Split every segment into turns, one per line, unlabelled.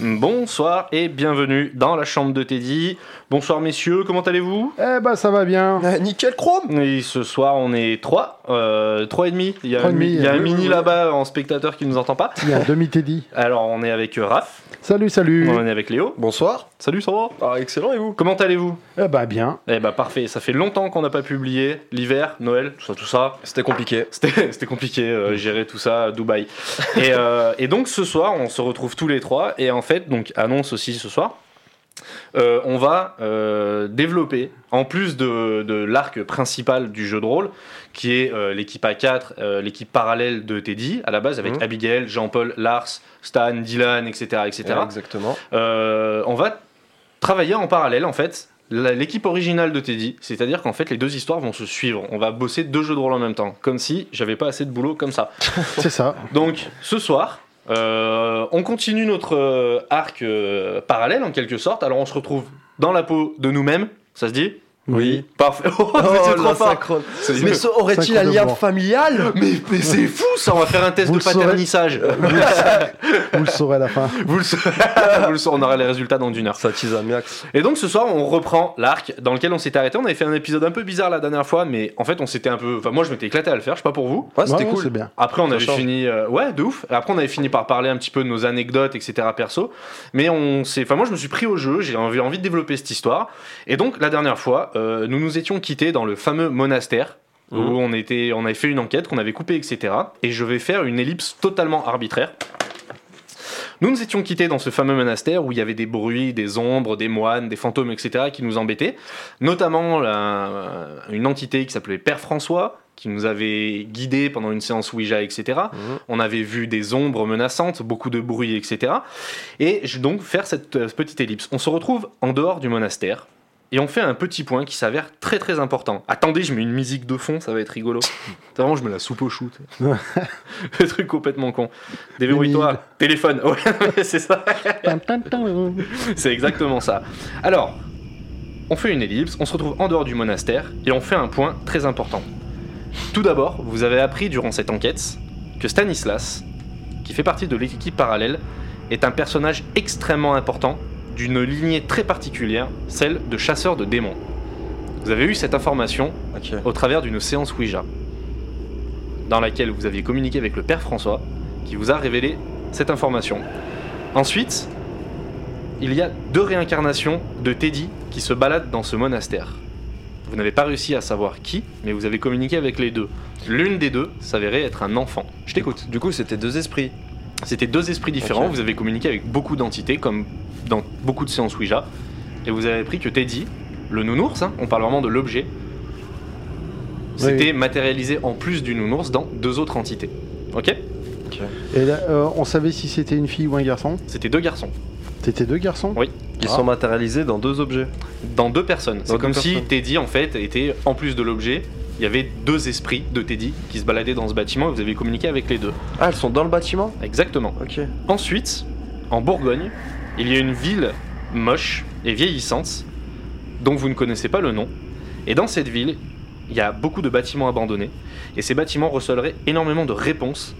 Bonsoir et bienvenue dans la chambre de Teddy. Bonsoir messieurs, comment allez-vous
Eh ben ça va bien.
Euh, nickel chrome
Et ce soir on est trois, euh, trois et demi. Il y a,
Trois et
un mi-
demi,
il y a
euh,
un
oui,
mini
oui.
là-bas en spectateur qui nous entend pas.
Il y a un demi-teddy.
Alors on est avec euh, Raph,
Salut, salut.
on est avec Léo.
Bonsoir.
Salut ça va
Ah, excellent, et vous
Comment allez-vous
Eh ben bien.
Eh bah parfait, ça fait longtemps qu'on n'a pas publié, l'hiver, Noël, tout ça, tout ça.
C'était compliqué.
C'était c'était compliqué, euh, gérer tout ça à Dubaï. Et, euh, et donc ce soir, on se retrouve tous les trois. Et en fait, donc annonce aussi ce soir, euh, on va euh, développer, en plus de, de l'arc principal du jeu de rôle, qui est euh, l'équipe A4, euh, l'équipe parallèle de Teddy, à la base, avec
Mhm.
Abigail, Jean-Paul, Lars, Stan, Dylan, etc. etc.
Ouais, exactement.
Euh, on va travailler en parallèle en fait la- l'équipe originale de Teddy, c'est-à-dire qu'en fait les deux histoires vont se suivre. On va bosser deux jeux de rôle en même temps, comme si j'avais pas assez de boulot comme ça.
C'est ça.
Donc ce soir, euh, on continue notre euh, arc euh, parallèle en quelque sorte. Alors on se retrouve dans la peau de nous-mêmes, ça se dit
Oui.
Parfait. Oh, vous étiez trop fort.
synchrone.
C'est-
Mais ce aurait-il un lien
Synchronement.
familial
Mais, mais c'est fou ça, on va faire un test
Vous
de
le saurez.
paternissage.
Vous le saurez à la fin.
Vous le saurez, Vous le saurez, on aura les résultats dans une heure.
Ça tease un max.
Et donc ce soir, on reprend l'arc dans lequel on s'était arrêté. On avait fait un épisode un peu bizarre la dernière fois, mais en fait, on s'était un peu. Enfin, moi, je m'étais éclaté à le faire, je sais pas pour vous.
Ouais, c'était
Ouais, ouais,
cool.
C'est bien.
Après, on
Ça
avait
change.
fini. euh, ouais, de ouf. Après, on avait fini par parler un petit peu de nos anecdotes, etc. perso. Mais on s'est. Enfin, moi, je me suis pris au jeu, j'ai envie, envie de développer cette histoire. Et donc, la dernière fois, euh, nous nous étions quittés dans le fameux monastère. Où
Mhm.
on, était, on avait fait une enquête qu'on avait coupée, etc. Et je vais faire une ellipse totalement arbitraire. Nous nous étions quittés dans ce fameux monastère où il y avait des bruits, des ombres, des moines, des fantômes, etc. qui nous embêtaient. Notamment la- euh, une entité qui s'appelait Père François, qui nous avait guidés pendant une séance Ouija, etc.
Mhm.
On avait vu des ombres menaçantes, beaucoup de bruit, etc. Et je vais donc faire cette euh, petite ellipse. On se retrouve en dehors du monastère. Et on fait un petit point qui s'avère très très important. Attendez, je mets une musique de fond, ça va être rigolo. Vraiment, je me la soupe au shoot. Le truc complètement con. Déverrouille-toi. Téléphone. Ouais, c'est ça. C'est exactement ça. Alors, on fait une ellipse, on se retrouve en dehors du monastère et on fait un point très important. Tout d'abord, vous avez appris durant cette enquête que Stanislas, qui fait partie de l'équipe parallèle, est un personnage extrêmement important d'une lignée très particulière, celle de chasseur de démons. Vous avez eu cette information
Ok.
au travers d'une séance Ouija, dans laquelle vous aviez communiqué avec le Père François, qui vous a révélé cette information. Ensuite, il y a deux réincarnations de Teddy qui se baladent dans ce monastère. Vous n'avez pas réussi à savoir qui, mais vous avez communiqué avec les deux. L'une des deux s'avérait être un enfant. Je t'écoute.
Du coup, c'était deux esprits.
C'était deux esprits différents,
Ok.
vous avez communiqué avec beaucoup d'entités, comme dans beaucoup de séances Ouija, et vous avez appris que Teddy, le nounours, hein, on parle vraiment de l'objet, c'était matérialisé en plus du nounours dans deux autres entités. Ok
Et là, euh, on savait si c'était une fille ou un garçon.
C'était deux garçons,
C'était deux garçons.
Oui.
Ils
Ah.
sont matérialisés dans deux objets.
dans deux personnes. C'est
deux
comme si
personnes.
Teddy, en fait, était en plus de l'objet, il y avait deux esprits de Teddy qui se baladaient dans ce bâtiment et vous avez communiqué avec les deux.
Ah, elles sont dans le bâtiment
Exactement.
Ok.
Ensuite, en Bourgogne, il y a une ville moche et vieillissante dont vous ne connaissez pas le nom. Et dans cette ville, il y a beaucoup de bâtiments abandonnés. Et ces bâtiments recevraient énormément de réponses,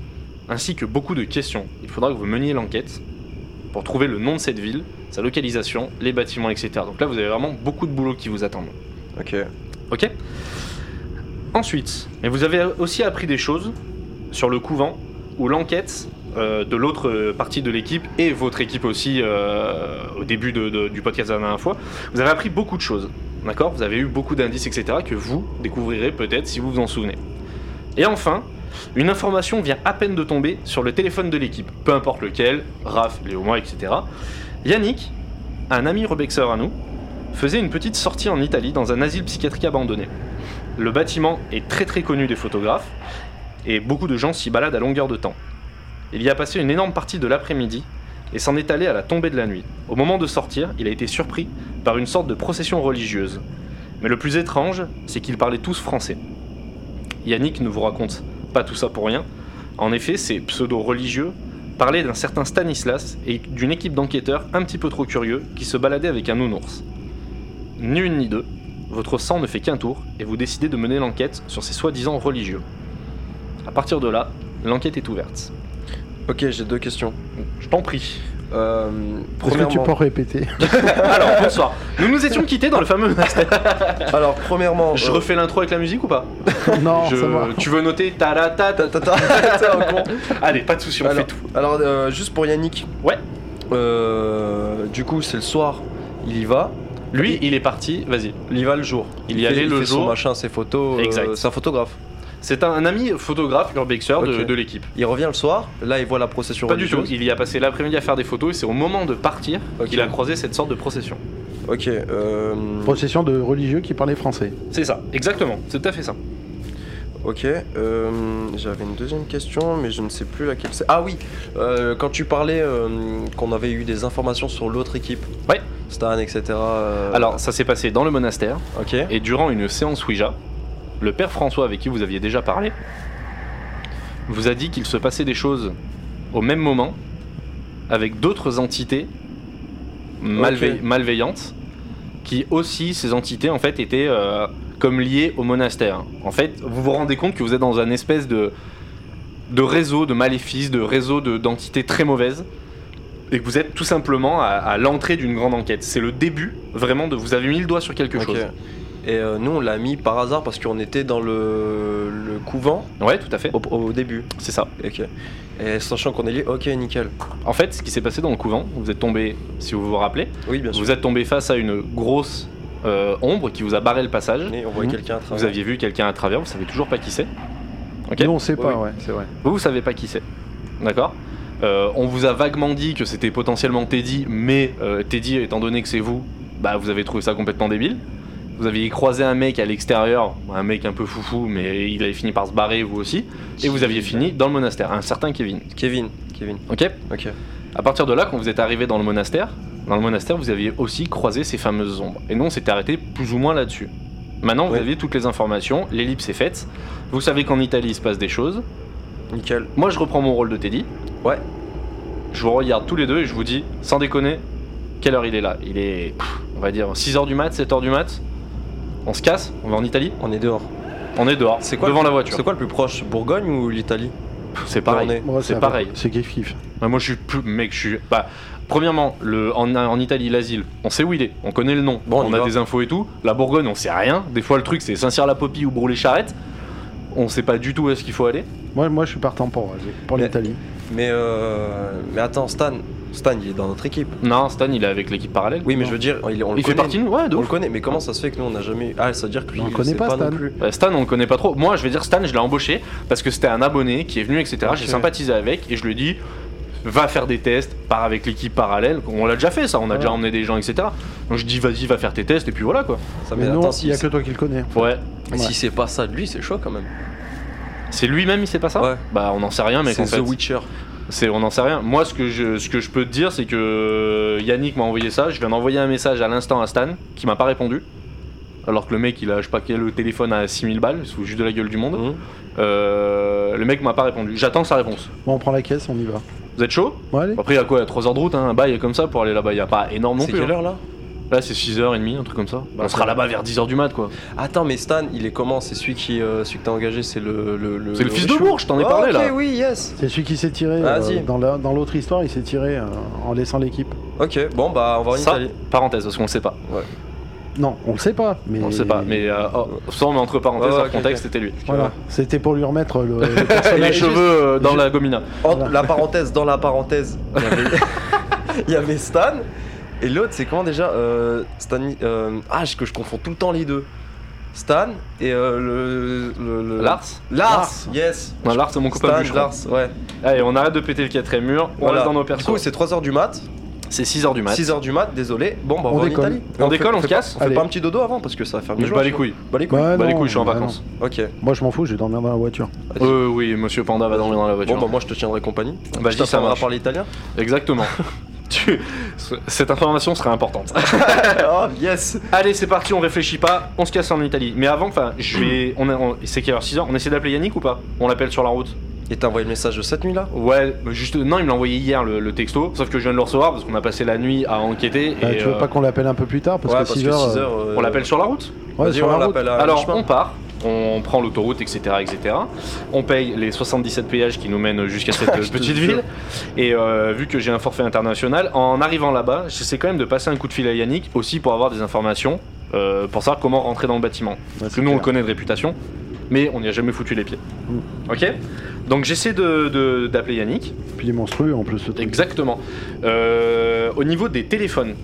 ainsi que beaucoup de questions. Il faudra que vous meniez l'enquête pour trouver le nom de cette ville, sa localisation, les bâtiments, etc. Donc là, vous avez vraiment beaucoup de boulot qui vous attendent.
Ok.
Ok Ensuite, mais vous avez aussi appris des choses sur le couvent où l'enquête euh, de l'autre euh, partie de l'équipe et votre équipe aussi euh, au début de- de- du podcast de la dernière fois, vous avez appris beaucoup de choses. D'accord Vous avez eu beaucoup d'indices, etc. que vous découvrirez peut-être si vous vous en souvenez. Et enfin, une information vient à peine de tomber sur le téléphone de l'équipe, peu importe lequel, Raph, Léo, moi, etc. Yannick, un ami Rebexeur à nous, faisait une petite sortie en Italie dans un asile psychiatrique abandonné. Le bâtiment est très très connu des photographes et beaucoup de gens s'y baladent à longueur de temps. Il y a passé une énorme partie de l'après-midi et s'en est allé à la tombée de la nuit. Au moment de sortir, il a été surpris par une sorte de procession religieuse. Mais le plus étrange, c'est qu'ils parlaient tous français. Yannick ne vous raconte pas tout ça pour rien. En effet, ces pseudo-religieux parlaient d'un certain Stanislas et d'une équipe d'enquêteurs un petit peu trop curieux qui se baladait avec un nounours. Ni une ni deux, votre sang ne fait qu'un tour et vous décidez de mener l'enquête sur ces soi-disant religieux. À partir de là, l'enquête est ouverte.
Ok, j'ai deux questions.
Je t'en prie.
Euh,
Est-ce que tu
premièrement,
peux répéter
Alors, bonsoir. Nous nous étions quittés dans le fameux master.
alors premièrement,
Je
euh,
refais l'intro avec la musique ou pas
Non,
Je-
ça va.
Tu veux noter ta la ta ta
ta- ta- ta- t'es un con.
Allez, pas de soucis, on
Alors-
fait tout.
Alors, euh, juste pour Yannick.
Ouais.
Euh, du coup, c'est le soir, il y va.
Lui, il est parti, vas-y.
Il y va le jour.
Il y allait
fait- il
le
fait
jour.
Son machin, ses photos. euh,
Exact.
c'est un photographe.
C'est un, un ami photographe, urbexer de,
Ok.
de l'équipe.
Il revient le soir. Là, il voit la procession.
Pas du tout.
religieuse.
Il y a passé l'après-midi à faire des photos et c'est au moment de partir
Ok.
qu'il a croisé cette sorte de procession.
Ok. euh,
Procession de religieux qui parlait français.
C'est ça, exactement. C'est tout à fait ça.
ok. euh, J'avais une deuxième question, mais je ne sais plus laquelle c'est. Ah oui. euh, quand tu parlais euh, qu'on avait eu des informations sur l'autre équipe.
Ouais.
Stan, etc. euh,
Alors, ça s'est passé dans le monastère
Ok.
et durant une séance Ouija, le père François, avec qui vous aviez déjà parlé, vous a dit qu'il se passait des choses au même moment avec d'autres entités malveil-
Ok.
malveillantes qui aussi, ces entités, en fait, étaient euh, comme liées au monastère. En fait, vous vous rendez compte que vous êtes dans un espèce de, de réseau de maléfices, de réseau de- d'entités très mauvaises et que vous êtes tout simplement à, à l'entrée d'une grande enquête. C'est le début, vraiment, de vous avez mis le doigt sur quelque
Ok.
chose.
Et euh, nous, on l'a mis par hasard parce qu'on était dans le, le couvent
Ouais, tout à fait.
au, au début.
C'est ça.
Ok. Et sachant qu'on est lié, ok, nickel.
En fait, ce qui s'est passé dans le couvent, vous êtes tombé, si vous vous rappelez,
Oui, bien sûr.
vous êtes tombé face à une grosse euh, ombre qui vous a barré le passage.
Et on voit
Mhm.
quelqu'un à travers.
Vous aviez vu quelqu'un à travers, vous savez toujours pas qui c'est. Ok.
Nous, on sait
Oui,
pas,
oui.
ouais, c'est vrai.
Vous, vous savez pas qui c'est. D'accord Euh, On vous a vaguement dit que c'était potentiellement Teddy, mais euh, Teddy, étant donné que c'est vous, bah vous avez trouvé ça complètement débile. Vous aviez croisé un mec à l'extérieur, un mec un peu foufou, mais il avait fini par se barrer, vous aussi. Et vous aviez fini dans le monastère, un certain Kevin.
Kevin. Kevin.
Ok
Ok.
À partir de là, quand vous êtes arrivé dans le monastère, dans le monastère, vous aviez aussi croisé ces fameuses ombres. Et nous, on s'est arrêté plus ou moins là-dessus. Maintenant, vous
Ouais.
aviez toutes les informations, l'ellipse est faite. Vous savez qu'en Italie, il se passe des choses.
Nickel.
Moi, je reprends mon rôle de Teddy.
Ouais.
Je vous regarde tous les deux et je vous dis, sans déconner, quelle heure il est là Il est, pff, on va dire, 6h du mat, 7h du mat. On se casse, on va en Italie,
On est dehors.
on est dehors,
C'est quoi
devant
le-
la voiture.
C'est quoi le plus proche Bourgogne ou l'Italie
Pff, C'est pareil.
Là, on est-
Bon,
C'est
ça va.
pareil.
C'est kiff kiff.
Ouais, Bah, moi, je suis plus. Mec, je suis. Bah, premièrement, le... en, en Italie, l'asile, on sait où il est, on connaît le nom,
Bon, on
on,
y
a
va.
des infos et tout. La Bourgogne, on sait rien. Des fois, le truc, c'est Saint-Cyr-la-Popie ou Brûlé-Charrette. On sait pas du tout où est-ce qu'il faut aller.
Moi, moi, je suis partant pour, euh, pour
Mais-
l'Italie.
Mais euh, mais attends, Stan. Stan, il est dans notre équipe.
Non, Stan, il est avec l'équipe parallèle.
Oui, mais je veux dire, il, on le
il fait
connaît.
partie de nous Ouais, de
On
ouf.
le connaît, mais comment ça se fait que nous on n'a jamais. Ah, ça veut dire que lui,
On le
il
connaît
sait
pas, Stan.
non plus.
Euh, Stan, on le connaît pas trop. Moi, je vais dire, Stan, je l'ai embauché parce que c'était un abonné qui est venu, etc.
Ah,
J'ai
Ok.
sympathisé avec et je lui ai dit, va faire des tests, pars avec l'équipe parallèle. On l'a déjà fait, ça, on a
Ah.
Ouais.
déjà emmené des gens, etc. Donc je dis, vas-y, va faire tes tests, et puis voilà quoi.
Ça
Mais
mais
non,
attends,
il
si,
n'y a
c'est-
que toi qui le connais.
Ouais.
mais si c'est pas ça de lui, c'est chaud quand même.
C'est lui-même, il sait pas ça
Ouais.
Bah, on n'en sait rien, mais
C'est
en
The
fait,
Witcher.
c'est on n'en sait rien. Moi, ce que je, ce que je peux te dire, c'est que euh, Yannick m'a envoyé ça. Je viens d'envoyer un message à l'instant à Stan, qui m'a pas répondu. Alors que le mec, il a, je sais pas quel téléphone à 6000 balles, sous juste de la gueule du monde.
Mhm.
Euh, le mec m'a pas répondu. J'attends sa réponse.
Bon, on prend la caisse, on y va.
Vous êtes chaud
Bon, allez.
Après, il y a quoi 3 heures de route, hein, un bail comme ça pour aller là-bas. Il y a pas énorme non
C'est
plus.
quelle
hein.
heure Euh, là
Là, c'est 6h30, un truc comme ça.
Bah,
on sera
ça va.
là-bas vers 10h du mat, quoi.
Attends, mais Stan, il est comment C'est celui qui, euh, celui que t'as engagé, c'est le, le,
C'est le fils de
Richou
bourge, je t'en ai
Ah,
parlé,
ok,
là.
oui, yes.
C'est celui qui s'est tiré euh,
Vas-y.
dans la- dans l'autre histoire, il s'est tiré euh, en laissant l'équipe.
Ok, bon bah on va en
Ça,
Italie.
parenthèse, parce qu'on le sait pas.
Non, on le sait pas, mais
On le sait pas, mais euh, oh, ça, on met entre parenthèses,
Ouais,
hors
ok,
contexte,
ok.
c'était lui.
voilà, c'était pour lui remettre le, le
Et
personnage.
les cheveux euh, dans
je-
la gomina.
Entre
Voilà.
Oh, la parenthèse, dans la parenthèse, il y avait, il y avait Stan. Et l'autre, c'est comment déjà euh, Stan. euh, ah, je- que je confonds tout le temps les deux. Stan et euh, le, le- le-
Lars
Lars,
Lars.
yes.
Non, Lars, c'est mon copain
Stan,
de bûche, je crois.
Lars, ouais.
Allez, on arrête de péter le quatrième mur, on
Voilà.
reste dans nos
Du coup,
persos.
c'est 3h du mat,
C'est 6h du mat.
6h du mat, désolé. Bon, bah on,
On
va en
décolle.
Italie.
On
fait-
décolle, on
fait
se
pas-
casse
On fait
Allez.
pas un petit dodo avant parce que ça va faire
Mais
mieux.
je bats les couilles.
Bah les couilles.
Bah
Bah les
non,
couilles, je suis en
bah
vacances.
Ok.
non. Moi, je m'en fous, je vais dormir dans la voiture.
Euh, oui, monsieur Panda va dormir dans la voiture.
Bon, bah moi je te tiendrai compagnie.
Vas-y,
je
ça
t'apprendrai à
marche.
parler italien.
Exactement. Tu- ce- Cette information sera importante.
oh, yes.
Allez, c'est parti, on réfléchit pas, on se casse en Italie. Mais avant, enfin, je vais. On a- on- C'est quelle heure 6h On essaie d'appeler Yannick ou pas On l'appelle sur la route
Et t'as envoyé le message de cette nuit là
Ouais, mais juste. Non, il me l'a envoyé hier le, le texto, sauf que je viens de le recevoir parce qu'on a passé la nuit à enquêter.
Bah,
et,
tu veux
euh,
pas qu'on l'appelle un peu plus tard Parce que 6 heures. euh,
on l'appelle sur la route
Euh,
ouais, sur la route.
Alors, on part. on prend l'autoroute, etc., etc. On paye les 77 péages qui nous mènent jusqu'à cette
Je te
petite
jure.
ville. Et euh, vu que j'ai un forfait international, en arrivant là-bas, j'essaie quand même de passer un coup de fil à Yannick aussi pour avoir des informations, euh, pour savoir comment rentrer dans le bâtiment. Parce que nous, on le connaît de réputation, mais on n'y a jamais foutu les pieds. Ok Donc j'essaie d'appeler de, d'appeler Yannick.
Puis il est monstrueux en plus ce truc.
Exactement. Euh, au niveau des téléphones,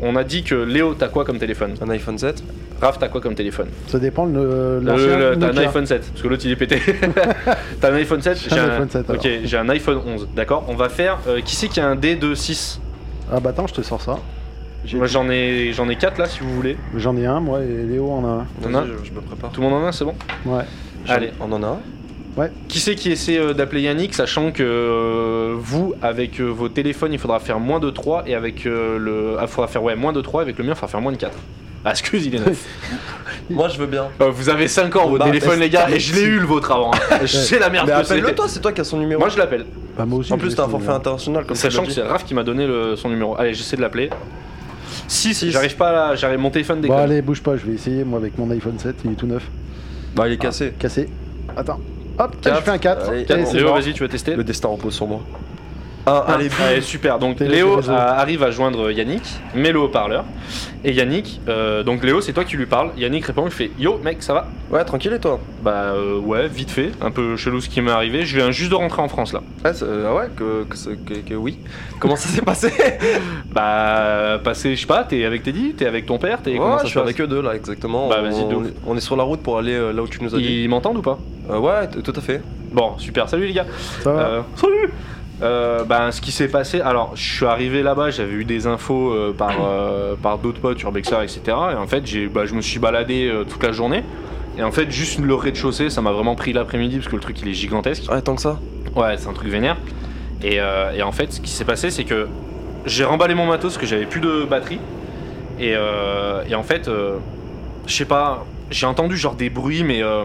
on a dit que Léo, t'as quoi comme téléphone
Un iPhone 7
Raph, t'as quoi comme téléphone
Ça dépend le. l'ancien
Euh, le- T'as un
Nokia.
iPhone 7, parce que l'autre il est pété. t'as un iPhone 7,
J'ai un iPhone 7, alors.
Ok, j'ai un iPhone 11, d'accord On va faire. euh, qui c'est qui a un D de 6
Ah bah attends, je te sors ça. J'ai-
Moi j'en ai, j'en ai 4 là si vous voulez.
J'en ai un, moi, et Léo en a un.
T'en
Vas-y,
as
je, je me prépare.
Tout le monde en a, c'est bon
Ouais.
J'en-
Allez.
On en a un
Qui c'est qui essaie euh, d'appeler Yannick, sachant que euh, vous, avec euh, vos téléphones, il faudra faire moins de 3 et avec euh, le. ah, faudra faire ouais, moins de 3, avec le mien, il faudra faire moins de 4. Ah, excuse, il est neuf.
Moi, je veux bien.
Euh, vous avez 5 ans, vos
Bah,
téléphones,
c'est-
les gars, et je l'ai eu le vôtre avant. Je sais la merde
Mais
que
appelle-le
c'était.
toi, c'est toi qui as son numéro.
Moi, je l'appelle.
Bah moi aussi.
en
je
plus,
l'ai
t'as un
sous le
forfait
verre.
international comme
Sachant que
tu
c'est
l'as
Raph qui m'a donné le- son numéro. Allez, j'essaie de l'appeler. 6,
Six.
j'arrive pas là, j'arrive, mon téléphone
Bon
déconne.
Bah, allez, bouge pas, je vais essayer moi avec mon iPhone 7, il est tout neuf.
dit. Bah, il est cassé.
Cassé. Attends. Hop,
Quatre.
je fais un 4.
Allez,
Quatre,
c'est
Léo,
bon.
vas-y, tu veux tester
Le destin repose sur moi. Ah, allez,
Ah, allez, super. Donc
Télé-
Léo
réseau.
euh, arrive à joindre Yannick, met le haut-parleur. Et Yannick, euh, donc Léo, c'est toi qui lui parles. Yannick répond, il fait Yo, mec, ça va
Ouais, tranquille et toi
Bah euh, ouais, vite fait, un peu chelou ce qui m'est arrivé. Je viens juste de rentrer en France là.
Ah, c'est- euh, ah ouais, que, que, c'est- que- que oui. Comment ça s'est passé
Bah, passé, je sais pas, t'es avec Teddy, t'es avec ton père, t'es
Ouais,
comment ça
je
se
suis
passe
avec eux deux là, exactement.
Bah,
On-
vas-y, de
on,
ouf.
est- on est sur la route pour aller euh, là où tu nous as dit.
Ils m'entendent ou pas
Euh, ouais, t- tout à fait.
Bon, super, salut les gars.
Ça va
Euh, salut Euh, ben, ce qui s'est passé, alors je suis arrivé là-bas, j'avais eu des infos euh, par, euh, par d'autres potes sur Bexar, etc. Et en fait, j'ai, bah, je me suis baladé euh, toute la journée. Et en fait, juste le rez-de-chaussée, ça m'a vraiment pris l'après-midi parce que le truc il est gigantesque.
Ouais, Ah, tant que ça.
Ouais, c'est un truc vénère. Et, euh, et en fait, ce qui s'est passé, c'est que j'ai remballé mon matos parce que j'avais plus de batterie. Et, euh, et en fait, euh, je sais pas, j'ai entendu genre des bruits, mais euh,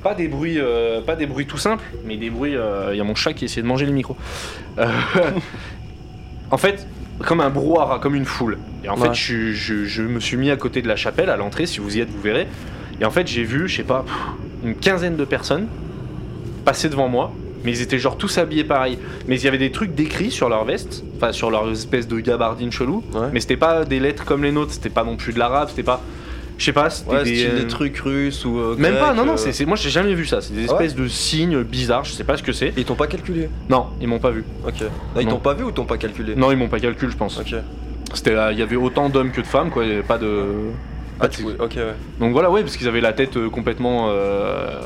pas des bruits, euh, pas des bruits tout simples, mais des bruits. Il y a mon chat qui essayait de manger le micro. Euh, en fait, comme un brouhaha, comme une foule. Et en
Ouais.
fait, je, je- je me suis mis à côté de la chapelle, à l'entrée. Si vous y êtes, vous verrez. Et en fait, j'ai vu, je sais pas, pff, une quinzaine de personnes passer devant moi. Mais ils étaient genre tous habillés pareil. Mais il y avait des trucs décrits sur leur veste, enfin sur leur espèce de gabardine chelou.
Ouais.
Mais c'était pas des lettres comme les nôtres, c'était pas non plus de l'arabe, c'était pas. Je sais pas, c'était
Ouais,
des.
style
euh,
des trucs russes ou. euh,
Même pas,
grecs,
non, non,
euh,
c'est, c'est- moi j'ai jamais vu ça. C'est des
Ah ouais
espèces de signes bizarres, je sais pas ce que c'est.
Ils t'ont pas calculé.
Non, ils m'ont pas vu.
Ok. Ah, ils
Non.
t'ont pas vu ou t'ont pas calculé
Non, ils m'ont pas calculé, je pense.
Ok.
C'était, euh, il y avait autant d'hommes que de femmes, quoi, il y avait pas de.
Ah, tu Ok, ouais.
Donc voilà, ouais, parce qu'ils avaient la tête euh, complètement. euh,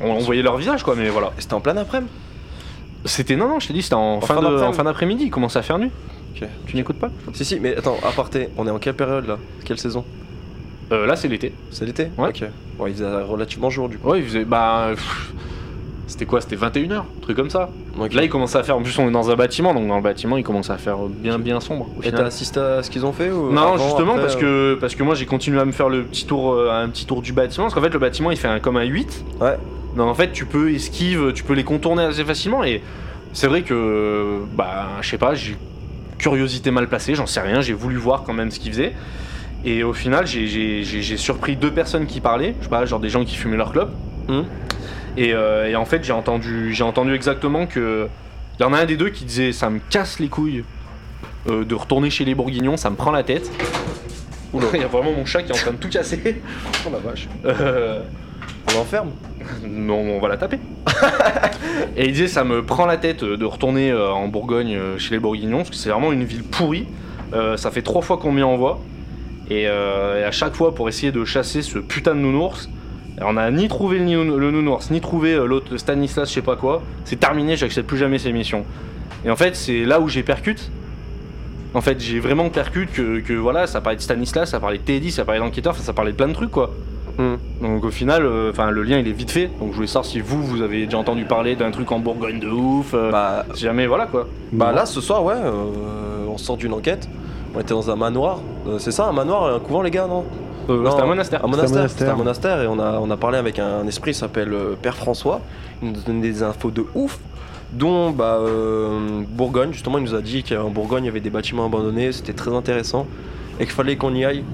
On, on voyait leur visage, quoi, mais voilà.
Et C'était en plein après-midi
C'était, non, non, je t'ai dit, c'était en, fin,
fin
de-
d'après-midi.
en fin d'après-midi, il commence à faire nuit.
Ok.
Tu n'écoutes pas
Si, si, mais attends, aparté, on est en quelle période là Quelle saison
Euh, Là, c'est l'été.
C'est l'été
Ouais.
Ok. Bon, il faisait relativement jour du coup.
Ouais, il faisait. Bah. pff, C'était quoi C'était 21h, un truc comme ça.
Ok.
Là, il commence à faire. En plus, on est dans un bâtiment, donc dans le bâtiment, il commence à faire bien, bien sombre. au
Et
final.
t'as assisté à ce qu'ils ont fait ou
Non,
avant,
justement,
après,
parce,
euh,
que, parce que moi, j'ai continué à me faire le petit tour, euh, un petit tour du bâtiment. Parce qu'en fait, le bâtiment, il fait un, comme un 8.
Ouais.
Donc, en fait, tu peux esquive, tu peux les contourner assez facilement. Et c'est vrai que, bah, je sais pas, j'ai curiosité mal placée, j'en sais rien. J'ai voulu voir quand même ce qu'ils faisaient. Et au final, j'ai- j'ai j'ai- j'ai surpris deux personnes qui parlaient. Je sais pas, genre des gens qui fumaient leur clope.
Mhm.
Et, euh, et en fait, j'ai entendu, j'ai entendu exactement que. Il y en a un des deux qui disait Ça me casse les couilles euh, de retourner chez les Bourguignons, ça me prend la tête.
Oula.
Il y a vraiment mon chat qui est en train de tout casser.
Oh la vache.
Euh,
On l'enferme
non, on va la taper. et il disait ça me prend la tête euh, de retourner euh, en Bourgogne euh, chez les Bourguignons, parce que c'est vraiment une ville pourrie. Euh, ça fait trois fois qu'on m'y envoie. Et, euh, et à chaque fois, pour essayer de chasser ce putain de nounours, on n'a ni trouvé le, nou- le nounours, ni trouvé euh, l'autre Stanislas, je sais pas quoi. C'est terminé, j'accepte plus jamais ces missions. Et en fait, c'est là où j'ai percute. En fait, j'ai vraiment percute que, que voilà, ça parlait de Stanislas, ça parlait de Teddy, ça parlait d'enquêteur, enfin, ça parlait de plein de trucs quoi.
Hmm.
Donc au final, euh, enfin le lien il est vite fait. Donc je voulais savoir si vous vous avez déjà entendu parler d'un truc en Bourgogne de ouf. euh,
Bah,
si jamais voilà quoi.
Bah là ce soir ouais, euh, on sort d'une enquête. On était dans un manoir. Euh, c'est ça, un manoir, et un couvent les gars, non
Euh,
Non, Ah
C'était un monastère.
Un monastère.
monastère.
C'était un monastère et on a, on a parlé avec un esprit qui s'appelle euh, Père François. Il nous donne des infos de ouf dont bah, euh, Bourgogne, justement il nous a dit qu'en Bourgogne il y avait des bâtiments abandonnés, c'était très intéressant et qu'il fallait qu'on y aille.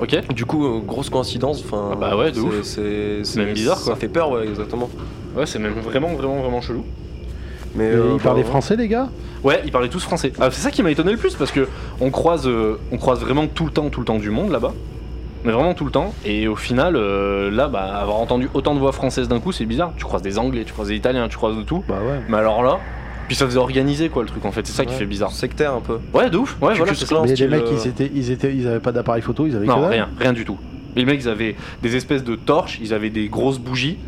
Ok.
Du coup, euh, grosse coïncidence. Enfin,
Ah bah ouais, de
c'est-
ouf.
C'est c'est-
même bizarre, quoi.
Ça fait peur, ouais, exactement.
Ouais, c'est même vraiment, vraiment, vraiment chelou.
Mais
Et
euh,
ils parlaient
bah,
français, les gars
Ouais, ils parlaient tous français. Ah, c'est ça qui m'a étonné le plus parce que on croise, euh, on croise vraiment tout le temps, tout le temps du monde là-bas. Mais vraiment tout le temps. Et au final, euh, là, bah, avoir entendu autant de voix françaises d'un coup, c'est bizarre. Tu croises des Anglais, tu croises des Italiens, tu croises de tout.
Bah ouais.
Mais alors là, puis ça faisait organiser quoi le truc en fait. C'est ça qui
ouais,
fait bizarre.
Sectaire un peu.
Ouais, de ouf. Ouais,
Tu
voilà.
cusses
c'est ça.
Non,
Mais les
style,
mecs,
euh,
ils étaient, ils étaient, ils avaient pas d'appareil photo, ils avaient que
Non,
dalle.
rien, rien du tout. Les mecs, ils avaient des espèces de torches, ils avaient des grosses bougies.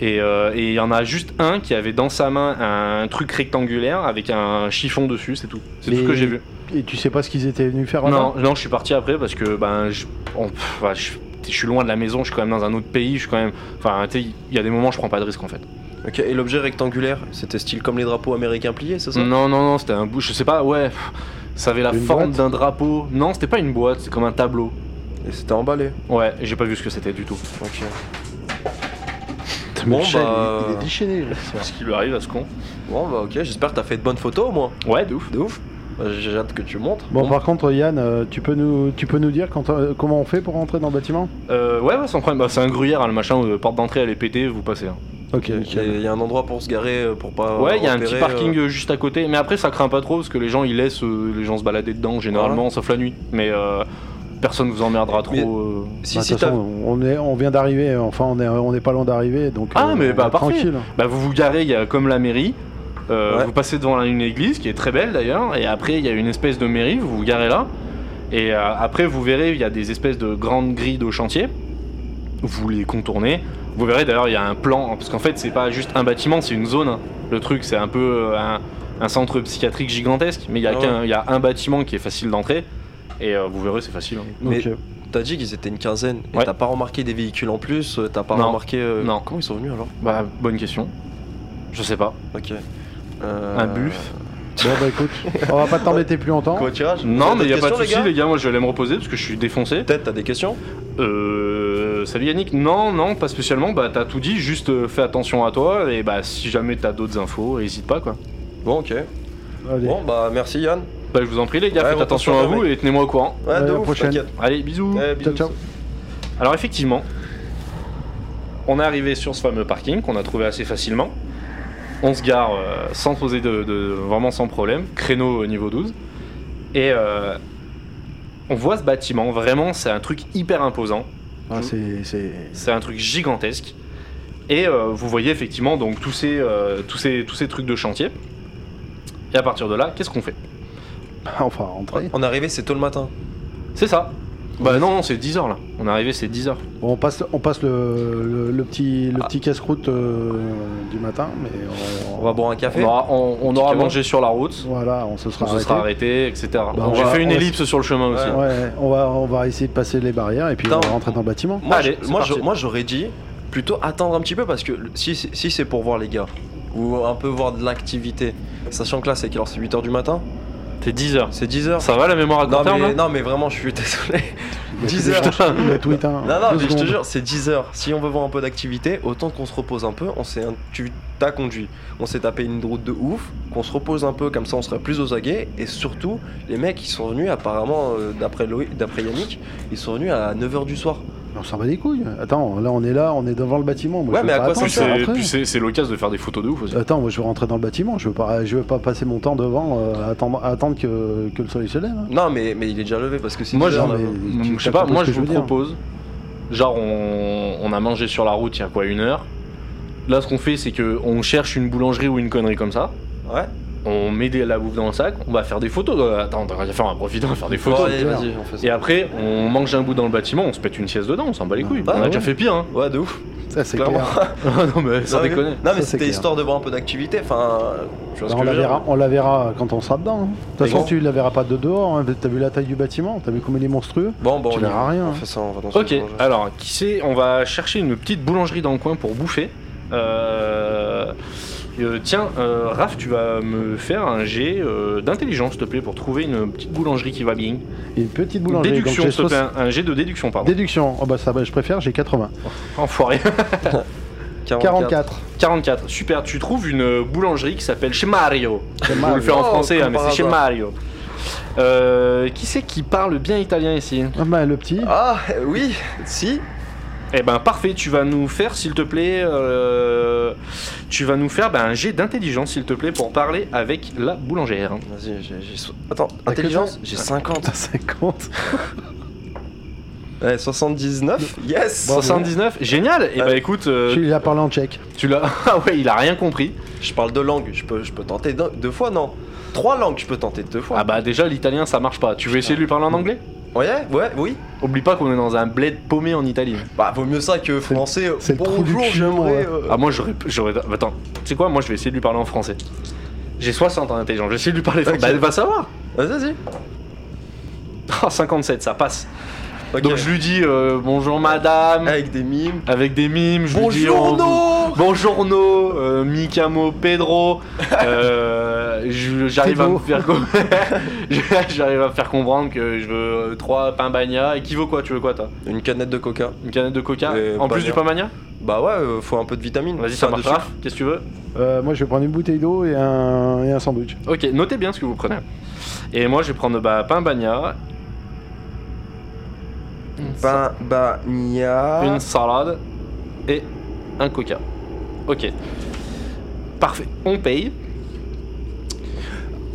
Et euh, et il y en a juste un qui avait dans sa main un truc rectangulaire avec un chiffon dessus, c'est tout. C'est tout
Mais-
ce que j'ai vu.
Et tu sais pas ce qu'ils étaient venus faire là-bas
Non, non, je suis parti après parce que ben, je, on- pff, ouais, je, je suis loin de la maison, je suis quand même dans un autre pays, je suis quand même. Enfin, tu sais, il y a des moments, je prends pas de risque en fait.
Ok, et l'objet rectangulaire, c'était style comme les drapeaux américains pliés, c'est ça
Non, non, non, c'était un bout, je sais pas, ouais. pff, Ça avait la
Une
forme
boîte
d'un drapeau. Non, c'était pas une boîte, c'est comme un tableau.
Et c'était emballé.
Ouais, j'ai pas vu ce que c'était du tout.
Ok.
Mais
Bon,
Shell,
bah,
euh,
il, il est déchaîné. là, ce soir.
Ce qui lui arrive à ce con.
Bon, bah, ok, j'espère que t'as fait de bonnes photos au moins.
Ouais, de ouf.
De ouf. Bah, J'ai hâte que tu montres.
Bon, par contre, Yann, euh, tu peux nous, tu peux nous dire quand, euh, comment on fait pour rentrer dans le bâtiment
Euh, ouais, ouais, sans problème. Bah, c'est un gruyère, hein, le machin, euh, porte d'entrée, elle est pétée, vous passez. hein.
Ok.
Il y a- il y a un endroit pour se garer euh, pour pas.
ouais, il y a un petit
repérer,
parking
euh,
euh, juste à côté, mais après, ça craint pas trop parce que les gens, ils laissent euh, les gens se balader dedans généralement, sauf la nuit. Mais euh, personne vous emmerdera trop.
Mais-
euh.
Si,
Bah, de
si,
toute façon,
t'as.
on, est, on vient d'arriver, euh, enfin on est, on est pas loin d'arriver, donc
Ah, mais
on
bah,
est
parfait.
tranquille.
Bah, vous vous garez, il y a comme la mairie. euh,
Ouais.
Vous passez devant une église qui est très belle d'ailleurs, et après il y a une espèce de mairie, vous vous garez là, et euh, après vous verrez, il y a des espèces de grandes grilles de chantier, vous les contournez, vous verrez d'ailleurs il y a un plan, hein, parce qu'en fait c'est pas juste un bâtiment, c'est une zone, hein. le truc c'est un peu euh, un, un centre psychiatrique gigantesque, mais il y, a
Ah ouais.
qu'un- il y a un bâtiment qui est facile d'entrer, et euh, vous verrez c'est facile. hein.
Mais
Ok.
t'as dit qu'ils étaient une quinzaine. Et
Ouais.
t'as pas remarqué des véhicules en plus euh, T'as pas
Non.
remarqué. euh,
Non.
Comment ils sont venus alors
Bah bonne question, je sais pas,
Ok. Euh,
un buff
Bon bah écoute, on va pas t'embêter plus longtemps.
Quoi, tirage
Non mais il y a pas de souci
gars
les gars, moi je vais aller me reposer parce que je suis défoncé.
Peut-être t'as des questions
Euh, salut Yannick. Non, non, pas spécialement. Bah, t'as tout dit. Juste euh, fais attention à toi. Et bah, si jamais t'as d'autres infos, hésite pas quoi.
Bon, ok.
Allez.
Bon, bah, merci Yann.
Bah, je vous en prie, les gars,
Ouais,
faites
on
attention
t'entend,
à vous et tenez-moi au courant.
Ouais,
À
de
la
ouf,
prochaine.
t'inquiète.
Allez, bisous.
Eh,
Ciao,
bisous.
ciao.
Alors, effectivement, on est arrivé sur ce fameux parking qu'on a trouvé assez facilement. On se gare euh, sans poser de, de- vraiment sans problème. Créneau au niveau 12. Et euh, on voit ce bâtiment. Vraiment, c'est un truc hyper imposant.
Ah, c'est, c'est-
C'est un truc gigantesque. Et euh, vous voyez effectivement donc tous ces, euh, tous, ces, tous ces trucs de chantier. Et à partir de là, qu'est-ce qu'on fait
Enfin, rentrer.
On est arrivé, c'est tôt le matin.
C'est ça. Bah non, non, c'est 10h là. On est arrivé, c'est 10h.
Bon, on passe, on passe le, le, le petit, le petit casse-croûte euh, du matin, mais on,
On va boire un
On
café.
aura, on- on
Petit
aura
cadeau.
mangé sur la route.
Voilà, on se
On
sera
se
arrêté.
sera arrêté, etc.
on
J'ai
va-
fait une
on va-
ellipse sur le chemin aussi.
Ouais.
Ouais, on va, on va essayer de passer les barrières et puis
Putain.
on va rentrer dans le bâtiment.
Moi,
Allez,
je-
c'est
moi,
parti.
je- moi, j'aurais dit plutôt attendre un petit peu parce que le- si, si si c'est pour voir les gars ou un peu voir de l'activité, sachant que là c'est quelle heure C'est 8h du matin
C'est 10h.
C'est 10h
Ça va la mémoire à
non
court terme
mais,
là
non mais vraiment je suis désolé. 10 heures.
Putain.
Le tweet, hein.
Ah,
Non non
Deux
mais je te
secondes.
jure c'est 10h. Si on veut voir un peu d'activité, autant qu'on se repose un peu, on s'est un- tu t'as conduit. On s'est tapé une route de ouf, qu'on se repose un peu comme ça on sera plus aux aguets et surtout les mecs ils sont venus apparemment euh, d'après Loï- d'après Yannick, ils sont venus à 9h du soir.
On s'en bat les couilles. Attends, là on est là, on est devant le bâtiment. Moi,
Ouais,
je veux
mais à
pas
quoi ça
attendre,
Puis
sert
je veux
c'est-
rentrer.
puis c'est c'est l'occasion de faire des photos de ouf aussi.
Attends, moi je veux rentrer dans le bâtiment, je veux pas, je veux pas passer mon temps devant euh, à attendre, à attendre que, que le soleil se lève. hein.
Non mais mais il est déjà levé parce que c'est
Moi,
10 heures,
j'en
là.
ai-
Mm,
Tu-
Je
t'as
sais pas,
compris
moi
ce que
je
je
vous
veux dire.
propose. Genre, on, on a mangé sur la route il y a quoi, une heure Là, ce qu'on fait, c'est que on cherche une boulangerie ou une connerie comme ça.
Ouais.
On met des- la bouffe dans le sac, on va faire des photos. Euh, Attends, on va faire, on va profiter, on va faire des photos.
Ouais,
clair.
vas-y, on fait ça.
Et après, on mange un bout dans le bâtiment, on se pète une sieste dedans, on s'en bat les couilles. on
Ah,
a
ouais. Bah
déjà fait pire, hein.
Ouais, de ouf.
Ça c'est
Clairement.
clair.
non, mais sans
Non, mais-
déconner.
Non, mais
c'est
c'était
clair.
histoire de voir un peu d'activité. Enfin, tu vois
Bah,
ce
on,
que je
la
veux dire.
verra, on la verra quand on sera dedans. hein. De toute
Mais
façon,
bon.
tu la verras pas de dehors. hein. T'as vu la taille du bâtiment T'as vu comme il est monstrueux
Bon, bon,
Tu
on y
verras
va.
rien,
On
hein.
fait ça, on va dans
Ok,
une boulangerie.
alors qui sait, on va chercher une petite boulangerie dans le coin pour bouffer. Euh, euh, tiens, euh, Raph, tu vas me faire un jet euh, d'intelligence, s'il te plaît, pour trouver une petite boulangerie qui va bien.
Une petite boulangerie. donc
déduction,
j'ai
s'il te plaît,
soix-
un, un jet de déduction, pardon.
Déduction. Oh bah ça, va, je préfère. J'ai 80.
Enfoiré.
44.
44, super, tu trouves une euh, boulangerie qui s'appelle Chez Mario.
C'est
On
mal.
le faire en
Oh,
français, hein,
comme
mais
par
c'est Chez
hasard.
Mario. Euh, qui c'est qui parle bien italien ici
Ah bah, le petit.
Ah oui, si.
Eh ben parfait, tu vas nous faire, s'il te plaît, euh, tu vas nous faire ben, un jet d'intelligence, s'il te plaît, pour parler avec la boulangère.
Vas-y, j'ai. j'ai so- Attends,
T'as que
intelligence
ça
J'ai 50.
T'as 50.
Euh. Ouais, 79 Eh, Yes
Bon,
79, génial. Et eh ben
Ouais.
écoute, euh,
Tu lui as parlé en tchèque.
tu l'as. Ah ouais, il a rien compris.
Je parle deux langues, je peux, je peux tenter deux, deux fois, non Trois langues, je peux tenter deux fois.
Ah bah déjà l'italien ça marche pas. Tu veux essayer de lui parler en anglais
Ouais, ouais, oui.
Oublie pas qu'on est dans un bled paumé en Italie.
Bah, vaut mieux ça que français. euh,
c'est le trou du
Bonjour,
cul,
j'aimerais.
ouais.
euh,
Ah moi j'aurais, j'aurais. Attends, tu sais quoi Moi je vais essayer de lui parler en français. J'ai 60 en intelligence. J'essaie de lui parler. français.
Ok.
Bah elle va savoir.
Vas-y, vas-y.
Ah 57, ça passe.
Ok.
Donc je lui dis euh, bonjour madame
Avec des mimes.
avec des mimes. Je lui dis,
Bonjour,
oh,
non
Bonjour no, euh, Mikamo, Pedro. euh, je- j'arrive à me
Pedro.
faire com- je- j'arrive à me faire comprendre que je veux euh, trois pains bagna. Et qui veut quoi Tu veux quoi toi
Une canette de coca.
Une canette de coca
Euh,
en plus
bagna.
du pain bagna
Bah ouais, euh, faut un peu de vitamine.
Vas-y, ça
Enfin, de
marche. Raph,
sucre.
Qu'est-ce que tu veux
Euh, moi, je vais prendre une bouteille d'eau et un, et un sandwich.
Ok, notez bien ce que vous prenez. Et moi, je vais prendre bah, pain bagna,
Pain, bah, nia.
une salade et un coca. Ok. Parfait. On paye.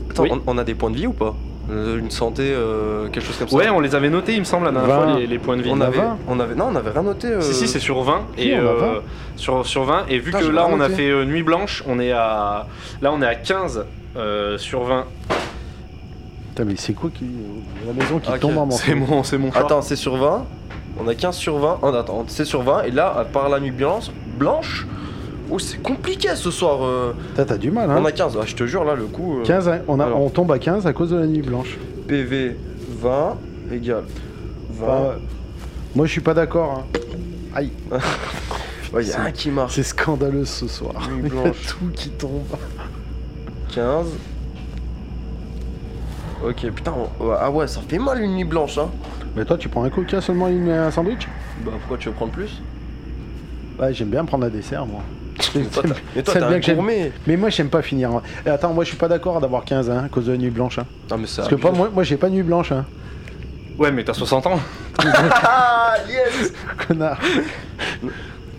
Attends,
Oui.
on, on a des points de vie ou pas Euh, Une santé, euh, quelque chose comme ça
Ouais, on les avait notés, il me semble, la dernière fois,
Vingt.
les, les points de vie.
On
en a
avait,
vingt.
on avait, non, on avait rien noté. euh,
Si, si, c'est sur 20.
Si,
et,
on a
euh,
20.
sur, sur 20. Et vu
Putain,
que
j'ai
là,
pas
on a
noté.
fait euh, Nuit Blanche, on est à. Là, on est à 15 euh, sur 20.
Putain, mais c'est quoi qui. euh, La maison qui
Ah, Ok,
tombe en
C'est
morceaux.
mon, c'est mon choix.
Attends, c'est sur 20. On a 15 sur 20. Oh, attends, c'est sur 20. Et là, à part la nuit blanche, blanche. Oh, c'est compliqué ce soir. euh.
Putain, t'as du mal, hein.
On a 15. Ah, je te jure, là, le coup. euh,
15, hein. on, a-
Alors.
on tombe à 15 à cause de la nuit blanche.
PV 20 égale 20.
Enfin, euh, moi, je suis pas d'accord. hein. Aïe,
Ouais, y a un qui marche.
c'est scandaleux ce soir.
Ah. Nuit
Il y a
blanche.
tout qui tombe.
15. Ok, putain. on- ouais, Ah ouais, ça fait mal une nuit blanche, hein.
Mais toi, tu prends un coca seulement une- un sandwich
Bah, pourquoi tu veux prendre plus
Bah, j'aime bien prendre un dessert, moi.
Mais toi, t'as- mais toi,
c'est
t'es
bien
un
que j'aime-
gourmet.
Mais moi, j'aime pas finir. hein. Et attends, moi, je suis pas d'accord d'avoir 15 hein, à cause de la nuit blanche. hein.
Ah, mais ça.
Parce que pas, moi, moi j'ai pas nuit blanche. Hein.
Ouais, mais t'as 60 ans.
Ah, yes
Connard.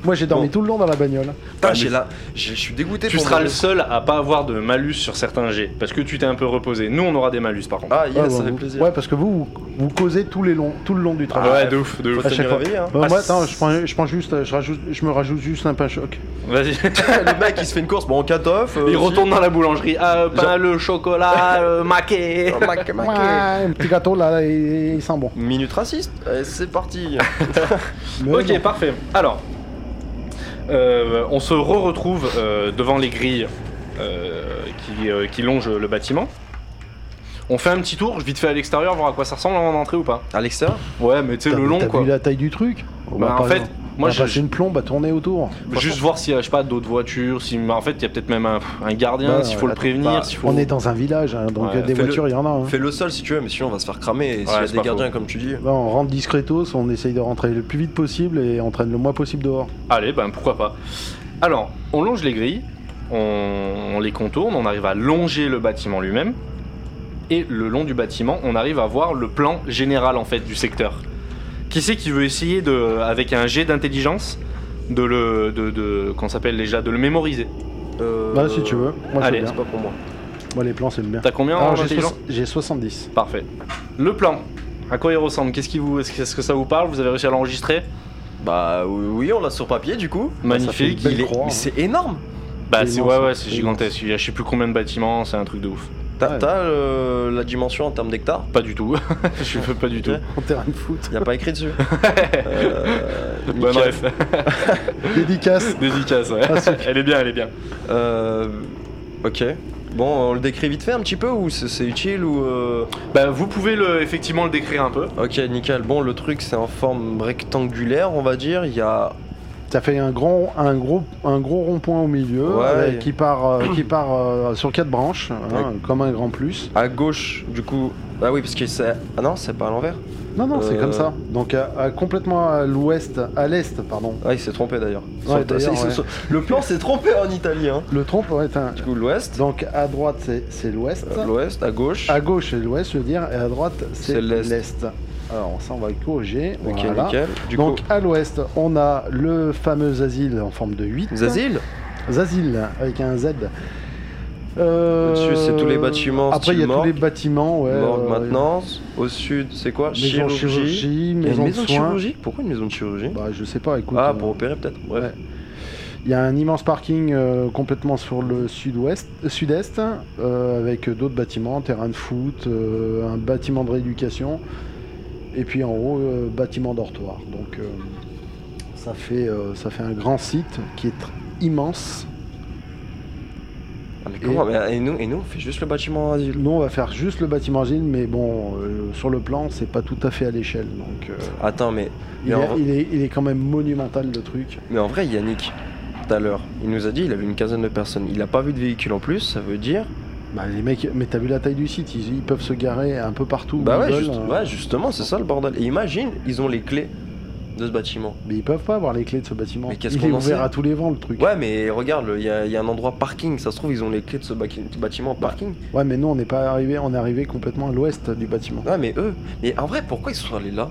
moi, j'ai dormi
Bon.
tout le long dans la bagnole.
Putain,
mais-
j'ai là. Je je suis dégoûté
Tu
pour
seras
mon-
le seul à pas avoir de malus sur certains jets. Parce que tu t'es un peu reposé. Nous, on aura des malus par contre.
Ah, yes,
ouais,
ça
ouais,
fait
vous-
plaisir.
Ouais, parce que vous, vous, vous causez tout, les longs, tout le long du travail.
Ah ouais, de ouf, de
Ah, Faut
ouf.
à
tenir
chaque fois.
réveillé, hein.
Bah,
Ah,
moi,
c'est-
attends, je prends, je prends juste, euh, je, rajoute, je me rajoute juste un pain choc.
Vas-y.
le mec il se fait une course, bon on cut off. euh,
Il
aussi.
retourne dans la boulangerie. Ah, pain,
Genre-
le chocolat, euh, le maquet.
Oh, mac- mac-
Ouais, un petit gâteau là, il, il sent bon.
Minute raciste, Allez, c'est parti.
Mais
Ok,
non.
parfait. Alors, euh, on se re-retrouve euh, devant les grilles euh, qui, euh, qui longent le bâtiment. On fait un petit tour, vite fait à l'extérieur, voir à quoi ça ressemble avant d'entrer ou pas.
Alexa
Ouais, mais tu sais,
T'as-
le long
T'as
quoi.
vu la taille du truc On
Bah,
va
en
pas-
fait, moi
on va
je.
passer une plombe à tourner autour.
Juste voir s'il y a, je sais pas, d'autres voitures, si, mais en fait, il y a peut-être même un, un gardien,
Bah,
s'il faut le
attends,
prévenir,
bah,
s'il faut.
On est dans un village, hein, donc
Ouais,
des
fais-le.
voitures, il y en a. hein.
Fais le seul si tu veux, mais sinon on va se faire cramer. Et
Ouais,
s'il y a
c'est
des
pas
gardiens
faux.
comme tu dis.
Là, on rentre discretos, on essaye de rentrer le plus vite possible et on traîne le moins possible dehors.
Allez, ben pourquoi pas. Alors, on longe les grilles, on, on les contourne, on arrive à longer le bâtiment lui-même. Et le long du bâtiment, on arrive à voir le plan général en fait du secteur. Qui c'est qui veut essayer de, avec un jet d'intelligence, de le, de, de- qu'on s'appelle déjà, de le mémoriser.
Euh,
Bah, si tu veux. Moi,
allez,
j'aime
C'est
bien.
pas pour moi.
Moi, les plans, c'est le bien.
T'as combien en
Alors, j'ai
intelligence
soix- j'ai 70.
Parfait. Le plan. À quoi il ressemble Qu'est-ce qui vous, est-ce que, est-ce que ça vous parle Vous avez réussi à l'enregistrer
Bah oui, oui, on l'a sur papier du coup.
Magnifique.
Bah, fait une belle
Il est-
croix,
mais
hein.
c'est énorme.
Bah
c'est
c'est,
immense,
ouais ouais,
hein.
c'est
C'est
gigantesque. Il y a je sais plus combien de bâtiments, c'est un truc de ouf.
T'as
Ouais.
t'as, euh, la dimension en termes d'hectares
Pas du tout. je veux pas du tout.
Ok.
En terrain de foot.
y a pas écrit dessus. Euh,
Bonne
nickel.
ref.
Dédicace.
Dédicace, ouais.
Ah, c'est-
elle est bien, elle est bien.
Euh, ok. Bon, on le décrit vite fait un petit peu ou c'est c'est utile ou. euh,
Bah, vous pouvez le, effectivement le décrire un peu.
Ok, nickel. Bon, le truc c'est en forme rectangulaire, on va dire. Il y a
Ça fait un grand, un gros, un gros rond-point au milieu
Ouais.
avec- qui part, euh, qui part euh, sur euh, quatre branches, hein,
Ouais.
comme un grand plus.
à gauche, du coup, Ah oui, parce que c'est. Ah non, c'est pas à l'envers.
Non, non, c'est
Euh.
comme ça. Donc à- à- complètement à l'ouest, à l'est, pardon.
Ah, il s'est trompé d'ailleurs.
Ouais,
Sur-
d'ailleurs,
c'est-
ouais.
sur- Le plan s'est trompé en Italie. Hein.
Le trompe, ouais, t'as un-
Du coup, l'ouest,
Donc à droite, c'est c'est l'ouest.
euh, l'ouest, à gauche.
À gauche, c'est l'ouest, je veux dire, et à droite, c'est
C'est l'est.
l'est. Alors ça, on va le corriger.
Ok,
voilà.
nickel. Du
Donc
coup,
à l'ouest, on a le fameux asile en forme de 8.
les asiles
Zazil, avec un Z. Euh,
Au-dessus, c'est tous les bâtiments,
Après, il y a
style
tous les
morgue.
bâtiments, ouais.
Morgue
euh,
maintenance. Au sud, c'est quoi
Maison de chirurgie,
Il y a
maison,
une
de
maison de
soins.
chirurgie Pourquoi une maison de chirurgie
Bah, je sais pas, écoute.
Ah,
euh,
pour opérer peut-être. Bref.
ouais. Il y a un immense parking euh, complètement sur le sud-ouest, euh, sud-est, euh, avec d'autres bâtiments, terrain de foot, euh, un bâtiment de rééducation, et puis en haut, euh, bâtiment dortoir. Donc euh, ça, fait, euh, ça fait un grand site qui est tr- immense.
Ah, mais comment mais- et, nous, et nous, on fait juste le bâtiment asile.
Nous, on va faire juste le bâtiment Gilles, mais bon, euh, sur le plan, c'est pas tout à fait à l'échelle. Donc, euh,
Attends, mais,
il,
Mais
est,
en-
il est- il est quand même monumental le truc.
mais en vrai, Yannick, tout à l'heure, il nous a dit il avait une quinzaine de personnes. Il n'a pas vu de véhicule en plus, ça veut dire.
Bah, les mecs, mais t'as vu la taille du site, ils, ils peuvent se garer un peu partout. où
Bah
ils
ouais,
veulent,
juste-
euh,
ouais, justement, c'est ça le bordel. Et imagine, ils ont les clés de ce bâtiment.
Mais ils peuvent pas avoir les clés de ce bâtiment.
Mais qu'est-ce
il
qu'on
est
en
ouvert
sait
à tous les vents le truc.
Ouais, mais regarde, il y, a- il y a un endroit parking. Ça se trouve, ils ont les clés de ce baqui- bâtiment en
Bah,
parking.
Ouais, mais nous on n'est pas arrivé, on est arrivé complètement à l'ouest du bâtiment.
Ouais, mais eux, mais en vrai, pourquoi ils sont allés là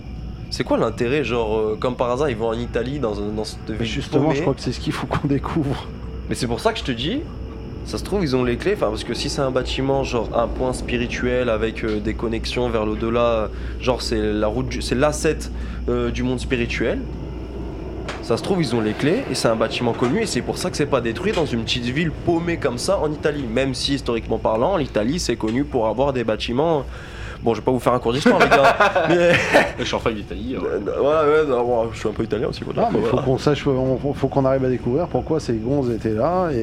C'est quoi l'intérêt Genre, euh, comme par hasard, ils vont en Italie dans, un- dans cette
Mais
ville.
justement,
paumée.
je crois que c'est ce qu'il faut qu'on découvre.
Mais c'est pour ça que je te dis, ça se trouve, ils ont les clés. Enfin, parce que si c'est un bâtiment, genre un point spirituel avec euh, des connexions vers l'au-delà, euh, genre c'est la route, du- c'est l'asset euh, du monde spirituel. Ça se trouve, ils ont les clés et c'est un bâtiment connu et c'est pour ça que c'est pas détruit dans une petite ville paumée comme ça en Italie. Même si historiquement parlant, l'Italie c'est connu pour avoir des bâtiments. Bon, je vais pas vous faire un cours d'histoire, les gars. Mais
Je suis en fac d'Italie. ouais.
Euh, voilà, ouais, non, bon, je suis un peu italien aussi. voilà.
Ah, mais faut
Voilà.
qu'on sache, on- faut qu'on arrive à découvrir pourquoi ces gonzes étaient là et,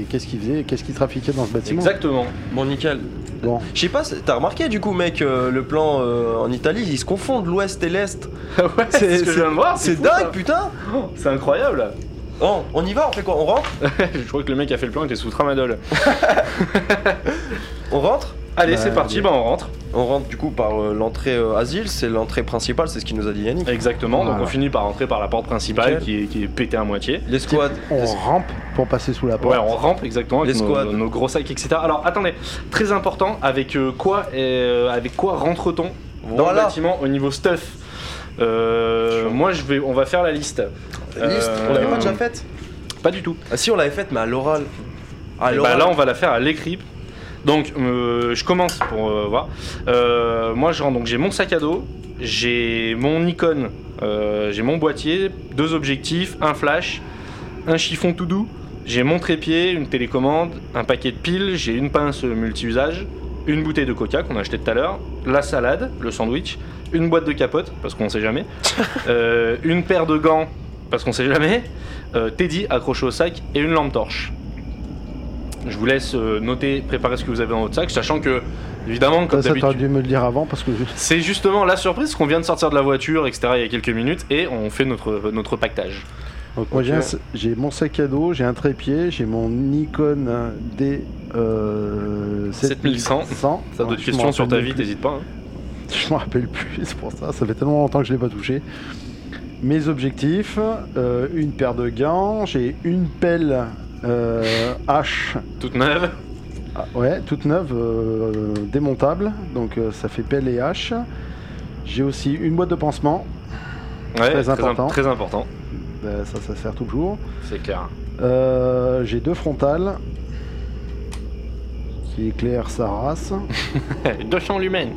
et qu'est-ce qu'ils faisaient, qu'est-ce qu'ils trafiquaient dans ce bâtiment.
Exactement.
Bon, nickel.
Bon.
Je sais pas, c'est- t'as remarqué du coup, mec, euh, le plan euh, en Italie, ils se confondent l'ouest et l'est.
ouais,
C'est-
c'est ce que je viens de voir.
C'est
fou,
dingue,
ça.
putain.
Oh, C'est incroyable.
Oh, on y va, on fait quoi On rentre
je crois que le mec qui a fait le plan était sous tramadol.
On rentre
Allez,
Bah,
c'est parti,
allez.
bah on rentre.
On rentre du coup par euh, l'entrée euh, asile, c'est l'entrée principale, c'est ce qu'il nous a dit Yannick.
Exactement, donc
Voilà.
on finit par rentrer par la porte principale
Nickel.
qui est, qui est pétée à moitié.
L'escouade.
On
l'es-
rampe pour passer sous la porte.
Ouais, on rampe exactement avec
Les
nos,
squads.
nos- nos gros sacs, etc. Alors attendez, très important, avec euh, quoi, euh, avec quoi rentre-t-on dans le
Voilà.
bâtiment au niveau stuff Euh,
Sure.
Moi, je vais, on va faire la liste.
Liste.
Euh,
On l'avait pas déjà faite
Pas du tout.
Ah si, on l'avait faite, mais à l'oral. À
Et bah,
l'oral.
là, on va la faire à l'écrit. Donc, euh, je commence pour euh, voir. Euh, moi, je rentre. Donc, j'ai mon sac à dos, j'ai mon Nikon, euh, j'ai mon boîtier, deux objectifs, un flash, un chiffon tout doux, j'ai mon trépied, une télécommande, un paquet de piles, j'ai une pince multi-usage, une bouteille de coca qu'on a acheté tout à l'heure, la salade, le sandwich, une boîte de capote, parce qu'on sait jamais, euh, une paire de gants, parce qu'on sait jamais, euh, Teddy accroché au sac et une lampe torche. Je vous laisse euh, noter, préparer ce que vous avez dans votre sac, sachant que, évidemment, comme
Ça, ça, t'aurais
d'habitude,
dû me le dire avant parce que je-
c'est justement la surprise qu'on vient de sortir de la voiture, etc. il y a quelques minutes, et on fait notre, euh, notre pactage.
Donc moi
Ok.
j'ai un- j'ai mon sac à dos, j'ai un trépied, j'ai mon Nikon D euh,
7100. Ça a
Alors,
d'autres
je
questions
m'en
sur ta
rappelle
vie,
plus.
t'hésites pas. hein.
Je m'en rappelle plus, c'est pour ça, ça fait tellement longtemps que je l'ai pas touché. Mes objectifs, euh, une paire de gants, j'ai une pelle euh, H,
Toute neuve.
ah, ouais, toute neuve, euh, démontable, donc euh, ça fait pelle et hache. J'ai aussi une boîte de pansement,
Ouais,
Très
très, im-
important.
très important,
euh, ça, ça sert toujours.
c'est clair.
Euh, j'ai deux frontales qui éclairent sa race.
200 lumens.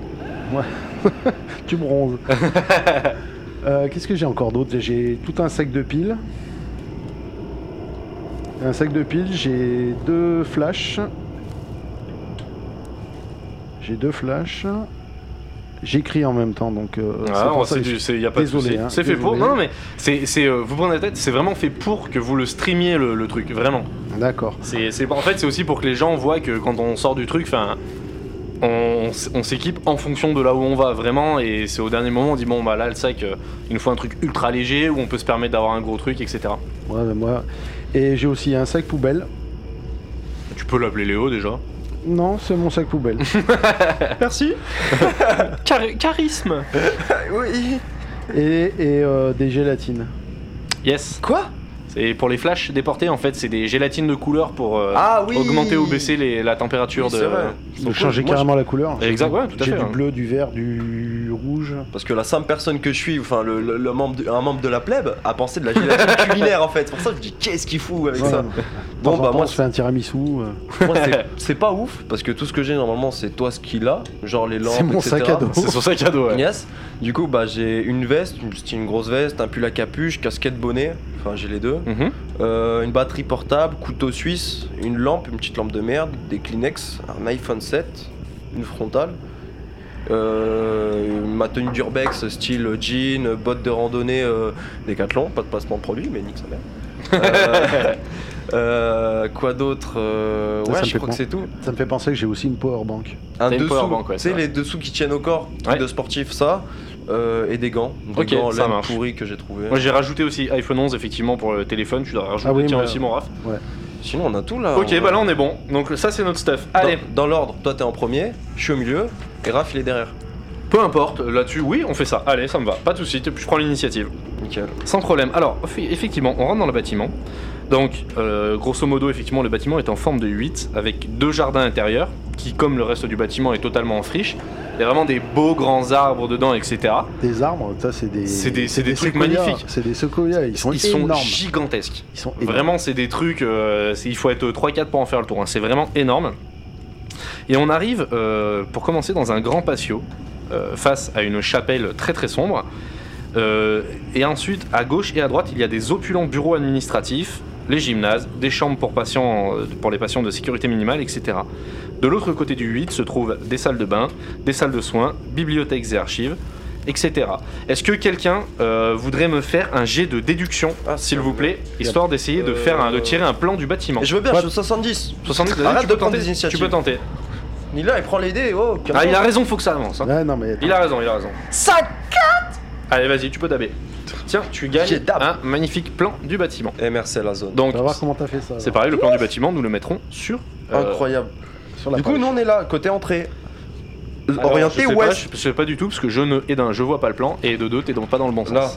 Tu bronzes. Euh, Qu'est-ce que j'ai encore d'autre J'ai tout un sac de piles. Un sac de piles, j'ai deux flashs. J'ai deux flashs. J'écris en même temps, donc euh, c'est
Ah,
pour ça
c'est
que
du-
je-
c'est- y a pas de
Désolé,
souci.
hein,
c'est fait pour.
désolé.
Non, mais c'est, c'est, euh, vous prenez la tête. C'est vraiment fait pour que vous le streamiez le, le truc. Vraiment.
D'accord.
C'est, c'est- en fait, c'est aussi pour que les gens voient que quand on sort du truc, enfin, on, on s- on s'équipe en fonction de là où on va vraiment. Et c'est au dernier moment, on dit bon bah là le sac, euh, il nous faut un truc ultra léger où on peut se permettre d'avoir un gros truc, etc.
Ouais, mais moi. Et j'ai aussi un sac poubelle.
Tu peux l'appeler Léo déjà.
Non, c'est mon sac poubelle.
Merci. Char- charisme.
Oui.
et et, euh, des gélatines.
Yes.
Quoi
C'est pour les flashs déportés en fait, c'est des gélatines de couleur pour euh,
Ah oui.
augmenter ou baisser les- la température
Oui,
de.
c'est vrai.
De changer
Moi, je-
carrément la couleur.
Exact, ouais, tout à
J'ai
fait,
du
hein.
bleu, du vert, du rouge.
Parce que la simple personne que je suis, enfin le, le- le membre de- un membre de la plèbe, a pensé de la gélatine culinaire en fait. C'est pour ça que je dis qu'est-ce qu'il fout avec ça.
Bon,
Bon bah moi,
je fais un tiramisu. euh,
moi, c'est- c'est pas ouf parce que tout ce que j'ai normalement c'est toi ce qu'il a, genre les lampes.
C'est mon
etc..
sac à dos.
C'est son sac à dos. ouais.
Yes. Du coup bah j'ai une veste, une, c'était une grosse veste, un pull à capuche, casquette bonnet, enfin j'ai les deux,
Mhm.
Euh, une batterie portable, couteau suisse, une lampe, une petite lampe de merde, des Kleenex, un iPhone 7, une frontale. euh, ma tenue d'urbex style jean, bottes de randonnée, euh, décathlon, pas de placement produit, mais nique sa mère. Euh, euh, quoi d'autre Euh,
Ça,
Ouais,
ça me
je
fait
crois que
penser-
c'est tout.
Ça me fait penser que j'ai aussi une power bank.
Un
T'as une
dessous,
powerbank, ouais,
tu
c'est
sais,
vrai.
les dessous qui tiennent au corps,
Ouais.
de sportif, ça, euh, et des gants, des
Ok,
gants en
ça
laine
marche.
pourrie que j'ai trouvé.
Moi j'ai rajouté aussi iPhone 11 effectivement pour le téléphone, tu dois rajouter
Ah oui,
tiens
mais- ah,
aussi mon raf.
Sinon, on a tout là.
ok,
on-
bah là on est bon. Donc ça c'est notre stuff. Bah,
Dans-
Allez,
Dans, l'ordre, toi t'es en premier, je suis au milieu, et Raph il est derrière.
peu importe, là-dessus, oui, on fait ça. Allez, ça me va, pas de soucis, je prends l'initiative.
Nickel.
Sans problème. Alors, eff- effectivement, on rentre dans le bâtiment. Donc, euh, grosso modo, effectivement, le bâtiment est en forme de 8 avec deux jardins intérieurs qui, comme le reste du bâtiment, est totalement en friche. Il y a vraiment des beaux grands arbres dedans, etc.
Des arbres, ça c'est des.
C'est des- c'est des trucs
sequoias.
magnifiques.
C'est des sequoias, ils sont
Ils sont
énormes.
gigantesques.
Ils sont énormes.
Vraiment, c'est des trucs. euh, c'est- il faut être 3-4 pour en faire le tour. hein. C'est vraiment énorme. Et on arrive, euh, pour commencer, dans un grand patio, euh, face à une chapelle très très sombre. Euh, et ensuite, à gauche et à droite, il y a des opulents bureaux administratifs, les gymnases, des chambres pour, patients, euh, pour les patients de sécurité minimale, etc. De l'autre côté du 8 se trouvent des salles de bain, des salles de soins, bibliothèques et archives, etc. Est-ce que quelqu'un euh, voudrait me faire un jet de déduction,
Ah,
s'il vous plaît, histoire d'essayer de,
Euh,
faire un- de tirer un plan du bâtiment
Et je veux bien,
Ouais.
je suis au 70.
70, vas-y,
Arrête
tu
de
peux
prendre
tenter,
des initiatives.
Tu peux tenter.
Nila il prend les dés, oh, calme-toi.
Ah, il a raison, faut que ça avance. hein.
Ouais, non, mais.
Il a raison, il a raison.
Sac
Allez, vas-y, tu peux taber. Tiens, tu gagnes
J'ai dab.
un magnifique plan du bâtiment.
Et merci à la zone.
Donc,
On va voir comment t'as fait ça.
c'est
alors.
pareil, le plan du bâtiment, nous le mettrons sur. euh,
Incroyable.
Sur la
du coup,
page.
nous on est là, côté entrée. Euh,
alors,
Orienté
je sais
ouest.
pas, Je sais pas du tout, parce que je ne. Et d'un, je vois pas le plan, et de deux, t'es donc pas dans le bon sens.
Là.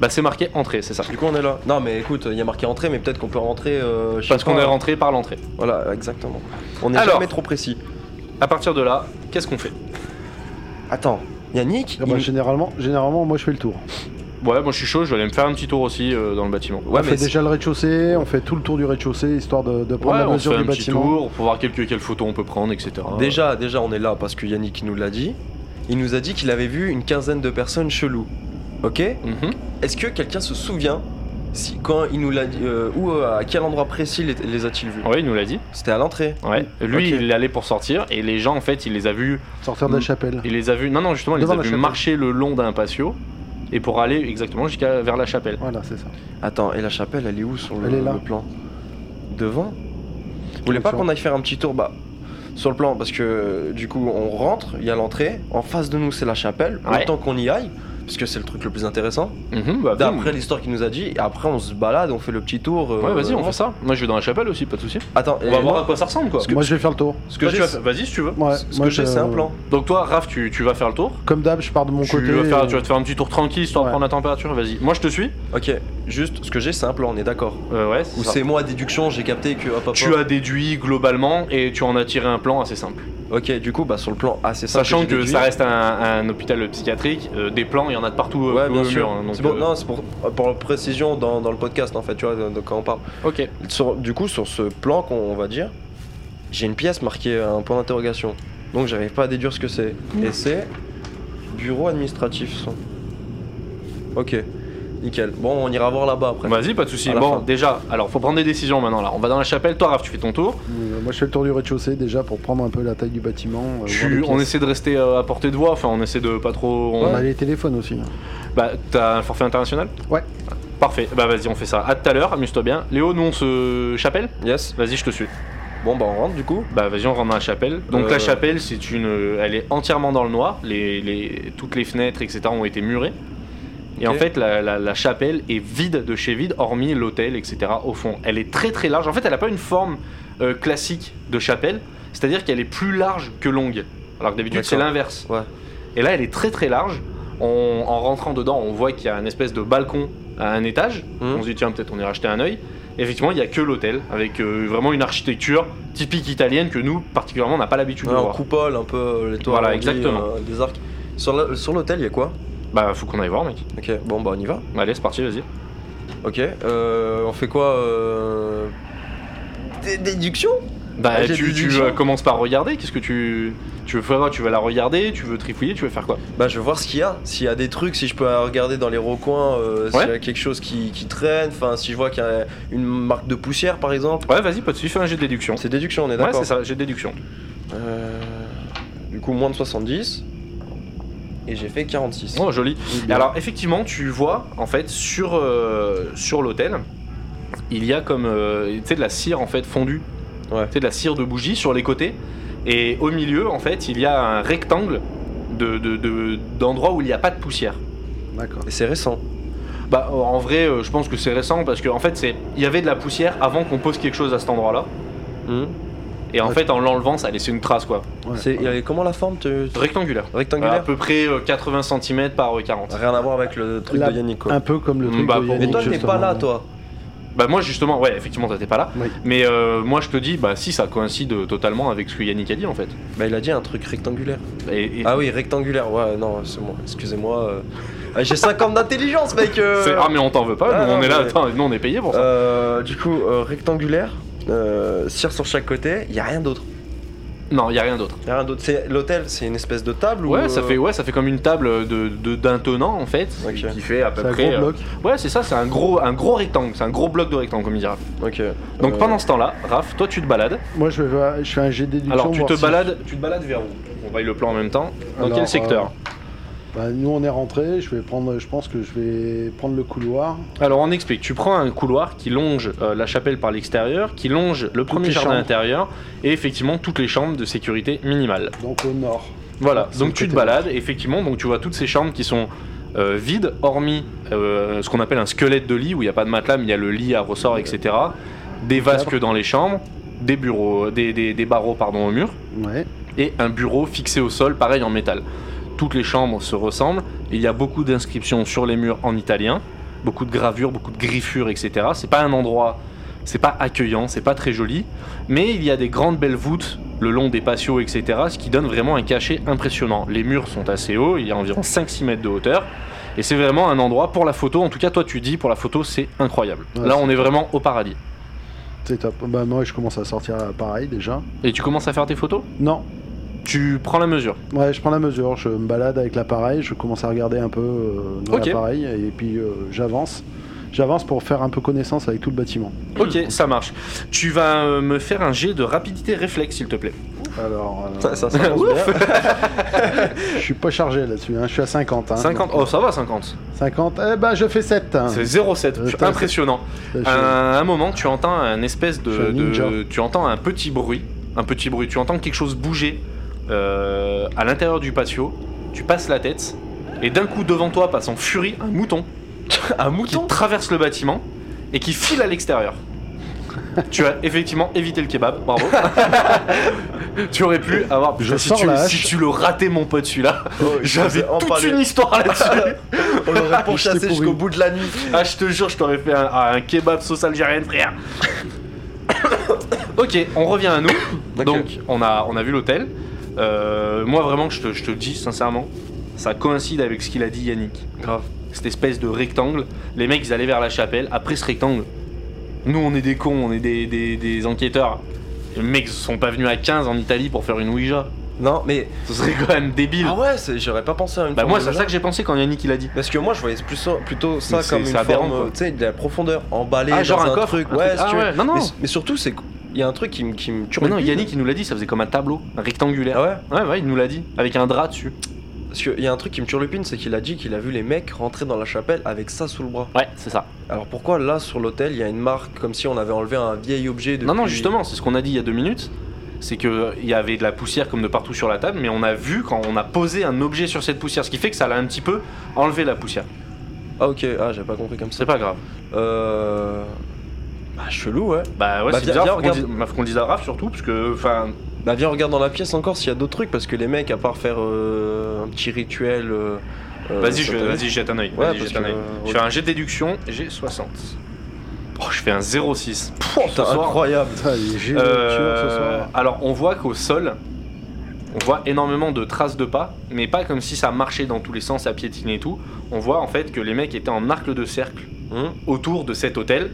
Bah, c'est marqué entrée, c'est ça.
Du coup, on est là. Non, mais écoute, il y a marqué entrée, mais peut-être qu'on peut rentrer. euh, je sais
Parce qu'on
pas.
est rentré par l'entrée.
Voilà, exactement. On est
Alors.
jamais trop précis.
À partir de là, qu'est-ce qu'on fait
Attends, il y a Nick
Ah bah,
il-
généralement, généralement, moi je fais le tour.
Ah, Ouais, moi je suis chaud, je vais aller me faire un petit tour aussi euh, dans le bâtiment.
Ouais,
on fait
mais
déjà le rez-de-chaussée, on fait tout le tour du rez-de-chaussée histoire de, de prendre
Ouais,
la
on se
mesure
fait
du
un petit
bâtiment.
tour pour voir quelques, quelles photos on peut prendre, etc.
Déjà, déjà, on est là parce que Yannick il nous l'a dit. Il nous a dit qu'il avait vu une quinzaine de personnes cheloues. Ok
Mhm.
Est-ce que quelqu'un se souvient si, quand il nous l'a dit euh, Ou euh, à quel endroit précis les, les a-t-il vus
Ouais, il nous l'a dit.
C'était à l'entrée.
Ouais.
Mm.
Lui,
Ok.
il allait pour sortir et les gens, en fait, il les a vus.
Sortir de la
Mm.
chapelle.
Il les a vus. Non, non, justement, il les
Devant
a
la
vus
chapelle.
marcher le long d'un patio et pour aller exactement jusqu'à vers la chapelle.
Voilà, c'est ça.
Attends, et la chapelle, elle est où sur le,
Elle est là.
le plan Devant Vous voulez
Elle est
pas
sur-
qu'on aille faire un petit tour bah, sur le plan Parce que euh, du coup, on rentre, il y a l'entrée. En face de nous, c'est la chapelle.
Ouais.
Autant qu'on y aille, parce que c'est le truc le plus intéressant.
Mhm, bah,
D'après l'histoire qu'il nous a dit, et après, on se balade, on fait le petit tour. euh,
Ouais, vas-y, on fait ça. Moi, je vais dans la chapelle aussi, pas de souci.
Attends,
On va voir à quoi ça ressemble, quoi.
Parce que-
Moi je vais faire le tour.
Ce
Toi,
j'ai-
tu vas-
Vas-y, si tu veux.
Ouais,
ce
moi
que j'ai,
je-
c'est un plan.
Donc, toi, Raph, tu, tu vas faire le tour.
Comme d'hab, je pars de mon
Tu
côté.
vas, faire-
et-
tu vas te faire un petit tour tranquille histoire
Ouais.
de prendre la température, vas-y. Moi je te suis.
Ok, juste ce que j'ai, c'est un plan, on est d'accord.
Euh, ouais, c'est
Ou
ça.
c'est moi, déduction, j'ai capté que hop hop.
Tu
hop.
as déduit globalement et tu en as tiré un plan assez simple.
Ok, du coup, bah sur le plan, ah, c'est ça.
Sachant
j'ai
que
déduit.
ça reste un, un hôpital psychiatrique, euh, des plans, il y en a de partout. euh,
Ouais,
au
bien
mur,
sûr.
hein, donc,
C'est pour-
euh,
Non, c'est pour, pour la précision dans, dans le podcast, en fait, tu vois, de, de quand on parle.
Ok.
Sur- du coup, sur ce plan qu'on on va dire, j'ai une pièce marquée un point d'interrogation. Donc, j'arrive pas à déduire ce que c'est. Et c'est. Bureau administratif, son. Ok, nickel. Bon, on ira voir là-bas après.
Vas-y, pas de soucis.
À la
Bon,
fin.
déjà, alors faut prendre des décisions maintenant là. On va dans la chapelle, toi Raph, tu fais ton tour.
Euh, Moi je fais le tour du rez-de-chaussée déjà pour prendre un peu la taille du bâtiment. euh, voir les
Tu,
pièces.
on essaie de rester euh, à portée de voix, enfin on essaie de pas trop. on-
On a les téléphones aussi. hein.
Bah, t'as un forfait international
Ouais.
Parfait, bah vas-y, on fait ça. À tout à l'heure, amuse-toi bien. Léo, nous on se chapelle
Yes.
Vas-y, je te suis.
Bon, bah, on rentre du coup.
Bah vas-y, on rentre dans la chapelle. Donc
Euh.
la chapelle, c'est une, euh, elle est entièrement dans le noir. Les, les- toutes les fenêtres, etc. ont été murées. Et
Ok.
en fait, la, la- la chapelle est vide de chez vide, hormis l'hôtel, etc. Au fond, elle est très très large. En fait, elle n'a pas une forme euh, classique de chapelle. c'est-à-dire qu'elle est plus large que longue. Alors que d'habitude, c'est
D'accord.
l'inverse.
Ouais.
Et là, elle est très très large. On- en rentrant dedans, on voit qu'il y a une espèce de balcon à un étage.
Mhm.
On se dit, tiens, peut-être on ira jeter un œil. Et effectivement, il n'y a que l'hôtel, avec euh, vraiment une architecture typique italienne que nous, particulièrement, on n'a pas l'habitude
Ouais,
de
en
voir.
coupole, un peu euh, les toits.
Voilà,
arrondis,
exactement.
euh, des arcs. Sur la- sur l'hôtel, il y a quoi
Bah, faut qu'on aille voir, mec.
Ok, bon bah on y va.
Allez, c'est parti, vas-y.
Ok, euh, on fait quoi euh... Dé- Déduction
Bah,
Ah, j'ai
tu,
des
tu,
idées.
euh, commences par regarder. Qu'est-ce que tu, tu veux faire quoi Tu vas la regarder Tu veux trifouiller Tu veux faire quoi
Bah je vais voir ce qu'il y a, s'il y a des trucs, si je peux regarder dans les recoins, euh,
Ouais.
s'il y a quelque chose qui, qui traîne, enfin si je vois qu'il y a une marque de poussière par exemple.
Ouais, vas-y, pas de soucis, fais un jet de déduction.
C'est déduction, on est
Ouais,
d'accord
c'est ça, j'ai de déduction.
Euh, Du coup moins de 70. Et j'ai fait 46.
Oh, joli. Et
alors...
alors effectivement, tu vois en fait sur euh, sur l'hôtel, il y a comme euh, tu sais de la cire en fait fondue,
Ouais.
tu sais de la cire de bougie sur les côtés, et au milieu en fait il y a un rectangle de de- de- d'endroits où il n'y a pas de poussière.
D'accord.
Et c'est récent.
Bah en vrai, euh, je pense que c'est récent parce que en fait c'est il y avait de la poussière avant qu'on pose quelque chose à cet endroit-là,
Hmm.
et en
Ouais.
fait en l'enlevant ça a laissé une trace quoi,
Ouais.
C'est- et Comment la forme tu-
rectangulaire, à
Rectangulaire
peu près euh, 80 cm par euh, 40.
Rien à voir avec le truc
La-
de Yannick quoi.
Un peu comme le
Mm,
truc
bah,
de
pour-
Mais
Yannick,
toi t'es
justement.
pas là toi.
Bah moi justement, ouais, effectivement, toi t'es pas là.
Oui.
Mais euh, moi je te dis, bah si, ça coïncide euh, totalement avec ce que Yannick a dit en fait.
Bah il a dit un truc rectangulaire.
Et, et-
Ah oui, rectangulaire, ouais, non, c'est moi, excusez-moi. euh. Ah, J'ai 50 d'intelligence, mec euh.
c'est- Ah mais on t'en veut pas,
Ah,
nous, on
non,
est là,
mais-
attends, nous on est payé pour ça.
Euh, Du coup, euh, rectangulaire, euh, cire sur chaque côté, y a rien d'autre.
Ah.
Non, y a rien d'autre.
Y a rien d'autre. C'est- L'hôtel, c'est une espèce de table ou,
Ouais, ça
euh,
fait ouais, ça fait comme une table de de- d'un tenant en fait,
Ok.
qui- qui fait à peu
C'est un
près.
gros
euh,
bloc.
Ouais, c'est ça, c'est un gros un gros rectangle, c'est un gros bloc de rectangle comme il dira.
Ok.
Donc
Euh,
pendant ce temps-là, Raph, toi tu te balades.
Moi, je, vais, je fais un jet de déduction.
Alors tu
voir
te
si-
balades, tu te balades vers où On vaille le plan en même temps. Dans
Alors, euh,
quel secteur
Bah, nous, on est rentré. Je vais prendre. Je pense que je vais prendre le couloir.
Alors on explique, tu prends un couloir qui longe euh, la chapelle par l'extérieur, qui longe le premier
les
jardin
chambres.
intérieur et effectivement toutes les chambres de sécurité minimale.
Donc au nord.
Voilà,
Ah, C'est
donc
le
tu te
côté
balades, effectivement, donc tu vois toutes ces chambres qui sont euh, vides, hormis euh, ce qu'on appelle un squelette de lit où il n'y a pas de matelas mais il y a le lit à ressort, etc. Des vasques dans les chambres, des bureaux, euh, des, des- des barreaux pardon, au mur
Ouais.
et un bureau fixé au sol, pareil en métal. Toutes les chambres se ressemblent, il y a beaucoup d'inscriptions sur les murs en italien, beaucoup de gravures, beaucoup de griffures, etc. C'est pas un endroit, c'est pas accueillant, c'est pas très joli, mais il y a des grandes belles voûtes le long des patios, etc., ce qui donne vraiment un cachet impressionnant. Les murs sont assez hauts, il y a environ 5-6 mètres de hauteur, et c'est vraiment un endroit pour la photo, en tout cas toi tu dis pour la photo c'est incroyable.
Ouais,
Là
c'est
on est vraiment au paradis.
C'est top. Bah moi, je commence à sortir pareil déjà.
Et tu commences à faire tes photos
Non.
Tu prends la mesure.
Ouais, je prends la mesure. Je me balade avec l'appareil. Je commence à regarder un peu euh, dans
Ok.
l'appareil et puis euh, j'avance. J'avance pour faire un peu connaissance avec tout le bâtiment.
Ok, ça marche. Tu vas euh, me faire un jet de rapidité réflexe, s'il te plaît.
Alors, euh,
Ça, ça s'annonce
Ouf.
bien.
je suis pas chargé là-dessus. hein, Je suis à 50. hein.
50. Oh, ça va, 50.
50. Eh ben, je fais 7. hein.
C'est 0,7.
Euh, t'as-
Impressionnant.
Je-
À un moment, tu entends un espèce
Je suis
de,
un ninja.
de- Tu entends un petit bruit. Un petit bruit. Tu entends quelque chose bouger euh, à l'intérieur du patio. Tu passes la tête. Et d'un coup, devant toi, passe en furie un mouton
Un
qui
mouton
traverse le bâtiment et qui file à l'extérieur. tu as effectivement évité le kebab, bravo. tu aurais pu avoir.
Je
si,
sors
tu,
la hache.
si tu le ratais, mon pote, celui-là.
Oh,
J'avais
On
toute
parlait-
une histoire là-dessus.
On l'aurait pourchassé
J'étais pourri.
jusqu'au bout de la nuit.
ah, je te jure, je t'aurais fait un, un kebab sauce algérienne, frère. ok, on revient à nous. Donc, on a, on a vu l'hôtel. Euh, moi, vraiment, je te, je te le dis sincèrement, ça coïncide avec ce qu'il a dit Yannick.
Grave.
Cette espèce de rectangle. Les mecs, ils allaient vers la chapelle. Après ce rectangle, nous, on est des cons, on est des, des- des enquêteurs. Les mecs sont pas venus à 15 en Italie pour faire une Ouija.
Non, mais.
Ce serait quand même débile.
Ah ouais, c'est- j'aurais pas pensé à une
bah,
forme
moi,
de
c'est à ça que j'ai pensé quand Yannick il a dit.
Parce que moi je voyais plus ça- plutôt ça
Mais c'est-
comme une
c'est aberrant,
forme,
quoi.
euh, tu sais, de la profondeur, emballée
Ah, genre
dans
un coffre,
truc.
un
Ouais,
truc-
si
ah
tu veux.
ouais, non, non.
Mais, mais surtout, c'est il y a un truc qui me qui me
Mais non,
turlupine.
Yannick il nous l'a dit, ça faisait comme un tableau un rectangulaire.
Ah ouais
Ouais, ouais, il nous l'a dit, avec un drap dessus.
Parce qu'il y a un truc qui me turlupine, c'est qu'il a dit qu'il a vu les mecs rentrer dans la chapelle avec ça sous le bras.
Ouais, c'est ça.
Alors pourquoi là sur l'hôtel il y a une marque comme si on avait enlevé un vieil objet de.
Non, non, justement, c'est ce qu'on a dit il y a deux minutes. C'est que il y avait de la poussière comme de partout sur la table, mais on a vu quand on a posé un objet sur cette poussière, ce qui fait que ça l'a un petit peu enlevé la poussière.
Ah ok, ah j'avais pas compris comme ça.
C'est pas grave.
Euh. Bah chelou ouais.
Bah ouais,
Bah,
c'est
viens-
bizarre.
viens,
faut qu'on
regarde.
dise- bah, faut qu'on dise à Raph surtout, parce que, enfin,
Bah viens, regarde dans la pièce encore s'il y a d'autres trucs, parce que les mecs, à part faire euh, un petit rituel. euh, euh,
Vas-y, je,
satanique-
vas jette un oeil.
Ouais,
je
parce
fais
que, euh,
un jet de déduction, j'ai 60. Oh, je fais un 0,6. Pouah, ce
Putain,
soir.
incroyable.
Putain, il est génial,
Euh,
ce soir.
alors, on voit qu'au sol, on voit énormément de traces de pas, mais pas comme si ça marchait dans tous les sens, ça piétinait et tout. On voit en fait que les mecs étaient en arc de cercle
Hum,
autour de cet hôtel.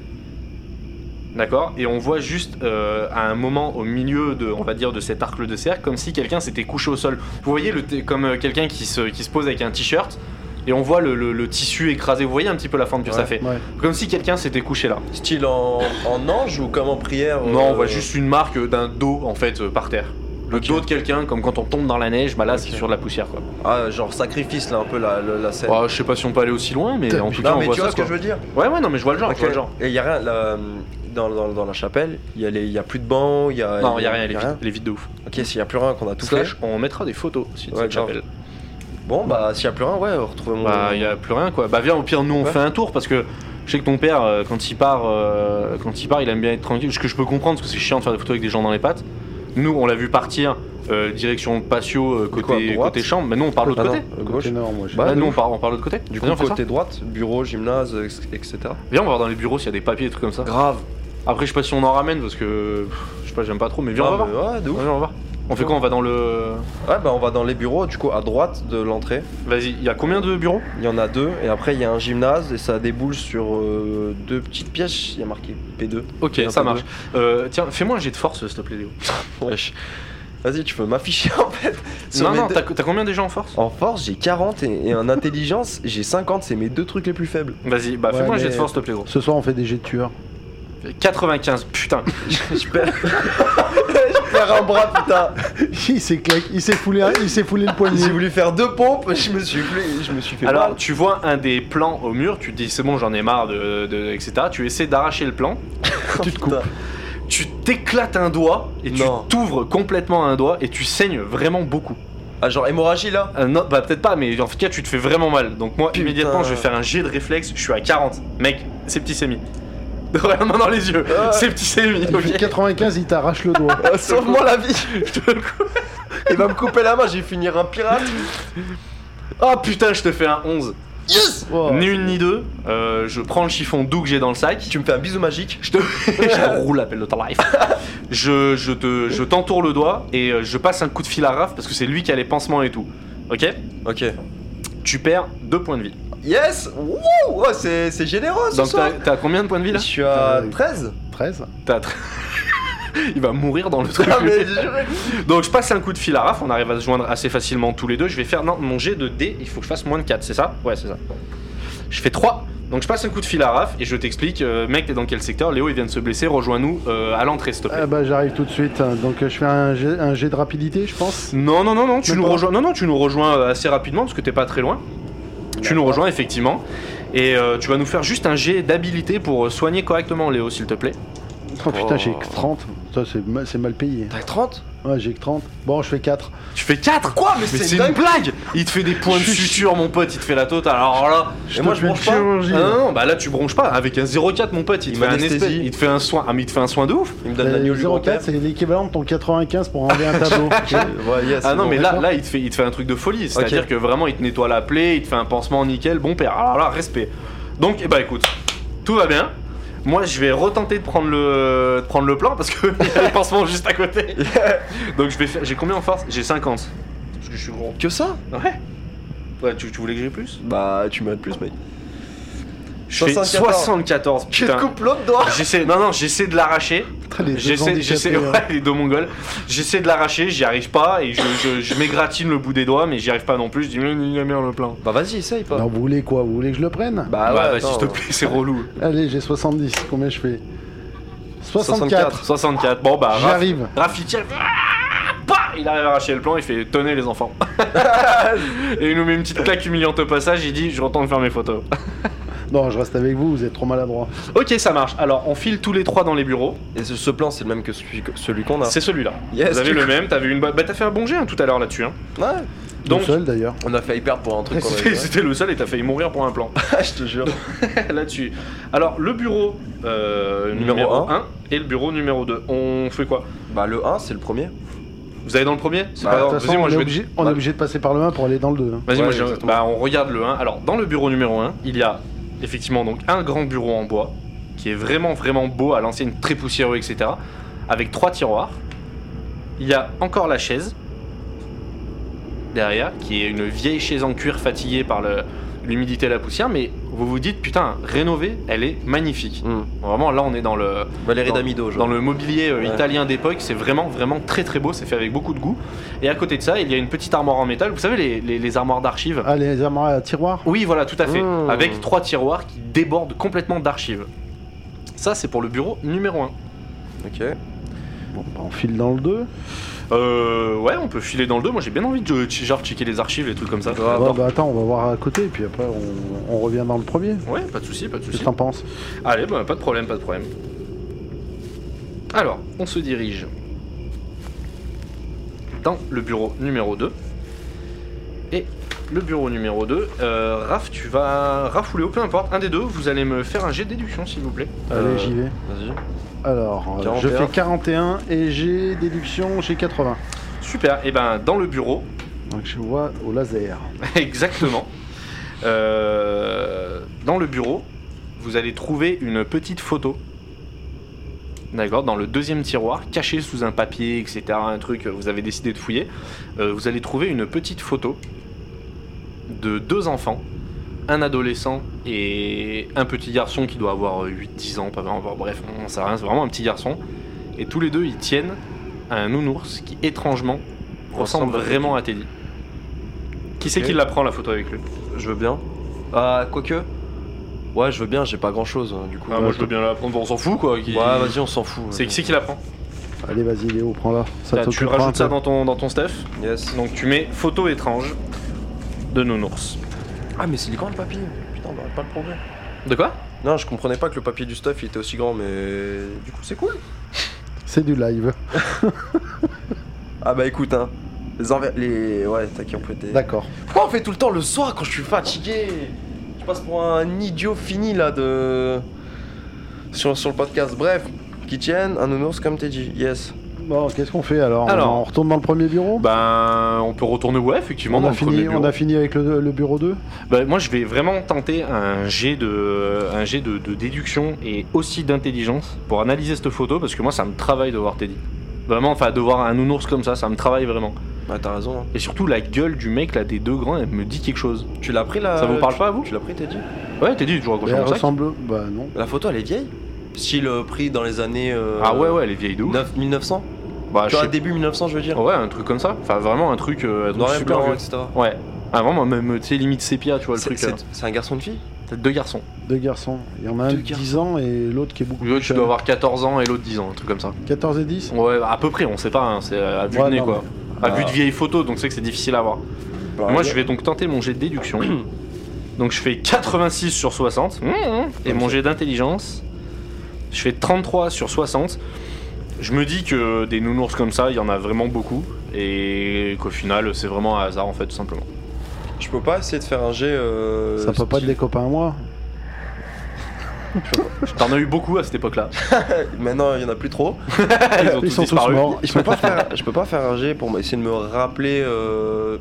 D'accord Et on voit juste euh, à un moment au milieu de, on va dire, de cet arc de cercle, comme si quelqu'un s'était couché au sol. Vous voyez le t- comme euh, quelqu'un qui se, qui se pose avec un t-shirt et on voit le, le- le tissu écrasé. Vous voyez un petit peu la forme que
Ouais.
ça fait.
Ouais.
Comme si quelqu'un s'était couché là.
Style en, en ange ou comme en prière euh,
Non, on voit juste une marque d'un dos en fait euh, par terre. Le
Ok.
dos de quelqu'un, comme quand on tombe dans la neige, bah là c'est
Ok.
sur de la poussière quoi.
Ah, genre sacrifice là, un peu la, la, la scène.
Bah, je sais pas si on peut aller aussi loin, mais
Putain,
en tout cas
non,
on
mais
voit
tu vois
ça
ce que
quoi.
je veux dire
Ouais, ouais, non, mais je vois le genre, je vois le genre.
Et il y a rien là, dans, dans, dans la chapelle, il y a les il y a plus de bancs, Bah, il y a
Non, y a rien,
il
elle est vide, elle est vide de ouf.
OK, s'il y a plus rien qu'on a tout fait.
Slash, on mettra des photos si
Ouais,
cette
grave.
chapelle.
Bon bah s'il y a plus rien, ouais, retrouvez mon
Bah, y a plus rien quoi. Bah, viens, au pire, nous on
Ouais.
fait un tour parce que je sais que ton père, euh, quand il part, euh, quand il part, il aime bien être tranquille. Ce que je peux comprendre parce que c'est chiant de faire des photos avec des gens dans les pattes. Nous, on l'a vu partir euh, direction patio euh,
quoi,
côté,
droite
côté chambre. Mais nous, on part de l'autre
Ah non,
côté.
euh, gauche.
Côté nord, moi. j'ai-
Bah,
Bah,
de
nous, on
ouf.
part, on part de l'autre côté.
Du coup,
Viens, on fait ça.
côté droite, bureau, gymnase, ex- etc.
Viens, on va voir dans les bureaux s'il y a des papiers, des trucs comme ça.
Grave.
Après, je sais pas si on en ramène parce que pff, je sais pas, j'aime pas trop, mais viens, on va
Ah,
voir.
mais Ouais, de ouf.
Viens, on va voir. On fait quoi On va dans le.
Ouais, bah on va dans les bureaux, du coup, à droite de l'entrée,
Vas-y, il y a combien de bureaux
il y en a deux, et après il y a un gymnase, et ça déboule sur euh, deux petites pièces, il y a marqué P2.
Ok,
Il y en a
ça
pas
marche. Euh, tiens, fais-moi un jet de force, s'il te plaît, Léo.
Wesh. Vas-y, tu peux m'afficher en fait. Sur
non,
mes
non,
deux-
t'as t'as combien déjà en force
En force, j'ai 40 et, et en intelligence, j'ai 50, c'est mes deux trucs les plus faibles.
Vas-y, bah
Ouais,
fais-moi un jet de
mais-
force, s'il te plaît, gros.
Ce soir, on fait des jets de tueurs.
95, putain.
Je perds. je perds un bras, putain.
il s'est claqué, il s'est foulé, un- il s'est foulé le poignet.
J'ai voulu faire deux pompes, je me suis, fait- je me suis fait
Alors,
mal.
tu vois un des plans au mur, tu te dis c'est bon, j'en ai marre, de, de- etc. Tu essaies d'arracher le plan,
tu te coupes.
Putain.
tu t'éclates un doigt et
Non.
tu t'ouvres complètement un doigt et tu saignes vraiment beaucoup.
Ah, genre hémorragie là
Euh, non, bah peut-être pas, mais en tout cas, tu te fais vraiment mal. Donc, moi,
Putain.
immédiatement, je vais faire un jet de réflexe. Je suis à 40. Mec, septicémie. la main dans les yeux.
Ah ouais.
Septicémie,
Il fait
ok.
95, il t'arrache le doigt.
Euh, Sauve-moi la vie Il va me couper la main, j'ai finir un pirate
Oh putain, je te fais un 11.
Yes
Oh.
Ni une ni deux. Euh, je prends le chiffon doux que j'ai dans le sac.
Tu me fais un bisou magique
Je te je roule appelle de ta life. Je, je te je t'entoure le doigt et euh, je passe un coup de fil à Raph parce que c'est lui qui a les pansements et tout. Ok
Ok.
Tu perds deux points de vie.
Yes Wouh oh, C'est c'est généreux ce
Donc
soir
t'as t'as combien de points de vie
Je
là
suis à
Euh,
13
13.
T'as tr- Il va mourir dans le truc.
Ah mais j'ai juré.
Donc je passe un coup de fil à Raph, on arrive à se joindre assez facilement tous les deux. Je vais faire non, mon jet de dés, il faut que je fasse moins de 4, c'est ça Ouais, c'est ça. Je fais 3. Donc je passe un coup de fil à Raph et je t'explique, euh, mec, t'es dans quel secteur Léo, il vient de se blesser, rejoins-nous euh, à l'entrée, s'il te plaît.
Ah bah, j'arrive tout de suite. hein. Donc, euh, je fais un jet, un jet de rapidité, je pense.
Non, non, non, non, tu
Même
nous
pas.
rejoins. Non, non, tu nous rejoins euh, assez rapidement parce que t'es pas très loin. Tu nous rejoins effectivement. Et euh, tu vas nous faire juste un jet d'habilité pour euh, soigner correctement Léo, s'il te plaît.
Oh putain, j'ai que 30. Ça, c'est mal, c'est mal payé.
T'as 30
Ouais, j'ai que 30. Bon, je fais 4.
Tu fais 4
Quoi Mais
Mais
c'est
c'est une
dingue
blague Il te fait des points de
Je-
suture, mon pote, il te fait la totale. Alors là.
Je
moi,
te
je
fais
bronche pas.
Ah
chirurgie.
non, non, bah là tu bronches pas. Avec un 0,4, mon pote, il te
Il
fait un
m'anesthésie.
espèce- Il te fait un soin. Ah, mais il te fait un soin de ouf.
Il me donne la
Le
nuit
04, Euh, c'est l'équivalent de ton 95 pour enlever un tableau.
Ouais, yes,
Ah
c'est
non,
bon.
mais là,
d'accord.
là il, te fait, il te fait un truc de folie. C'est-à-dire que vraiment, il te nettoie la plaie, il te fait un pansement nickel, bon père. Alors là, respect. Donc, eh bah écoute, tout va bien. Moi, je vais retenter de prendre le, de prendre le plan parce que il y a le pansement juste à côté. Donc, je vais faire. J'ai combien en force J'ai 50. Parce que je suis gros.
Que ça
Ouais. Ouais, tu, tu voulais que j'ai plus
Bah, tu m'as de plus, mec.
Je fais
74.
74.
Je te
Putain.
coupe l'autre doigt
J'essaie, non, non, j'essaie de l'arracher.
Putain, les deux
J'essaie,
handicapés,
j'essaie,
hein.
ouais, les deux mongols. J'essaie de l'arracher, j'y arrive pas et je, je, je m'égratine le bout des doigts, mais j'y arrive pas non plus. Je dis, mais il a bien le plein.
Bah, vas-y, essaye pas.
hein. Non, vous voulez quoi Vous voulez que je le prenne Bah,
Ah
Bah,
ouais,
ouais,
vas-y,
attends.
s'il te plaît, c'est relou.
Allez, j'ai 70. Combien je fais 64.
64.
64, bon bah, Raph,
J'arrive.
Raph, il tire. Ah, bah, il arrive à arracher le plan, il fait tenez les enfants. et il nous met une petite claque humiliante au passage, il dit je retourne faire mes photos.
Non, je reste avec vous, vous êtes trop maladroit.
ok, ça marche. Alors on file tous les trois dans les bureaux.
Et ce, ce plan, c'est le même que celui, que- celui qu'on a.
C'est celui-là.
Yes,
Vous avez
tu-
le même, t'avais une bo- Bah t'as fait un bon jet hein, tout à l'heure là-dessus. hein.
Ouais.
Donc
Tout seul d'ailleurs.
On a failli perdre pour un truc. qu'on avait
c'était c'était le seul et t'as failli mourir pour un plan.
pas. je te jure.
là-dessus. Alors, le bureau euh, numéro,
Numéro
1 et le bureau numéro 2. On fait quoi
Bah, le 1, c'est le premier.
Vous allez dans le premier C'est
Bah,
pas
de
De
grave.
toute
Vas-y,
façon,
moi
on,
je
est
vais.
obligé, on est
Ouais.
obligé de passer par le 1 pour aller dans le 2. hein.
Vas-y,
Ouais,
moi, je-
exactement.
bah, on regarde le 1. Alors, dans le bureau numéro 1, il y a effectivement donc un grand bureau en bois qui est vraiment vraiment beau à l'ancienne, très poussiéreux, etc. Avec trois tiroirs. Il y a encore la chaise derrière, qui est une vieille chaise en cuir fatiguée par le- l'humidité et la poussière, mais vous vous dites putain, rénovée, elle est magnifique.
Hmm.
Vraiment, là, on est dans le
Valérie
Dans-
Damido, genre.
dans le mobilier euh,
Ouais.
italien d'époque, c'est vraiment vraiment très très beau, c'est fait avec beaucoup de goût. Et à côté de ça, il y a une petite armoire en métal, vous savez les, les- les armoires d'archives
Ah, les armoires à tiroir
Oui voilà, tout à fait,
Mmh.
avec trois tiroirs qui débordent complètement d'archives. Ça c'est pour le bureau numéro 1.
Ok.
Bon, bah, on file dans le 2.
Euh, ouais, on peut filer dans le 2, moi j'ai bien envie de genre checker les archives, les trucs comme ça.
Grave. Ah,
Ouais,
bon.
bah attends, on va voir à côté, et puis après, on, on revient dans le premier.
Ouais, pas de souci, pas de
Qu'est-ce
souci.
que t'en penses
Allez, bah, pas de problème, pas de problème. Alors, on se dirige dans le bureau numéro 2. Et le bureau numéro 2, euh, Raph, tu vas. Raph ou Léo, peu importe, un des deux, vous allez me faire un jet de déduction, s'il vous plaît.
Euh,
Allez, j'y vais.
Vas-y.
Alors, euh,
41.
je fais 41 et j'ai déduction, j'ai 80.
Super, et ben dans le bureau,
Donc je vois au laser.
Exactement. Euh, dans le bureau, vous allez trouver une petite photo. D'accord, dans le deuxième tiroir, cachée sous un papier, etc., un truc, vous avez décidé de fouiller. Euh, vous allez trouver une petite photo de deux enfants, un adolescent et un petit garçon qui doit avoir 8-10 ans, pas vraiment, bon, bref, on sait rien, c'est vraiment un petit garçon. Et tous les deux, ils tiennent à un nounours qui, étrangement, ressemble
Ressemble à
vraiment à Teddy. Qui c'est
Ok.
qui la prend la photo avec lui
Je veux bien. Ah, quoique. Ouais, je veux bien, j'ai pas grand chose du coup.
Ah, Moi je veux bien la prendre, on s'en fout quoi. qui-
Ouais, vas-y, on s'en fout.
C'est qui c'est qui la prend
Allez, vas-y, Léo, prends-la. Ça
Là, Bah, Tu
t'occupera un
rajoutes ça
peu.
dans ton, dans ton stuff.
Yes.
Donc tu mets photo étrange de nounours.
Ah, mais c'est grand le papier. Putain, on n'aurait pas le problème.
De quoi
Non, je comprenais pas que le papier du stuff il était aussi grand, mais du coup, c'est cool.
C'est du live.
Ah, bah écoute, hein. Les envers. Les. Ouais, t'as qui ont peut être.
D'accord.
Pourquoi on fait tout le temps le soir quand je suis fatigué Je passe pour un idiot fini là de. Sur, sur le podcast. Bref, qui tienne, un nounours comme t'es dit. Yes.
Bon, qu'est-ce qu'on fait alors,
Alors.
On on retourne dans le premier bureau
Ben on peut retourner ouais effectivement
on,
dans
a
le premier
fini,
bureau.
on a fini avec le, le bureau 2
Bah, moi je vais vraiment tenter un jet de un jet de, de déduction et aussi d'intelligence pour analyser cette photo parce que moi ça me travaille de voir Teddy. Vraiment enfin de voir un nounours comme ça, ça me travaille vraiment.
Bah, t'as raison. hein.
Et surtout la gueule du mec là des deux grands, elle me dit quelque chose.
Tu l'as pris là
Ça vous parle
tu-
pas, vous
Tu l'as pris, t'es dit
Ouais, Teddy toujours à gauche
Elle
à mon sac.
ressemble. Bah non.
La photo elle est vieille Style euh, pris dans les années. euh,
Ah ouais ouais, elle est vieille de ouf.
9 1900
Bah, je
Tu vois,
sais
début 1900, Ah, je veux dire.
Ouais, un truc comme ça. Enfin, vraiment un truc, euh, un truc
Noir et
super
blanc,
vieux.
etc.
Ouais. Ah, vraiment, même, tu sais, limite sépia, tu vois, le
C'est-
truc.
C'est
euh,
c'est un garçon, une fille
T'as deux garçons.
Deux garçons. Il y en a un
Deux
de 10 ans et l'autre qui est beaucoup
L'autre,
plus
tu dois
jeune.
avoir 14 ans et l'autre 10 ans, un truc comme ça.
14 et 10
Ouais, à peu près, on sait pas, hein, c'est euh, à vue
Ouais,
de nez,
non,
quoi. À vue de vieilles photos, donc c'est que c'est difficile à voir.
Bah,
Bah,
Moi, je vais donc tenter mon jet de déduction. donc, je fais 86 sur 60. Mmh, mmh. Et mon jet d'intelligence, je fais 33 sur 60. Je me dis que des nounours comme ça, il y en a vraiment beaucoup. Et qu'au final, c'est vraiment un hasard, en fait, tout simplement.
Je peux pas essayer de faire un jet. euh,
Ça peut pas être
style-
des copains à moi.
T'en as eu beaucoup à cette époque-là.
Maintenant, il y en a plus trop.
Eh, Ils ont
Ils
tous
sont tous
disparu.
morts.
Je peux pas faire, je peux pas faire un jet pour essayer de me rappeler. euh,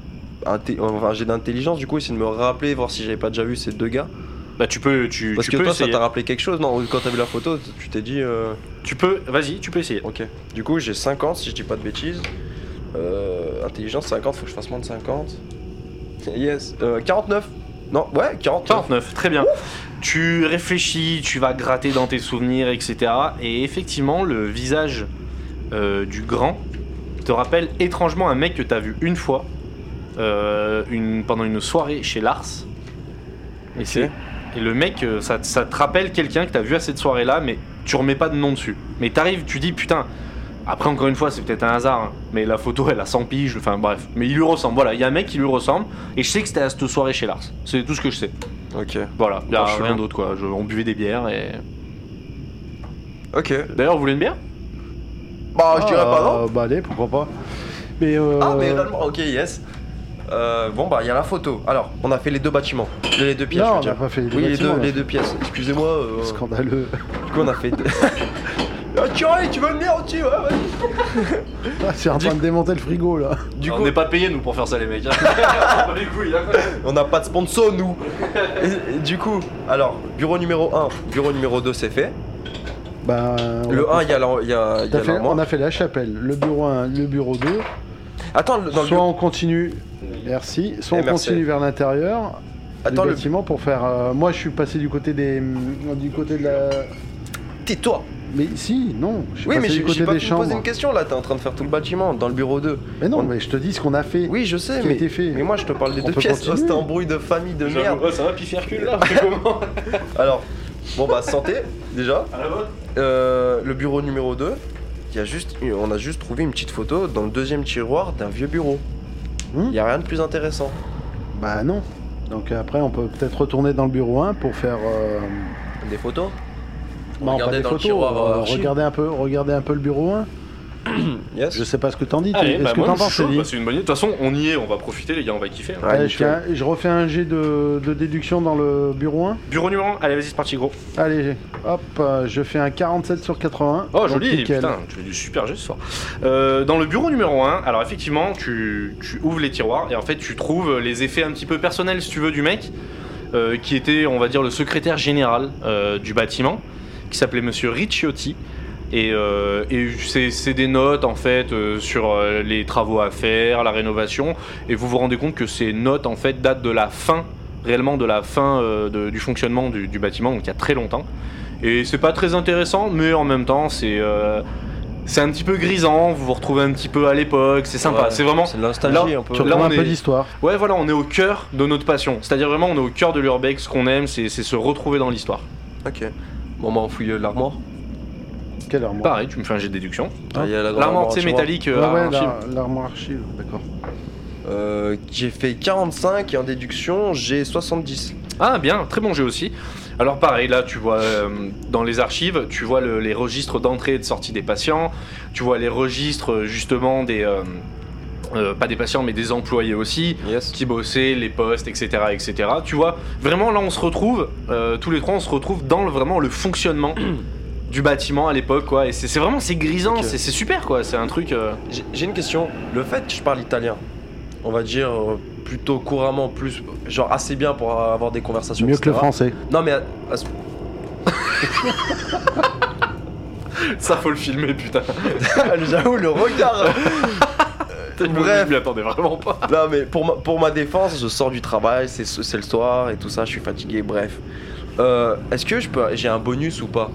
inté- enfin, un jet d'intelligence, du coup, essayer de me rappeler, voir si j'avais pas déjà vu ces deux gars.
Bah tu peux, tu,
Parce
tu
que
peux
toi,
essayer.
ça t'a rappelé quelque chose, non Quand t'as vu la photo, tu t'es dit. euh,
tu peux, vas-y, tu peux essayer.
Ok. Du coup, j'ai 50 si je dis pas de bêtises. Euh, intelligence 50, faut que je fasse moins de 50. Yes. Euh, 49 Non, ouais, 49.
49, très bien. Tu réfléchis, tu vas gratter dans tes souvenirs, etc. Et effectivement, le visage euh, du grand te rappelle étrangement un mec que t'as vu une fois euh, une, pendant une soirée chez Lars. Et, c'est- et le mec, euh, ça, ça te rappelle quelqu'un que t'as vu à cette soirée-là, mais tu remets pas de nom dessus. Mais t'arrives, tu dis putain. Après, encore une fois, c'est peut-être un hasard, hein, mais la photo, elle a 100 piges, enfin bref. Mais il lui ressemble, voilà, il y a un mec qui lui ressemble, et je sais que c'était à cette soirée chez Lars. C'est tout ce que je sais.
Ok.
Voilà, euh, y a
Bon, je suis
Bah, rien
bon.
d'autre quoi. Je- on buvait des bières et.
Ok.
D'ailleurs, vous voulez une bière
Bah, je dirais pas non.
Euh, Bah allez, pourquoi pas. Mais euh,
Ah, mais réellement, ok, yes. Euh, bon, bah, il y a la photo. Alors, on a fait les deux bâtiments. Les deux pièces,
Non,
je veux
on
dire.
a pas fait les deux
oui, les
bâtiments,
deux,
on a
les
fait-
deux pièces. Excusez-moi. euh,
Scandaleux.
du coup, on a fait. Ah, Curé, tu veux venir au-dessus ouais, vas-y.
Ah, c'est en train de démonter le frigo là.
Du
Alors,
coup,
on n'est pas payé nous pour faire ça les mecs. hein. On bat les couilles, hein.
on n'a pas de sponsor, nous. Et- et du coup, alors, bureau numéro 1, bureau numéro 2, c'est fait.
Bah, on
Le
va-
1, il y a la- il y a, il y
T'as
a
fait-
l'armoire.
on a fait la chapelle, le bureau 1, le bureau 2.
Attends, le- dans le
soit on continue, merci, soit
Et
on
merci.
continue vers l'intérieur
Attends,
du
le-
bâtiment pour faire. euh, moi, je suis passé du côté des, du côté de la.
Tais-toi
Mais si, non, je suis
Oui,
passé
mais
du
j'ai
côté
j'ai pas
des
pu te poser
chambres.
une question là, t'es en train de faire tout le bâtiment, dans le bureau 2.
Mais non,
On-
mais je te dis ce qu'on a fait.
Oui, je sais,
Qui a
mais,
été fait.
mais moi je te parle des
On
deux
peut
pièces, oh,
continuer.
c'était un bruit de famille de
J'avoue,
merde.
ouais, ça va Pifercule là, c'est comment
Alors, bon bah santé, déjà.
À la bonne
Euh, le bureau numéro 2, il y a juste, on a juste trouvé une petite photo dans le deuxième tiroir d'un vieux bureau.
Hmm.
Il y a rien de plus intéressant.
Bah non. Donc après, on peut peut-être retourner dans le bureau 1 pour faire. euh,
Des photos
non,
Regarder
pas des
dans le
photos.
tiroir,
euh,
archive.
regardez un peu, regardez un peu le bureau 1.
Yes.
Je sais pas ce que t'en dis.
Allez,
Est-ce
bah
que
moi
t'en
je
penses,
suis chaud,
Céline
bah, c'est une bonne idée. De toute façon, on y est, on va profiter les gars, on va kiffer. hein.
Ouais.
Allez, je, fais un- je refais un jet de, de déduction dans le bureau 1.
Bureau numéro 1, allez vas-y c'est parti gros.
Allez, hop, euh, je fais un 47 sur 80.
Oh
Donc,
joli,
nickel.
putain, tu fais du super jeu ce soir. Euh, dans le bureau numéro 1, alors effectivement, tu, tu ouvres les tiroirs et en fait tu trouves les effets un petit peu personnels si tu veux du mec, euh, qui était on va dire le secrétaire général euh, du bâtiment, qui s'appelait Monsieur Ricciotti. Et, euh, et c'est c'est des notes en fait euh, sur euh, les travaux à faire, la rénovation, et vous vous rendez compte que ces notes en fait datent de la fin, réellement de la fin euh, de- du fonctionnement du, du bâtiment, donc il y a très longtemps. Et c'est pas très intéressant, mais en même temps c'est euh, c'est un petit peu grisant, vous vous retrouvez un petit peu à l'époque, c'est sympa,
Ouais,
c'est vraiment...
C'est de la nostalgie
Là-
un peu.
Tu
là,
retrouves
on
un peu
est-
d'histoire.
Ouais voilà, on est au cœur de notre passion, c'est-à-dire vraiment on est au cœur de l'urbex, ce qu'on aime, c'est c'est se retrouver dans l'histoire.
Ok. Bon, bah on fouille euh, l'armoire.
Quelle armoire
Pareil, tu me fais un jet de déduction.
Ah, il y a la grande
Hein L'armoire, tu sais,
à tiroir.
métallique, euh,
Ouais, bah, ouais,
archive.
l'ar- l'armoire archive, d'accord.
Euh, j'ai fait 45 et en déduction, j'ai 70.
Ah bien, très bon jeu aussi. Alors pareil, là tu vois euh, dans les archives, tu vois le- les registres d'entrée et de sortie des patients, tu vois les registres euh, justement des... euh, euh, pas des patients mais des employés aussi,
Yes.
qui bossaient, les postes, etc. etc. Tu vois, vraiment là on se retrouve, euh, tous les trois on se retrouve dans le, vraiment le fonctionnement du bâtiment à l'époque quoi. Et c'est c'est vraiment, c'est grisant,
Ok.
c'est c'est super quoi, c'est un truc... euh,
J'ai j'ai une question. Le fait que je parle italien, on va dire euh, plutôt couramment, plus genre assez bien pour avoir des conversations.
Mieux que le
etc..
français.
Non, mais à- à ce-
Ça faut le filmer putain.
j'avoue, le regard. euh, Bref.
Bref. Je m'y attendais vraiment pas.
non, mais pour ma, pour ma défense, je sors du travail, c'est c'est le soir et tout ça, je suis fatigué, bref. Euh, Est-ce que je peux, j'ai un bonus ou pas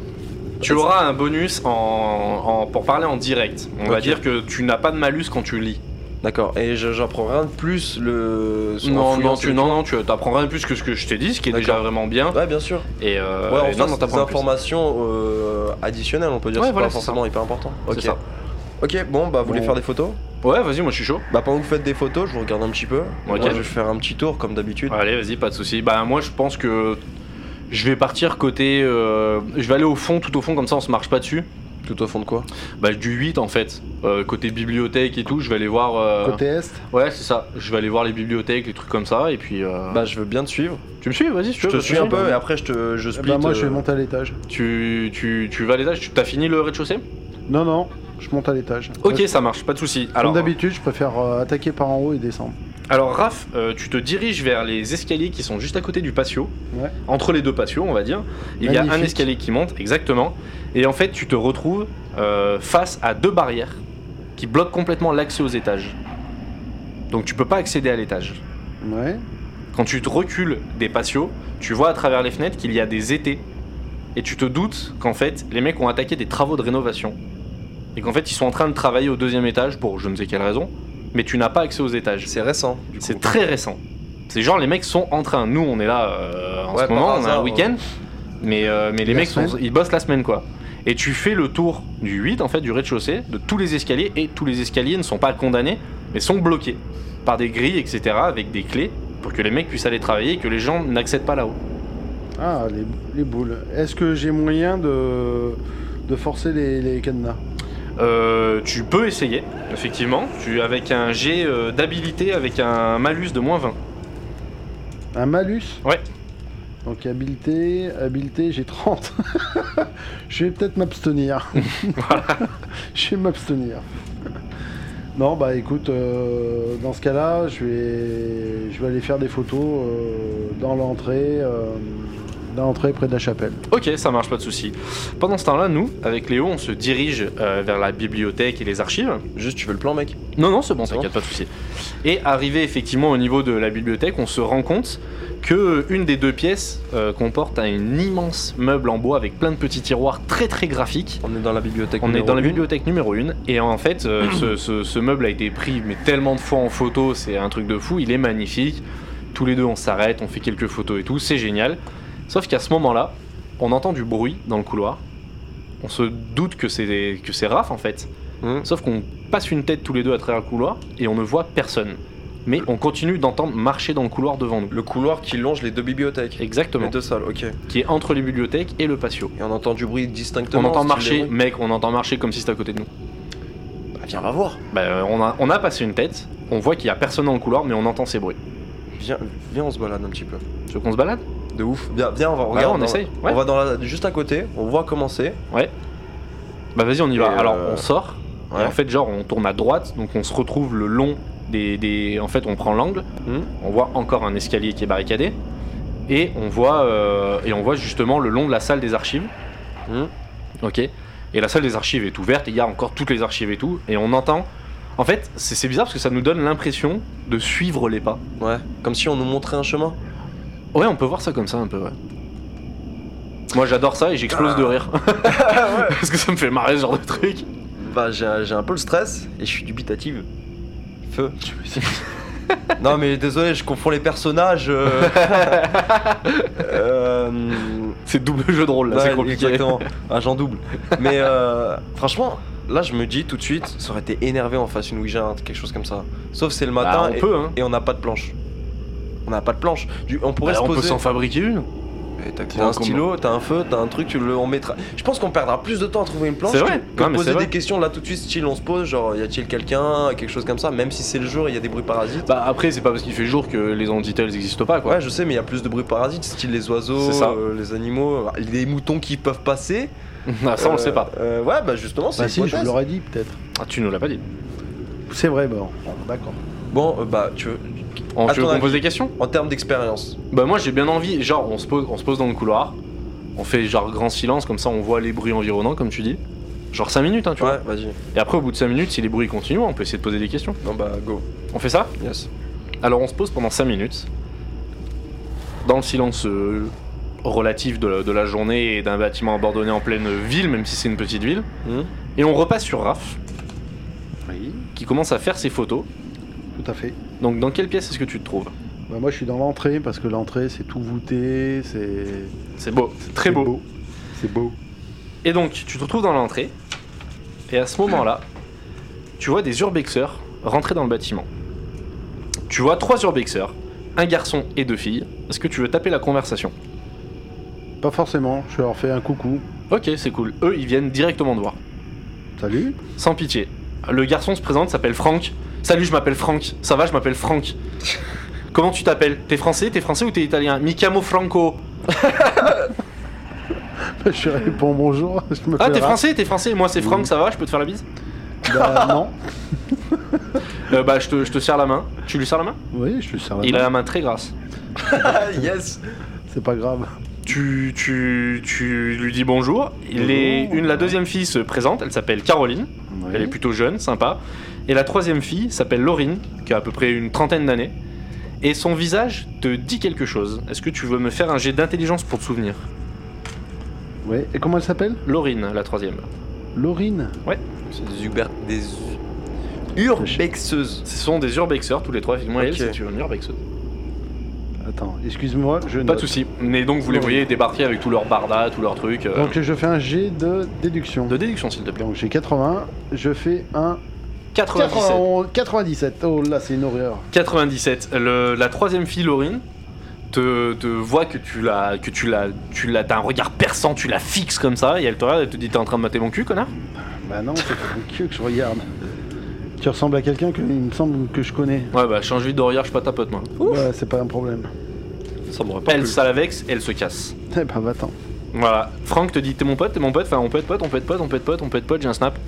Tu auras un bonus en, en- pour parler en direct. On va
Ok.
dire que tu n'as pas de malus quand tu lis.
D'accord, et je- j'en prends rien de plus le. en
Non,
fouillant
non,
ce
tu non, non, tu apprends rien de plus que ce que je t'ai dit, ce qui est
D'accord.
déjà vraiment bien.
Ouais, bien sûr.
Et euh,
Ouais,
et
on
non,
fait
non,
des
t'apprends rien de plus.
informations euh, additionnelles, on peut dire,
Ouais,
c'est
voilà,
pas
c'est ça.
forcément hyper important.
C'est
Ok.
ça.
Ok, bon, bah, vous voulez
Bon.
faire des photos
Ouais, vas-y, moi je suis chaud.
Bah, pendant que vous faites des photos, je vous regarde un petit peu.
Ok.
Moi, je vais faire un petit tour, comme d'habitude.
Allez, vas-y, pas de souci. Bah moi, je pense que je vais partir côté. euh, je vais aller au fond, tout au fond, comme ça, on se marche pas dessus.
Tout au fond de quoi
Bah du 8 en fait, Euh, côté bibliothèque et tout. Je vais aller voir. euh,
Côté est,
Ouais, c'est ça. Je vais aller voir les bibliothèques, les trucs comme ça, et puis. euh,
Bah, je veux bien te suivre.
tu me suis, vas-y, si tu
Je
veux.
te
pas de
suis un
souci.
peu et après, je te je
eh
split.
ben, moi
euh,
je vais monter à l'étage.
Tu, tu, tu vas à l'étage. Tu t'as fini le rez-de-chaussée
Non, non, je monte à l'étage.
Ok,
Comme
ça marche, pas de souci. Alors,
d'habitude, je préfère euh, attaquer par en haut et descendre.
alors Raph, euh, tu te diriges vers les escaliers qui sont juste à côté du patio.
Ouais.
Entre les deux patios, on va dire. Il y a un
Magnifique.
escalier qui monte, exactement. Et en fait, tu te retrouves euh, face à deux barrières qui bloquent complètement l'accès aux étages. Donc tu peux pas accéder à l'étage.
Ouais.
Quand tu te recules des patios, tu vois à travers les fenêtres qu'il y a des étés. Et tu te doutes qu'en fait, les mecs ont attaqué des travaux de rénovation. Et qu'en fait, ils sont en train de travailler au deuxième étage pour je ne sais quelle raison. Mais tu n'as pas accès aux étages.
C'est récent. du coup.
C'est très récent. C'est genre les mecs sont en train. Nous, on est là euh, en
Ouais,
ce moment,
par
on a
hasard,
un week-end. Mais, euh, mais les
La
mecs, sont-
semaine.
ils bossent la semaine quoi. Et tu fais le tour du 8, en fait, du rez-de-chaussée, de tous les escaliers. Et tous les escaliers ne sont pas condamnés, mais sont bloqués par des grilles, etc., avec des clés pour que les mecs puissent aller travailler et que les gens n'accèdent pas là-haut.
Ah, les, les boules. Est-ce que j'ai moyen de, de forcer les, les cadenas
Euh, tu peux essayer, effectivement. Tu avec un jet euh, d'habilité avec un malus de moins 20.
Un malus
Ouais.
Donc habileté, habileté, j'ai 30. je vais peut-être m'abstenir. je vais m'abstenir. Non, bah écoute, euh, dans ce cas-là, je vais, je vais aller faire des photos euh, dans l'entrée, euh, dans l'entrée près de la chapelle.
Ok, ça marche, pas de souci. Pendant ce temps-là, nous, avec Léo, on se dirige euh, vers la bibliothèque et les archives.
Juste, tu veux le plan, mec
Non, non, c'est bon,
C'est
t'inquiète, pas de souci. Et arrivé effectivement au niveau de la bibliothèque, on se rend compte que une des deux pièces euh, comporte un immense meuble en bois avec plein de petits tiroirs très très graphiques.
On est dans la bibliothèque.
On est
numéro
dans la
une.
bibliothèque numéro 1 et en fait euh, ce, ce- ce meuble a été pris mais tellement de fois en photo, c'est un truc de fou, il est magnifique. Tous les deux on s'arrête, on fait quelques photos et tout, c'est génial. Sauf qu'à ce moment-là, on entend du bruit dans le couloir. On se doute que c'est que c'est Raph en fait.
Mhm.
Sauf qu'on passe une tête tous les deux à travers le couloir et on ne voit personne. Mais on continue d'entendre marcher dans le couloir devant nous.
Le couloir qui longe les deux bibliothèques.
Exactement.
Les deux salles, ok.
Qui est entre les bibliothèques et le patio.
Et on entend du bruit
On
distinctement.
entend
style
marcher,
des bruits.
mec, on entend marcher comme si c'était à côté de nous.
Bah, viens, va voir.
Bah, euh, on, a, on a passé une tête, on voit qu'il y a personne dans le couloir, mais on entend ces bruits.
Viens, viens, on se balade un petit peu.
Tu veux qu'on se balade
De ouf. Viens, viens, on va regarder.
on essaye, Bah ouais.
On va dans la, juste à côté, on voit comment c'est.
Bah vas-y, on y va.
Et, euh,
Alors, on sort.
Ouais.
Et en fait, genre, on tourne à droite, donc on se retrouve le long des. des- En fait, on prend l'angle,
Mhm.
on voit encore un escalier qui est barricadé, et on voit, euh, et on voit justement le long de la salle des archives.
Mhm.
Ok. Et la salle des archives est ouverte, et il y a encore toutes les archives et tout, et on entend. En fait, c'est c'est bizarre parce que ça nous donne l'impression de suivre les pas.
Ouais. Comme si on nous montrait un chemin.
Ouais, on peut voir ça comme ça un peu, ouais. Moi j'adore ça et j'explose
Ah.
de rire. Parce que ça me fait marrer ce genre de truc.
Bah, j'ai j'ai un peu le stress et je suis dubitative. Feu. non, mais désolé, je confonds les personnages. euh. Euh,
C'est double jeu de rôle là,
Ouais,
c'est compliqué.
Exactement, agent Ah, double. Mais euh, franchement, là je me dis tout de suite, ça aurait été énervé en face une Ouija, hein, quelque chose comme ça. Sauf c'est le
Bah,
matin
on
et,
peut, hein.
et on n'a pas de planche. On n'a pas de planche. Du- on pourrait
Bah,
se
on peut
poser.
s'en fabriquer une.
Eh, T'as
Tiens,
t'as un
comment-
stylo, t'as un feu, t'as un truc, tu le on mettra. Je pense qu'on perdra plus de temps à trouver une planche
C'est vrai.
que
Non,
de
mais
poser
c'est
des
vrai.
questions là tout de suite. Style, on se pose, genre y a-t-il quelqu'un, quelque chose comme ça. Même si c'est le jour, et il y a des bruits parasites.
Bah après, c'est pas parce qu'il fait jour que les entités elles existent pas quoi.
Ouais, je sais, mais il y a plus de bruits parasites, style les oiseaux,
C'est ça.
euh, les animaux, les moutons qui peuvent passer.
Ah, ça on le sait
Euh,
pas.
euh, ouais, bah justement, c'est
Bah si, je
hypothèse.
vous l'aurais dit peut-être.
Ah, tu nous l'as pas dit.
C'est vrai, bon. D'accord.
Bon, euh, bah, tu veux,
On,
À
tu veux
ton
qu'on
avis.
pose des questions
en termes d'expérience,
Bah moi j'ai bien envie, genre on se pose, on se pose dans le couloir, on fait genre grand silence, comme ça on voit les bruits environnants comme tu dis. Genre 5 minutes hein tu vois.
ouais, vas-y.
Et après au bout de 5 minutes si les bruits continuent on peut essayer de poser des questions.
Non, bah, go.
On fait ça
Yes.
Alors on se pose pendant 5 minutes, dans le silence euh, relatif de la, de la journée et d'un bâtiment abandonné en pleine ville, même si c'est une petite ville,
Hmm.
et on repasse sur Raph,
Oui.
qui commence à faire ses photos.
Tout à fait.
Donc dans quelle pièce est-ce que tu te trouves
Bah moi je suis dans l'entrée parce que l'entrée c'est tout voûté, c'est
C'est beau, c'est très
c'est
beau.
C'est beau.
Et donc tu te retrouves dans l'entrée, et à ce moment-là, tu vois des urbexeurs rentrer dans le bâtiment. Tu vois trois urbexeurs, un garçon et deux filles. Est-ce que tu veux taper la conversation
Pas forcément, je leur fais un coucou.
Ok, c'est cool. Eux, ils viennent directement te voir.
Salut.
Sans pitié. Le garçon se présente, s'appelle Franck. Salut, je m'appelle Franck. Ça va, je m'appelle Franck. Comment tu t'appelles T'es français T'es français ou t'es italien Mi chiamo Franco.
je réponds bonjour. Je me
Ah,
fais
t'es
rap.
français T'es français Moi, c'est Franck,
Oui.
ça va Je peux te faire la bise
Bah non.
Euh, Bah, je te, je te serre la main. Tu lui serres la main
Oui, je suis sérieux.
Il a la main très grasse.
Ah, yes.
C'est pas grave.
Tu, tu, tu lui dis bonjour. Il est-
Bonjour.
une, la deuxième fille se présente, elle s'appelle Caroline.
Oui.
Elle est plutôt jeune, sympa. Et la troisième fille s'appelle Laurine, qui a à peu près une trentaine d'années. Et son visage te dit quelque chose. Est-ce que tu veux me faire un jet d'intelligence pour te souvenir
Ouais. Et comment elle s'appelle
Laurine, la troisième.
Laurine.
C'est des Uber. Des. Urbexeuses.
Ce sont des urbexeurs, tous les trois. Effectivement, elle,
Ok.
c'est une urbexeuse.
Attends, excuse-moi, je
Pas de
note.
soucis. Mais donc, vous les voyez débarquer avec tous leurs bardas, tous leurs trucs. euh,
Donc je fais un G de déduction.
De déduction, s'il te plaît.
Donc j'ai 80, je fais un
97.
91, 97. Oh là, c'est une horreur.
97. Le- la troisième fille, Laurine, te, te voit que tu l'as. que tu l'as. tu l'as. t'as un regard perçant, tu la fixes comme ça, et elle te regarde, elle te dit T'es en train de mater mon cul, connard
Bah non, c'est pas que que je regarde. Tu ressembles à quelqu'un que il me semble que je connais.
Ouais, bah, change vite de regard, je suis pas ta pote, moi.
Ouais, c'est pas un problème.
Ça m'aurait pas
elle
plu.
salavex, elle se casse.
Eh ben, va-t'en.
Voilà. Franck te dit T'es mon pote, t'es mon pote, enfin on peut être pote, on peut être pote, on peut être pote, on peut être pote, j'ai un snap.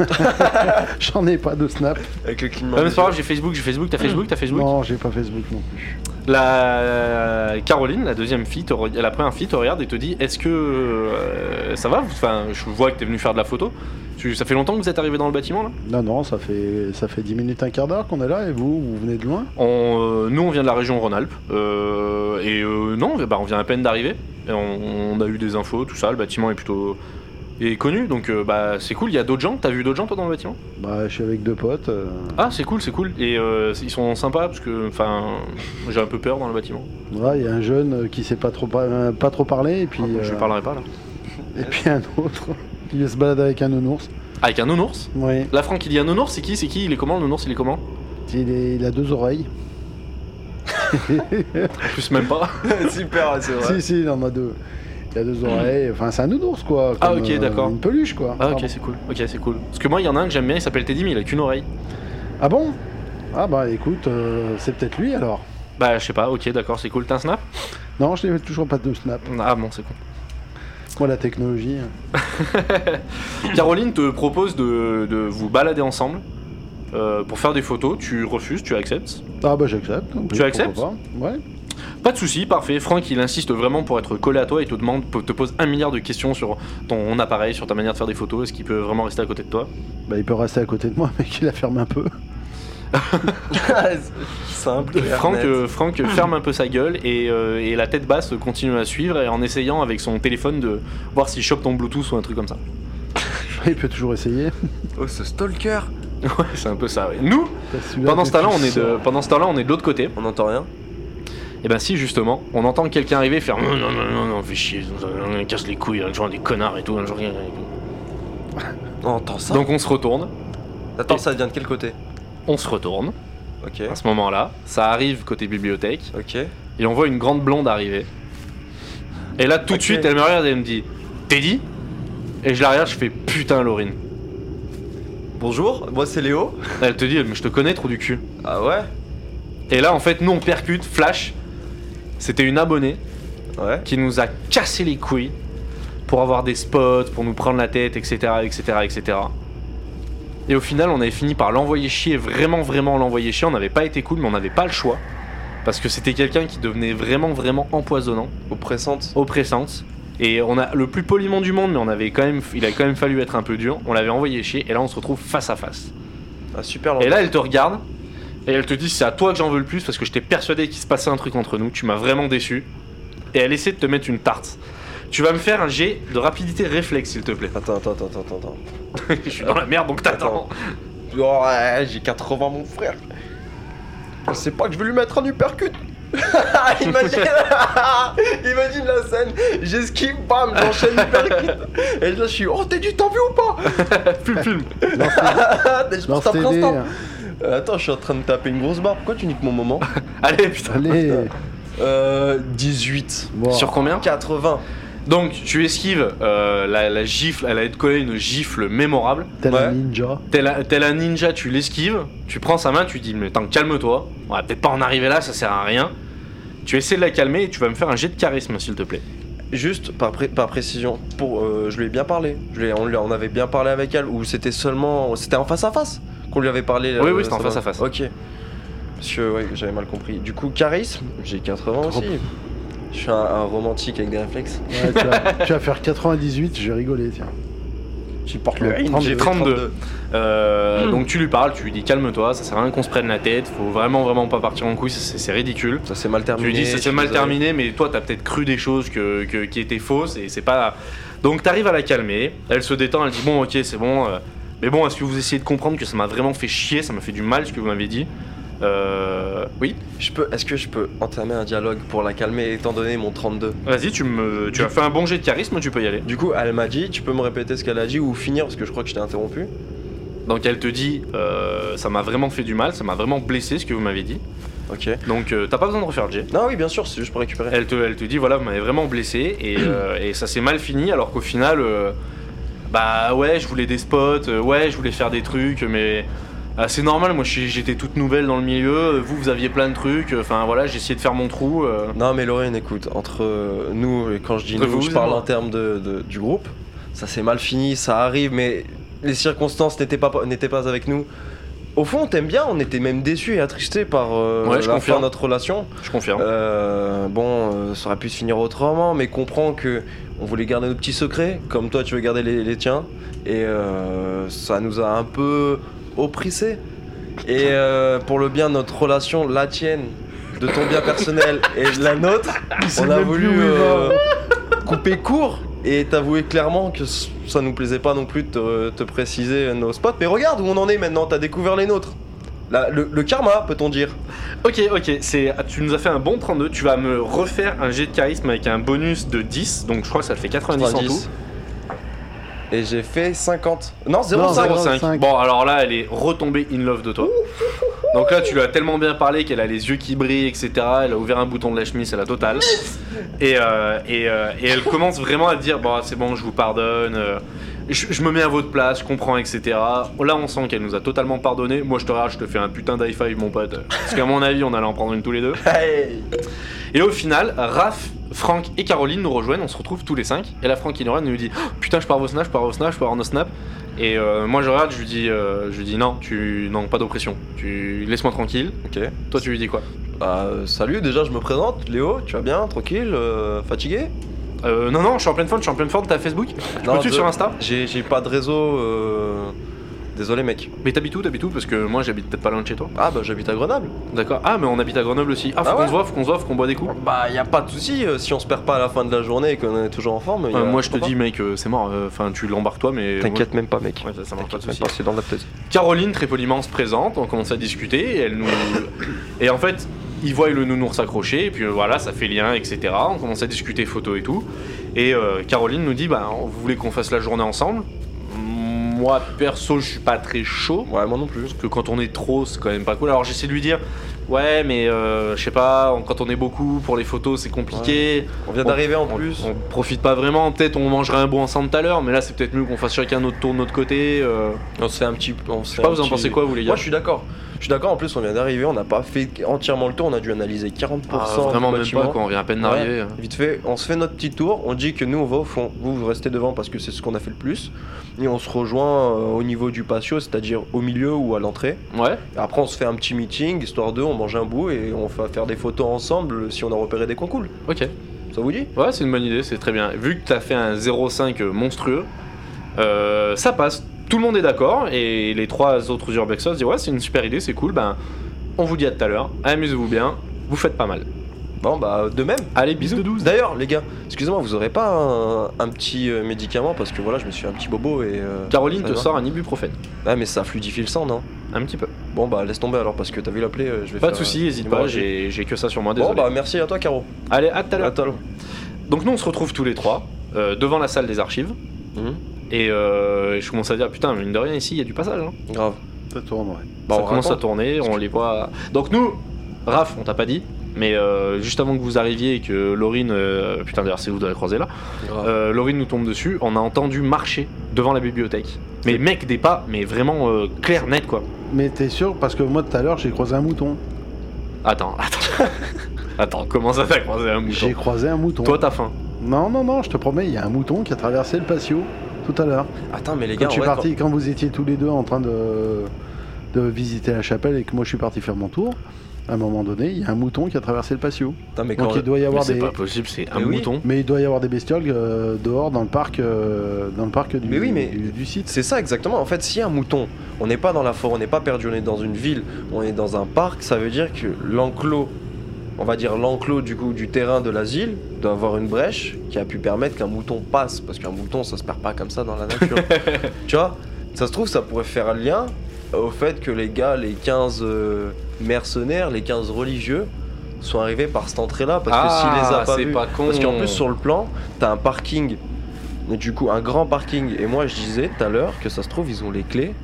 Ah,
J'en ai pas de Snap.
Avec le clignement.
Ah, mais
des
c'est pas
yeux.
grave, j'ai Facebook, j'ai Facebook, t'as Facebook, t'as Facebook.
Non, j'ai pas Facebook non plus.
La Caroline, la deuxième fille, te re- la première fille te regarde et te dit Est-ce que euh, ça va Enfin, je vois que t'es venu faire de la photo. Tu- Ça fait longtemps que vous êtes arrivé dans le bâtiment là
Non, non, ça fait, ça fait 10 minutes, un quart d'heure qu'on est là et vous, vous venez de loin
On, euh, nous, on vient de la région Rhône-Alpes. euh, et euh, non, bah, on vient à peine d'arriver. Et On, on a eu des infos, tout ça. Le bâtiment est plutôt est connu, donc euh, bah c'est cool. Il y a d'autres gens. T'as vu d'autres gens toi dans le bâtiment
Bah, je suis avec deux potes. euh,
Ah, c'est cool, c'est cool. Et euh, ils sont sympas parce que, enfin, j'ai un peu peur dans le bâtiment.
Ouais, il y a un jeune euh, qui sait pas trop, par- euh, pas trop parler et puis,
Ah, Je
euh,
ne parlerai pas là.
et puis un autre. Il se balade avec un nounours.
Ah, Avec un nounours.
Oui.
Là, Franck, il dit un nounours. C'est qui C'est qui Il est comment le nounours Il est comment
Il, est- il a deux oreilles.
En plus, même pas.
Super, c'est vrai.
Si, si, il en a deux. Il a deux oreilles. Enfin, c'est un nounours, quoi.
Ah,
comme, euh,
ok, d'accord.
Une peluche, quoi.
Ah, ok, c'est cool. Ok, c'est cool. Parce que moi, il y en a un que j'aime bien. Il s'appelle Teddy, mais il a qu'une oreille.
Ah bon Ah, bah, écoute, euh, c'est peut-être lui alors.
Bah, je sais pas. Ok, d'accord, c'est cool. T'as un snap
Non, je n'ai toujours pas de Snap.
Ah bon, c'est cool.
Moi, la technologie. hein.
Caroline te propose de, de vous balader ensemble euh, pour faire des photos. Tu refuses, tu acceptes.
Ah, bah, j'accepte.
Tu acceptes
Pourquoi pas. Ouais.
Pas de souci, parfait. Franck, il insiste vraiment pour être collé à toi et te demande, te pose un milliard de questions sur ton appareil, sur ta manière de faire des photos. Est-ce qu'il peut vraiment rester à côté de toi
Bah, il peut rester à côté de moi, mais qu'il la ferme un peu.
Simple. clair,
Franck,
net.
euh, Franck ferme un peu sa gueule et, euh, et la tête basse continue à suivre et en essayant avec son téléphone de voir s'il chope ton Bluetooth ou un truc comme ça.
Il peut toujours essayer.
Oh, ce stalker.
Ouais, c'est un peu ça. ouais. Nous,
T'as celui-là
pendant
que
ce temps-là,
tu
on est de,
sors.
pendant ce temps-là, on est de l'autre côté.
On n'entend rien.
Et ben si justement, on entend quelqu'un arriver faire non non non non, non fais chier, non, non, casse les couilles, un genre des connards et tout, un genre-
On entend ça.
Donc on se retourne,
Attends, ça vient de quel côté
on se retourne.
Ok.
À ce moment-là, ça arrive côté bibliothèque
Ok.
et on voit une grande blonde arriver. Et là tout de
Ok.
suite, elle me regarde et elle me dit Teddy Et je la regarde, je fais putain Laurine.
Bonjour, moi c'est Léo.
Elle te dit mais je te connais trop du cul.
Ah ouais
Et là en fait, nous on percute, flash. C'était une abonnée
Ouais.
qui nous a cassé les couilles pour avoir des spots, pour nous prendre la tête, etc., etc., etc. Et au final, on avait fini par l'envoyer chier, vraiment, vraiment l'envoyer chier. On n'avait pas été cool, mais on n'avait pas le choix. Parce que c'était quelqu'un qui devenait vraiment, vraiment empoisonnant,
Oppressante.
oppressante. Et on a le plus poliment du monde, mais on avait quand même, il a quand même fallu être un peu dur. On l'avait envoyé chier, et là, on se retrouve face à face.
Ah super
Et
l'entend.
là, elle te regarde, et elle te dit C'est à toi que j'en veux le plus parce que je t'ai persuadé qu'il se passait un truc entre nous, tu m'as vraiment déçu. Et elle essaie de te mettre une tarte. Tu vas me faire un jet de rapidité réflexe, s'il te plaît.
Attends, attends, attends, attends, attends.
je suis dans la merde donc t'attends.
Oh, ouais, j'ai 80 mon frère. Je sais pas que je vais lui mettre un uppercut. imagine, imagine la scène. J'esquive, bam, j'enchaîne l'uppercut. Et là je suis, oh t'es du t'as vu ou pas
film, film.
Je
Lance
pense
tes
après
dés,
instant.
hein.
Euh, attends, je suis en train de taper une grosse barre. Pourquoi tu niques mon moment
Allez, putain.
Allez,
Euh, 18.
bon.
Sur combien
80.
Donc, tu esquives euh, la, la gifle, elle a été collée une gifle mémorable.
tel un
Ouais.
ninja.
Tel un, tel un ninja, tu l'esquives, tu prends sa main, tu dis Mais attends, calme-toi, on va peut-être pas en arriver là, ça sert à rien. Tu essaies de la calmer et tu vas me faire un jet de charisme, s'il te plaît.
Juste par, pré- par précision, pour, euh, je lui ai bien parlé. Je lui ai- on, lui- on avait bien parlé avec elle, ou c'était seulement. C'était en face à face qu'on lui avait parlé euh,
Oui, oui, c'était en
ça
face
va.
à face.
Ok. Parce que ouais, j'avais mal compris. Du coup, charisme, j'ai 80
Trop.
aussi. Je suis un, un romantique avec des réflexes.
Ouais, tu, vas, tu vas faire 98, je vais rigoler, tiens.
Tu portes
le
le
ring,
j'ai 32. Euh, Donc tu lui parles, tu lui dis calme-toi, ça sert à rien qu'on se prenne la tête, faut vraiment vraiment pas partir en couille, ça, c'est c'est ridicule.
Ça s'est mal
Tu
terminé.
lui dis ça
je
s'est
suis
mal
désolé.
terminé, mais toi t'as peut-être cru des choses que, que- qui étaient fausses et c'est pas. Donc t'arrives à la calmer, elle se détend, elle dit bon ok c'est bon, euh, mais bon est-ce que vous essayez de comprendre que ça m'a vraiment fait chier, ça m'a fait du mal ce que vous m'avez dit. Euh, oui,
Je peux, est-ce que je peux entamer un dialogue pour la calmer étant donné mon 32
vas-y tu me, tu as fait un bon jet de charisme, tu peux y aller.
Du coup, elle m'a dit, tu peux me répéter ce qu'elle a dit ou finir parce que je crois que je t'ai interrompu.
Donc elle te dit euh, ça m'a vraiment fait du mal, ça m'a vraiment blessé ce que vous m'avez dit.
Ok.
Donc euh, t'as pas besoin de refaire le jet.
Non, oui, bien sûr, c'est juste pour récupérer.
Elle te, elle te dit voilà, vous m'avez vraiment blessé et, euh, et ça s'est mal fini alors qu'au final, euh, bah ouais, je voulais des spots, euh, ouais, je voulais faire des trucs, mais Ah, c'est normal, moi je suis- j'étais toute nouvelle dans le milieu, vous vous aviez plein de trucs, euh, enfin voilà, j'ai essayé de faire mon trou. euh.
Non, mais Lorraine, écoute, entre euh, nous, et quand je dis
Entre
nous,
vous
je
et
parle
moi.
en termes de, de- du groupe. Ça s'est mal fini, ça arrive, mais les circonstances n'étaient pas, n'étaient pas avec nous. Au fond, on t'aime bien, on était même déçus et attristés par euh,
Ouais, je
la fin
confirme.
de notre relation.
Je confirme.
Euh, bon, euh, ça aurait pu se finir autrement, mais comprends que on voulait garder nos petits secrets, comme toi tu veux garder les, les tiens, et euh, ça nous a un peu oppressés. Et euh, pour le bien de notre relation, la tienne, de ton bien personnel et de la nôtre, on a
même
voulu
plus où il va.
euh, couper court et t'avouer clairement que c- ça nous plaisait pas non plus de te, te préciser nos spots. Mais regarde où on en est maintenant, t'as découvert les nôtres. La- le- le karma, peut-on dire
Ok, ok, c'est, ah, tu nous as fait un bon 32, tu vas me refaire un jet de charisme avec un bonus de 10, donc je crois que ça le fait 90, en tout.
90. Et j'ai fait 50. Non, 0,5.
0,5.
0,5.
Bon, alors là, elle est retombée in love de toi. Donc là, tu lui as tellement bien parlé qu'elle a les yeux qui brillent, etc. Elle a ouvert un bouton de la chemise, c'est la totale. Et, euh, et, euh, et elle commence vraiment à dire Bon, c'est bon, je vous pardonne, euh, je, je me mets à votre place, je comprends, etc. Là, on sent qu'elle nous a totalement pardonné. Moi, je te rage, je te fais un putain d'high five, mon pote. Parce qu'à mon avis, on allait en prendre une tous les deux.
Hey.
Et au final, Raph, Franck et Caroline nous rejoignent, on se retrouve tous les cinq. Et là, Franck, il nous regarde, il nous dit Oh, Putain, je pars au snap, je pars au snap, je pars en snap. Et euh, moi, je regarde, je lui dis, euh, je lui dis Non, tu. Non, pas d'oppression. Tu. Laisse-moi tranquille.
Ok.
Toi, tu lui dis quoi
Euh, salut, déjà je me présente. Léo, tu vas bien Tranquille euh, Fatigué
euh, Non, non, je suis en pleine forme, je suis en pleine forme, t'as Facebook Tu me
Non,
suivre
de-
sur Insta
J'ai j'ai pas de réseau. euh, Désolé, mec.
Mais t'habites où T'habites où Parce que moi, j'habite peut-être pas loin de chez toi.
Ah, bah j'habite à Grenoble.
D'accord. Ah, mais on habite à Grenoble aussi. Ah, faut
Ah
qu'on
ouais
se voit, faut qu'on se voit, faut qu'on boit des coups.
Bah, y a pas de souci. euh, Si on se perd pas à la fin de la journée et qu'on est toujours en forme. y a-
Euh, moi, je te
pourquoi
dis, mec, euh, c'est mort. euh, Enfin, tu l'embarques toi, mais.
pas T'inquiète même pas, mec.
Ouais, ça, ça marche pas de
T'inquiète même
soucis.
pas, c'est dans la tête.
Caroline très poliment se présente, on commence à discuter, et elle nous. et en fait, ils voient le nounours s'accrocher, et puis euh, voilà, ça fait lien, etc. On commence à discuter photo et tout. Et euh, Caroline nous dit, bah, vous voulez qu'on fasse la journée ensemble Moi, perso, je suis pas très chaud.
Ouais, moi non plus.
Parce que quand on est trop, c'est quand même pas cool. Alors j'essaie de lui dire, ouais, mais euh, je sais pas, on- quand on est beaucoup pour les photos, c'est compliqué.
On vient
On-
d'arriver en
On,
plus.
on profite pas vraiment. Peut-être on mangerait un bout ensemble tout à l'heure, mais là, c'est peut-être mieux qu'on fasse chacun notre tour de notre côté. euh.
On se fait un petit. On se
Je
fait
sais pas,
un
vous en
petit-
pensez quoi, vous les gars
Moi je suis d'accord. Je suis d'accord, en plus on vient d'arriver, on n'a pas fait entièrement le tour, on a dû analyser 40%
Ah, vraiment
du
même
bâtiment.
pas quoi, on vient à peine d'arriver. hein.
Ouais, Vite fait, on se fait notre petit tour, on dit que nous on va au fond, vous vous restez devant parce que c'est ce qu'on a fait le plus, et on se rejoint euh, au niveau du patio, c'est-à-dire au milieu ou à l'entrée.
Ouais.
Après on se fait un petit meeting, histoire d'eux, on mange un bout et on va faire des photos ensemble si on a repéré des concours.
Ok.
Ça vous dit
Ouais, c'est une bonne idée, c'est très bien. Vu que t'as fait un 0,5 monstrueux, euh, ça passe. Tout le monde est d'accord et les trois autres urbexos disent ouais, c'est une super idée, c'est cool. Ben, on vous dit à tout à l'heure. Amusez-vous bien, vous faites pas mal.
Bon bah de même.
Allez, bis de 12.
D'ailleurs les gars, excusez-moi, vous aurez pas un, un petit euh, médicament parce que voilà, je me suis fait un petit bobo et... euh,
Caroline
ça
te
va.
sort un ibuprofène,
Ah mais ça fluidifie le sang non
un petit peu.
Bon bah laisse tomber alors parce que t'as vu l'appeler, euh, je vais
Pas
faire,
de soucis,
euh,
hésite
une
pas,
braquée.
j'ai j'ai que ça sur moi,
Bon
désolé.
bah merci à toi Caro.
Allez, à tout à
À
l'heure.
toi.
Donc nous on se retrouve tous les trois euh, devant la salle des archives Mmh. et euh, je commence à dire putain, mine de rien ici, il y a du passage. hein.
Grave. Bah,
Ça tourne, ouais.
ça
on
commence
raconte.
à tourner, on les voit. Donc nous, Raph, on t'a pas dit, mais euh, juste avant que vous arriviez et que Laurine, euh, putain d'ailleurs c'est vous de la croiser là,
Grave.
euh, Laurine nous tombe dessus, on a entendu marcher devant la bibliothèque. Mais mec des pas, mais vraiment euh, clair, net quoi.
Mais t'es sûr Parce que moi tout à l'heure j'ai croisé un mouton.
Attends, attends. attends, comment ça t'a croisé un mouton
J'ai croisé un mouton.
Toi t'as faim.
Non, non, non, je te promets, il y a un mouton qui a traversé le patio tout à l'heure.
Euh, Attends mais les
Quand
gars,
je
en
suis
vrai,
parti, quand vous étiez tous les deux en train de, de visiter la chapelle et que moi je suis parti faire mon tour, à un moment donné, il y a un mouton qui a traversé le patio.
quand- Putain, mais
Donc
quand-
il doit y
Mais
avoir
c'est
des.
pas possible, c'est un
Mais Eh oui.
mouton.
Mais il doit y avoir des bestioles euh, dehors dans le parc, euh, dans le parc du,
Mais oui, mais-
du, du site.
C'est ça exactement. En fait, si un mouton, on n'est pas dans la forêt, on n'est pas perdu, on est dans une ville, on est dans un parc, ça veut dire que l'enclos, on va dire l'enclos du coup du terrain de l'asile, doit avoir une brèche qui a pu permettre qu'un mouton passe, parce qu'un mouton, ça se perd pas comme ça dans la nature. tu vois Ça se trouve, ça pourrait faire un lien au fait que les gars, les 15 euh, mercenaires, les 15 religieux, sont arrivés par cette entrée-là, parce que s'il les a pas
Ah, c'est
vus,
pas con.
parce qu'en plus, sur le plan, t'as un parking. Et du coup, un grand parking. Et moi, je disais tout à l'heure que ça se trouve, ils ont les clés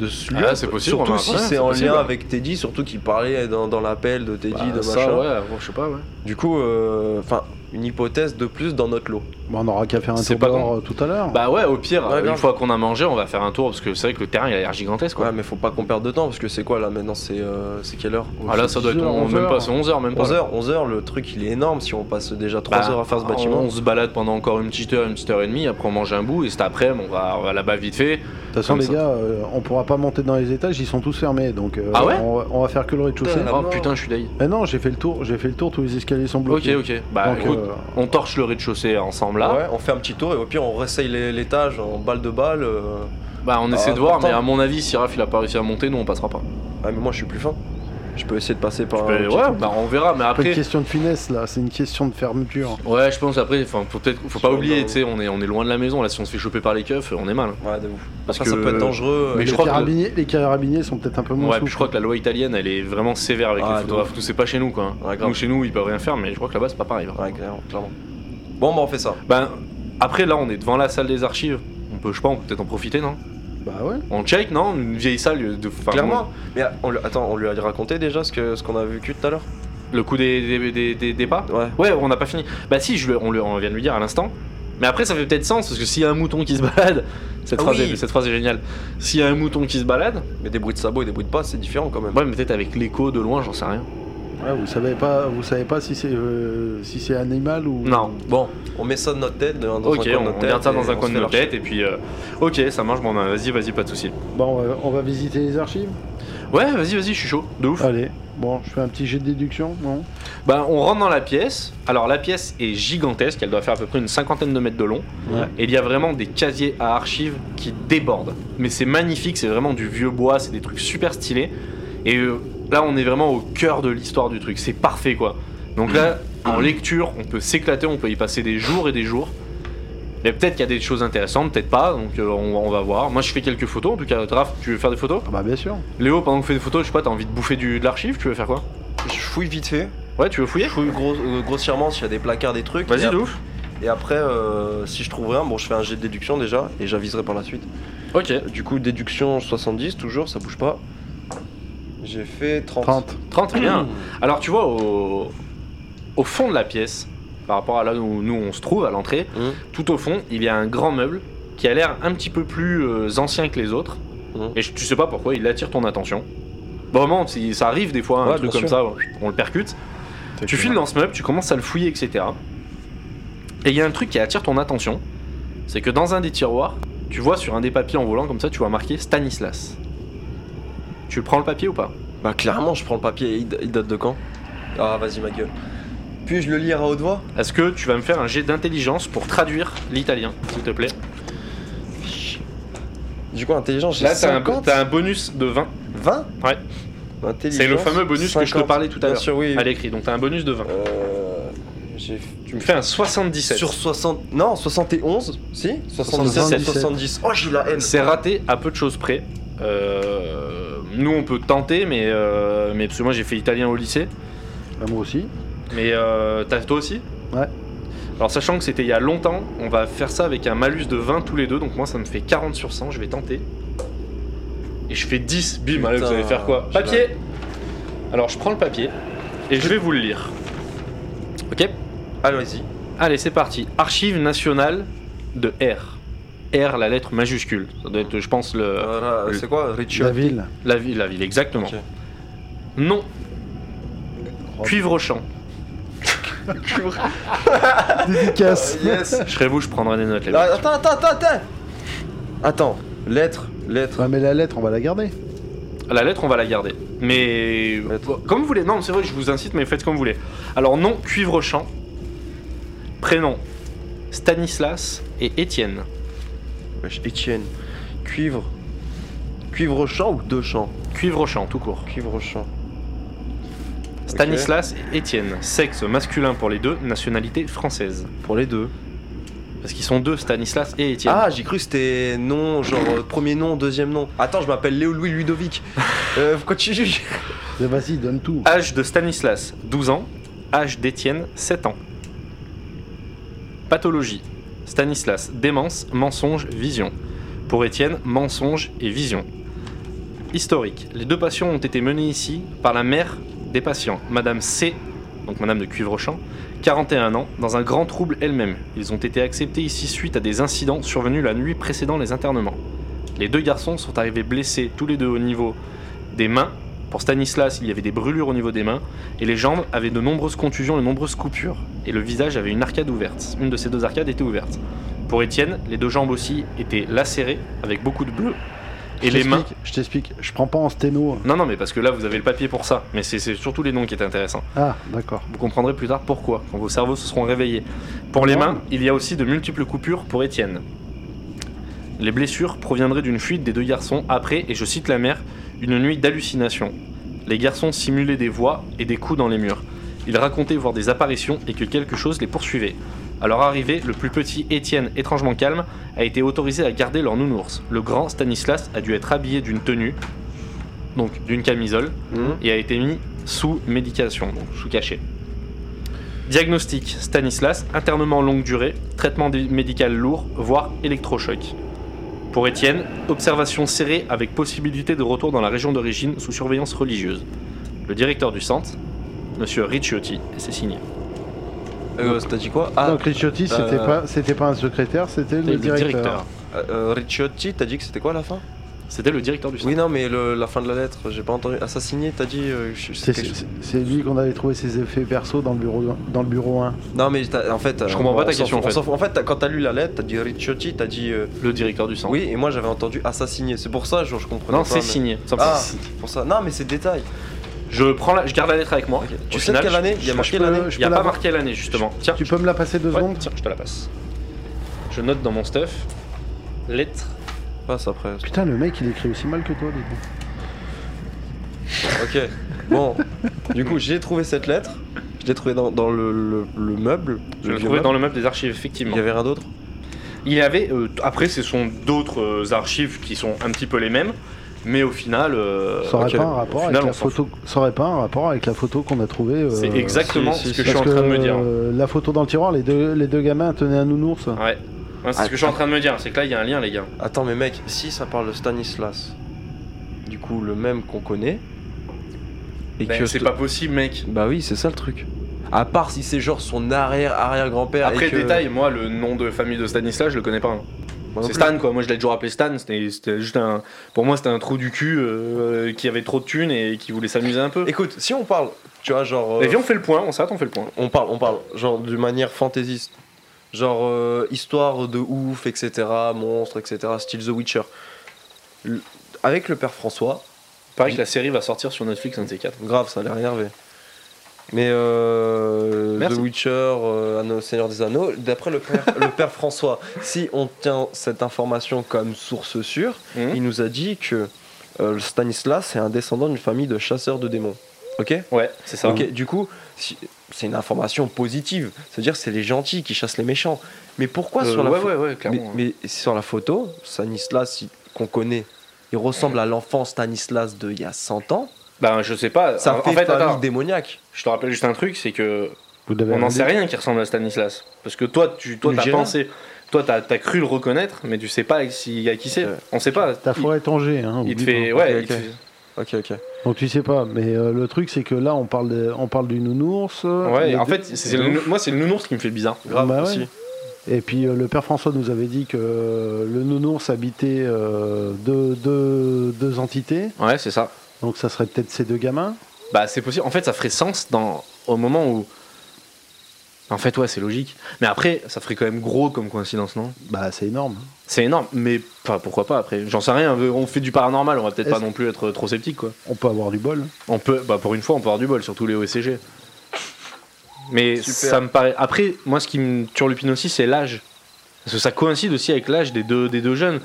de ce lieu.
Ah, c'est possible,
Surtout
remarque.
si
Ouais,
c'est
c'est
en
possible.
lien avec Teddy, surtout qu'il parlait dans, dans l'appel de Teddy,
Bah,
de
ça,
machin.
ouais, bon, je sais pas, ouais.
Du coup, enfin, une hypothèse de plus dans notre lot.
Bah, on aura qu'à faire un
C'est
tour
pas
dehors, euh, tout à l'heure.
Bah ouais, au pire,
Ouais,
euh, une
grave.
fois qu'on a mangé, on va faire un tour parce que c'est vrai que le terrain il a l'air gigantesque quoi.
Ouais, mais faut pas qu'on perde de temps parce que c'est quoi là maintenant C'est euh, c'est quelle heure
Oh,
ah là, ça doit être
10 heures,
on-
11
même pas,
heures.
c'est 11h, même pas.
11h, 11h, le truc il est énorme si on passe déjà 3
Bah,
heures à faire ce
on-
bâtiment.
On se balade pendant encore une petite heure, une petite heure et demie, après on mange un bout et cet après on va, on va là-bas vite fait.
De toute façon,
comme
les
ça.
gars, euh, on pourra pas monter dans les étages, ils sont tous fermés. Donc, euh,
Ah ouais
on, va- on va faire que le rez-de-chaussée.
Putain, la
oh
mort.
putain, je suis d'ailleurs.
Mais non, j'ai fait le tour, j'ai fait le tour, tous les escaliers sont
Ok,
bloqués.
ok. Bah
Donc,
écoute,
euh,
on torche le rez-de-chaussée ensemble là.
Ouais, on fait un petit tour et au pire on réessaye les- l'étage en balle de balle. euh.
Bah on essaie
Ah,
de voir,
pourtant.
mais à mon avis, si Raph il a pas réussi à monter, nous on passera
Bah,
pas.
Ah, mais moi je suis plus fin. Je peux essayer de passer par. un
Mais
petit
ouais,
tour.
bah on verra, mais
pas une
après.
question de finesse là, c'est une question de fermeture.
Ouais, je pense après, enfin faut peut-être, faut pas
Sur le
oublier,
bas,
tu sais, on est, on est loin de la maison là, si on se fait choper par les keufs, on est mal.
Ouais, de ouf.
Parce
Parce que
que-
ça peut être dangereux.
Mais
euh,
les,
je crois que-
carabiniers, les carabiniers sont peut-être un peu moins
Ouais,
souples.
puis je crois que la loi italienne elle est vraiment sévère avec
Ah,
les
de
photographes, tout c'est pas chez nous quoi.
Ouais, grave.
nous chez nous ils peuvent rien faire, mais je crois que là-bas c'est pas pareil.
Ouais, clairement. clairement. Bon, bah on fait ça.
Ben après là on est devant la salle des archives, on peut, je sais pas, on peut peut-être en profiter non
Bah ouais.
On check non Une vieille salle euh, de. enfin,
Clairement. Mais ah, on lui- attends, on lui a raconté déjà ce que ce qu'on a vécu tout à l'heure
Le coup des, des, des, des- des pas
Ouais.
Ouais, on n'a pas fini. Bah si, je, le- on, le, on vient de lui dire à l'instant. Mais après, ça fait peut-être sens, parce que s'il y a un mouton qui se balade, cette,
Ah
phrase,
oui.
est, cette phrase est géniale. S'il y a un mouton qui se balade,
Mais des bruits de sabots et des bruits de pas, c'est différent quand même.
ouais, mais peut-être avec l'écho de loin, j'en sais rien.
Ouais, vous savez pas, vous savez pas si c'est euh, si c'est animal ou.
Non.
Bon, on met ça de notre tête, dans un
ok,
coin de
on,
notre tête.
garde ça
et
dans un
on
coin
se
de
fait
notre
l'archi.
tête, et puis... euh, ok, ça marche, bon, ben, vas-y, vas-y, pas de soucis.
Bon, euh, on va visiter les archives.
Ouais, vas-y, vas-y, je suis chaud, de ouf.
Allez. Bon, je fais un petit jet de déduction, non
Bah, on rentre dans la pièce. Alors, la pièce est gigantesque, elle doit faire à peu près une cinquantaine de mètres de long.
Ouais.
Et il y a vraiment des casiers à archives qui débordent. Mais c'est magnifique, c'est vraiment du vieux bois, c'est des trucs super stylés. Et euh, là, on est vraiment au cœur de l'histoire du truc, c'est parfait quoi. Donc là, en lecture, on peut s'éclater, on peut y passer des jours et des jours. Mais peut-être qu'il y a des choses intéressantes, peut-être pas, donc euh, on, on va voir. Moi, je fais quelques photos, en tout cas, Raph, tu veux faire des photos
Ah bah bien sûr.
Léo, pendant que tu fais des photos, je sais pas, t'as envie de bouffer du, de l'archive, tu veux faire quoi
Je fouille vite fait.
Ouais, tu veux fouiller
Je fouille gros- euh, grossièrement s'il y a des placards, des trucs. et
Vas-y,
ap-
de ouf.
Et après, euh, si je trouve rien, bon, je fais un jet de déduction déjà et j'aviserai par la suite.
Ok.
Du coup, déduction 70, toujours, ça bouge pas. J'ai fait 30.
30.
30,
Hmm.
bien. Alors tu vois, au, au fond de la pièce, par rapport à là où nous on se trouve, à l'entrée,
Mhm.
tout au fond, il y a un grand meuble qui a l'air un petit peu plus euh, ancien que les autres.
Mhm.
Et je- tu sais pas pourquoi, il attire ton attention. Vraiment, si- ça arrive des fois, un
Ouais,
truc
bien
comme
sûr.
ça, on le percute. Tu files dans ce meuble, tu commences à le fouiller, etc. Et il y a un truc qui attire ton attention, c'est que dans un des tiroirs, tu vois sur un des papiers en volant comme ça, tu vois marqué Stanislas. Tu prends le papier ou pas
Bah, clairement, je prends le papier. Il, il date de quand Ah, vas-y, ma gueule. Puis-je le lire à haute voix
Est-ce que tu vas me faire un jet d'intelligence pour traduire l'italien, s'il te plaît
Du coup, intelligence, j'ai
Là, t'as un,
50.
t'as un bonus de 20
20
Ouais.
Intelligence,
C'est le fameux bonus que je te
50.
parlais tout à l'heure.
Bien sûr, oui.
à l'écrit, donc t'as un bonus de 20.
Euh, j'ai
Tu me fais un 77.
Sur 60. Non, 71 Si 77,
77.
70. Oh, j'ai la haine
C'est raté à peu de choses près. Euh, nous, on peut tenter, mais, euh, mais parce que moi j'ai fait italien au lycée.
Bah, moi aussi.
Mais euh, t'as toi aussi
Ouais.
Alors, sachant que c'était il y a longtemps, on va faire ça avec un malus de 20 tous les deux, donc moi ça me fait 40 sur 100, je vais tenter. Et je fais 10, bim, allez, vous
Putain,
allez faire quoi
je
Papier Alors, je prends le papier et je vais vous le lire. Ok
Allons-y.
Allez, c'est parti. Archives nationales de R. R, la lettre majuscule. Ça doit être, je pense, le,
Euh,
oui.
c'est quoi
La
Richard
ville.
la ville, la ville, exactement.
Ok.
Non.
Oh.
Cuivre au champ. Ah,
Dédicace.
Yes
Je serais vous, je prendrais des notes. Les
Ah,
mecs.
Attends, attends, attends, attends Attends, lettre, lettre.
Ouais, mais la lettre, on va la garder.
La lettre, on va la garder. Mais
Lettre.
comme vous voulez. Non, c'est vrai, je vous incite, mais faites comme vous voulez. Alors nom Cuivre Champ. Prénom Stanislas et Étienne.
Wesh, Étienne. Cuivre. Cuivre au champ ou deux champs
Cuivre Champ, tout court.
Cuivre au champ.
Stanislas et Étienne. Sexe masculin pour les deux, nationalité française.
Pour les deux.
Parce qu'ils sont deux, Stanislas et Étienne.
Ah, j'ai cru que c'était nom, genre euh, premier nom, deuxième nom. Attends, je m'appelle Léo Louis Ludovic. Euh, pourquoi tu juges
Mais Vas-y, donne tout.
Âge de Stanislas, 12 ans. Âge d'Étienne, 7 ans. Pathologie. Stanislas, démence, mensonge, vision. Pour Étienne, mensonge et vision. Historique. Les deux patients ont été menés ici par la mère des patients, Madame C donc madame de Cuivrechamp, 41 ans, dans un grand trouble elle-même. Ils ont été acceptés ici suite à des incidents survenus la nuit précédant les internements. Les deux garçons sont arrivés blessés tous les deux au niveau des mains. Pour Stanislas, il y avait des brûlures au niveau des mains et les jambes avaient de nombreuses contusions et nombreuses coupures. Et le visage avait une arcade ouverte. Une de ces deux arcades était ouverte. Pour Étienne, les deux jambes aussi étaient lacérées avec beaucoup de bleu. Et
Je
les mains.
t'explique, Je t'explique, je prends pas en sténo.
Non, non, mais parce que là, vous avez le papier pour ça. Mais c'est c'est surtout les noms qui étaient intéressants.
Ah, d'accord.
Vous comprendrez plus tard pourquoi, quand vos cerveaux se seront réveillés. Pour les mains, il y a aussi de multiples coupures pour Étienne. Les blessures proviendraient d'une fuite des deux garçons après, et je cite la mère, une nuit d'hallucination. Les garçons simulaient des voix et des coups dans les murs. Ils racontaient voir des apparitions et que quelque chose les poursuivait. À leur arrivée, le plus petit Étienne, étrangement calme, a été autorisé à garder leur nounours. Le grand Stanislas a dû être habillé d'une tenue, donc d'une camisole,
Hmm.
et a été mis sous médication, donc sous cachet. Diagnostic Stanislas, internement longue durée, traitement dé- médical lourd, voire électrochoc. Pour Étienne, observation serrée avec possibilité de retour dans la région d'origine sous surveillance religieuse. Le directeur du centre, monsieur Ricciotti, et c'est signé.
Euh, T'as dit quoi Ah,
Donc Ricciotti, c'était
euh,
pas, c'était pas un secrétaire, c'était
C'était
le directeur.
euh, Ricciotti, t'as dit que c'était quoi la fin
C'était le directeur du centre.
Oui, non, mais le- la fin de la lettre, j'ai pas entendu. Assassiné, t'as dit. euh, je-
C'est-
c'est quelque chose-
C'est c'est lui qu'on avait trouvé ses effets perso dans le bureau, dans le bureau 1.
Non, mais t'as- en fait.
Je
euh,
comprends pas
on
ta
s'en
question, en
fout- on
fait.
s'en fout. En fait, t'as- quand t'as lu la lettre, t'as dit Ricciotti, t'as dit. euh,
Le directeur du centre.
Oui, et moi j'avais entendu assassiné. C'est pour ça, genre, je comprenais
Non,
pas,
c'est
mais-
signé. Simple.
Ah, pour ça. Non, mais c'est détail.
Je prends, la- je garde la lettre avec moi.
Ok.
Au
Tu sais de
final,
quelle
je-
année Il y a
je-
marqué
peux-
l'année
je
Il n'y a
peux
pas
l'avoir
marqué l'année justement. Tiens,
Tu peux me la passer deux
ouais,
secondes
tiens, je te la passe. Je note dans mon stuff. Lettre
Passe après.
Putain, le mec, il écrit aussi mal que toi, du
Ok. Bon. du coup, j'ai trouvé cette lettre. Je l'ai trouvée dans, dans le, le- le meuble.
Je le
vieux
trouvais
meuble.
dans le meuble des archives, effectivement.
Il y avait rien d'autre
Il y avait, euh, t- après, ce sont d'autres euh, archives qui sont un petit peu les mêmes, mais au final, euh,
Ça aurait
ok,
pas un
au
rapport
final,
avec
on
la
s'en fout.
photo. Ça aurait pas un rapport avec la photo qu'on a trouvée. euh,
C'est exactement
si, si,
ce que
si.
je suis en
parce
train de me
que,
dire.
euh, La photo dans le tiroir, les deux, les deux gamins tenaient un nounours.
Ouais. Ouais, c'est ce que je suis en train de me dire, c'est que là, il y a un lien, les gars.
Attends, mais mec, si ça parle de Stanislas, du coup, le même qu'on connaît. Et
Ben, c'est pas possible, mec.
Bah oui, c'est ça le truc. À part si c'est genre son arrière-arrière-grand-père.
Après,
et que-
détail, moi, le nom de famille de Stanislas, je le connais pas. hein.
Moi Bah non
C'est
plus.
Stan, quoi. Moi, je l'ai toujours appelé Stan. C'était c'était juste un. Pour moi, c'était un trou du cul euh, qui avait trop de thunes et qui voulait s'amuser un peu.
Écoute, si on parle, tu vois, genre. euh,
Et viens, on fait le point, on s'arrête, on fait le point.
on parle, on parle, genre de manière fantaisiste. Genre euh, histoire de ouf, etc. Monstre, etc. Style The Witcher. Le- avec le père François,
Pareil que la série va sortir sur Netflix, un de ces quatre.
grave, ça a l'air énervé. Mais euh, The
Merci.
Witcher, euh, Anneau- Seigneur des Anneaux, d'après le père, le père François, si on tient cette information comme source sûre,
Mhm.
il nous a dit que euh, le Stanislas est un descendant d'une famille de chasseurs de démons. Ok
Ouais, c'est ça.
Ok, du coup, si- c'est une information positive. C'est-à-dire que c'est les gentils qui chassent les méchants. Mais pourquoi
Euh,
sur la
ouais,
pho-
ouais, ouais,
mais,
clairement.
mais sur la photo, Stanislas il- qu'on connaît, il ressemble à l'enfant Stanislas de il y a 100 ans.
Ben, je sais pas.
Ça
en, en
Euh, fait,
fait,
famille
attends,
démoniaque.
je te rappelle juste un truc, c'est que
Vous devez
on n'en
regarder.
sait rien qui ressemble à Stanislas. Parce que toi, tu toi,
Ou
t'as
Gérard.
pensé, toi, t'as as cru le reconnaître, mais tu sais pas si, à qui c'est.
Ok.
On sait pas.
Ta
il,
forêt est en G, hein.
Euh, il te
oublie
fait,
pas.
ouais,
Ok,
il te
ok.
fait-
Ok, ok.
Donc tu sais pas, mais euh, le truc c'est que là on parle, de- on parle du nounours. euh,
ouais,
les
en
deux-
fait, c'est- c'est le- moi, c'est le nounours qui me fait bizarre.
Grave
Bah ouais.
aussi.
Et puis euh, le père François nous avait dit que euh, le nounours habitait euh, deux, deux- deux entités,
Ouais, c'est ça.
donc ça serait peut-être ces deux gamins.
Bah, c'est possible. En fait, ça ferait sens dans au moment où. En fait, ouais, c'est logique. Mais après, ça ferait quand même gros comme coïncidence, non
Bah c'est énorme.
C'est énorme, mais enfin, pourquoi pas après J'en sais rien. On fait du paranormal, on va peut-être
Est-ce-
pas non plus être trop sceptique, quoi.
On peut avoir du bol.
On peut, bah pour une fois, on peut avoir du bol, surtout les OSCG. Mais
Super.
ça me paraît. Après, moi, ce qui me turlupine aussi, c'est l'âge. Parce que ça coïncide aussi avec l'âge des deux, des deux jeunes.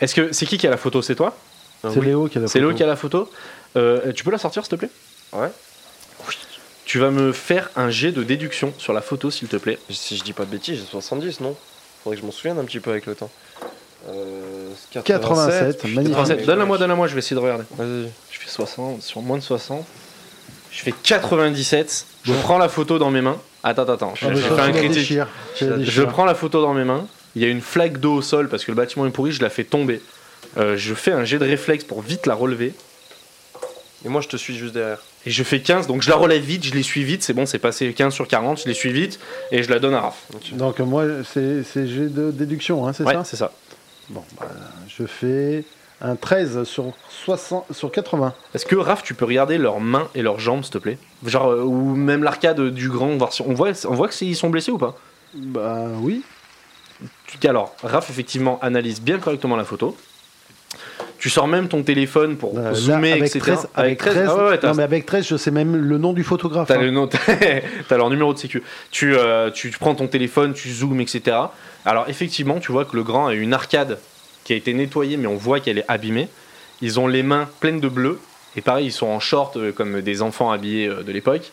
Est-ce que c'est qui qui a la photo C'est toi
Ah
c'est
oui.
Léo qui a la
C'est
photo.
Léo qui a la photo Euh, Tu peux la sortir, s'il te plaît
Ouais.
Tu vas me faire un jet de déduction sur la photo, s'il te plaît.
Si je dis pas de bêtises, j'ai 70, non Faudrait que je m'en souvienne un petit peu avec le temps. Euh,
87,
putain,
magnifique.
mais
87,
wesh.
donne-la moi, donne-la moi, je vais essayer de regarder.
Vas-y.
Je fais 60, sur moins de 60. Je fais 97. Je prends la photo dans mes mains. Attends, attends, attends. Je,
Ah, mais
je
ça,
fais un
tu la
critique.
déchires, tu la
Je-
Je
déchires.
prends la photo dans mes mains. Il y a une flaque d'eau au sol parce que le bâtiment est pourri. Je la fais tomber. Euh, je fais un jet de réflexe pour vite la relever.
Et moi, je te suis juste derrière.
Et je fais 15, donc je la relève vite, je les suis vite, c'est bon, c'est passé 15 sur 40, je les suis vite, et je la donne à Raph.
Donc, euh, moi, c'est c'est jet de déduction, hein, c'est
Ouais,
ça
c'est ça.
Bon, bah, je fais un 13 sur, 60, sur 80.
Est-ce que Raph, tu peux regarder leurs mains et leurs jambes, s'il te plaît Genre, euh, ou même l'arcade du grand, voir si- on voit, on voit qu'ils sont blessés ou pas
Bah oui.
Tu- Alors, Raph, effectivement, analyse bien correctement la photo. Tu sors même ton téléphone pour
Euh, là,
zoomer,
avec
etc.
13, avec 13,
ah ouais, ouais, t'as-
non, mais avec 13, je sais même le nom du photographe.
T'as
hein.
le nom, t'as leur numéro de sécu. Tu, euh, tu prends ton téléphone, tu zoomes, etc. Alors effectivement, tu vois que le grand a une arcade qui a été nettoyée, mais on voit qu'elle est abîmée. Ils ont les mains pleines de bleu. Et pareil, ils sont en short euh, comme des enfants habillés euh, de l'époque.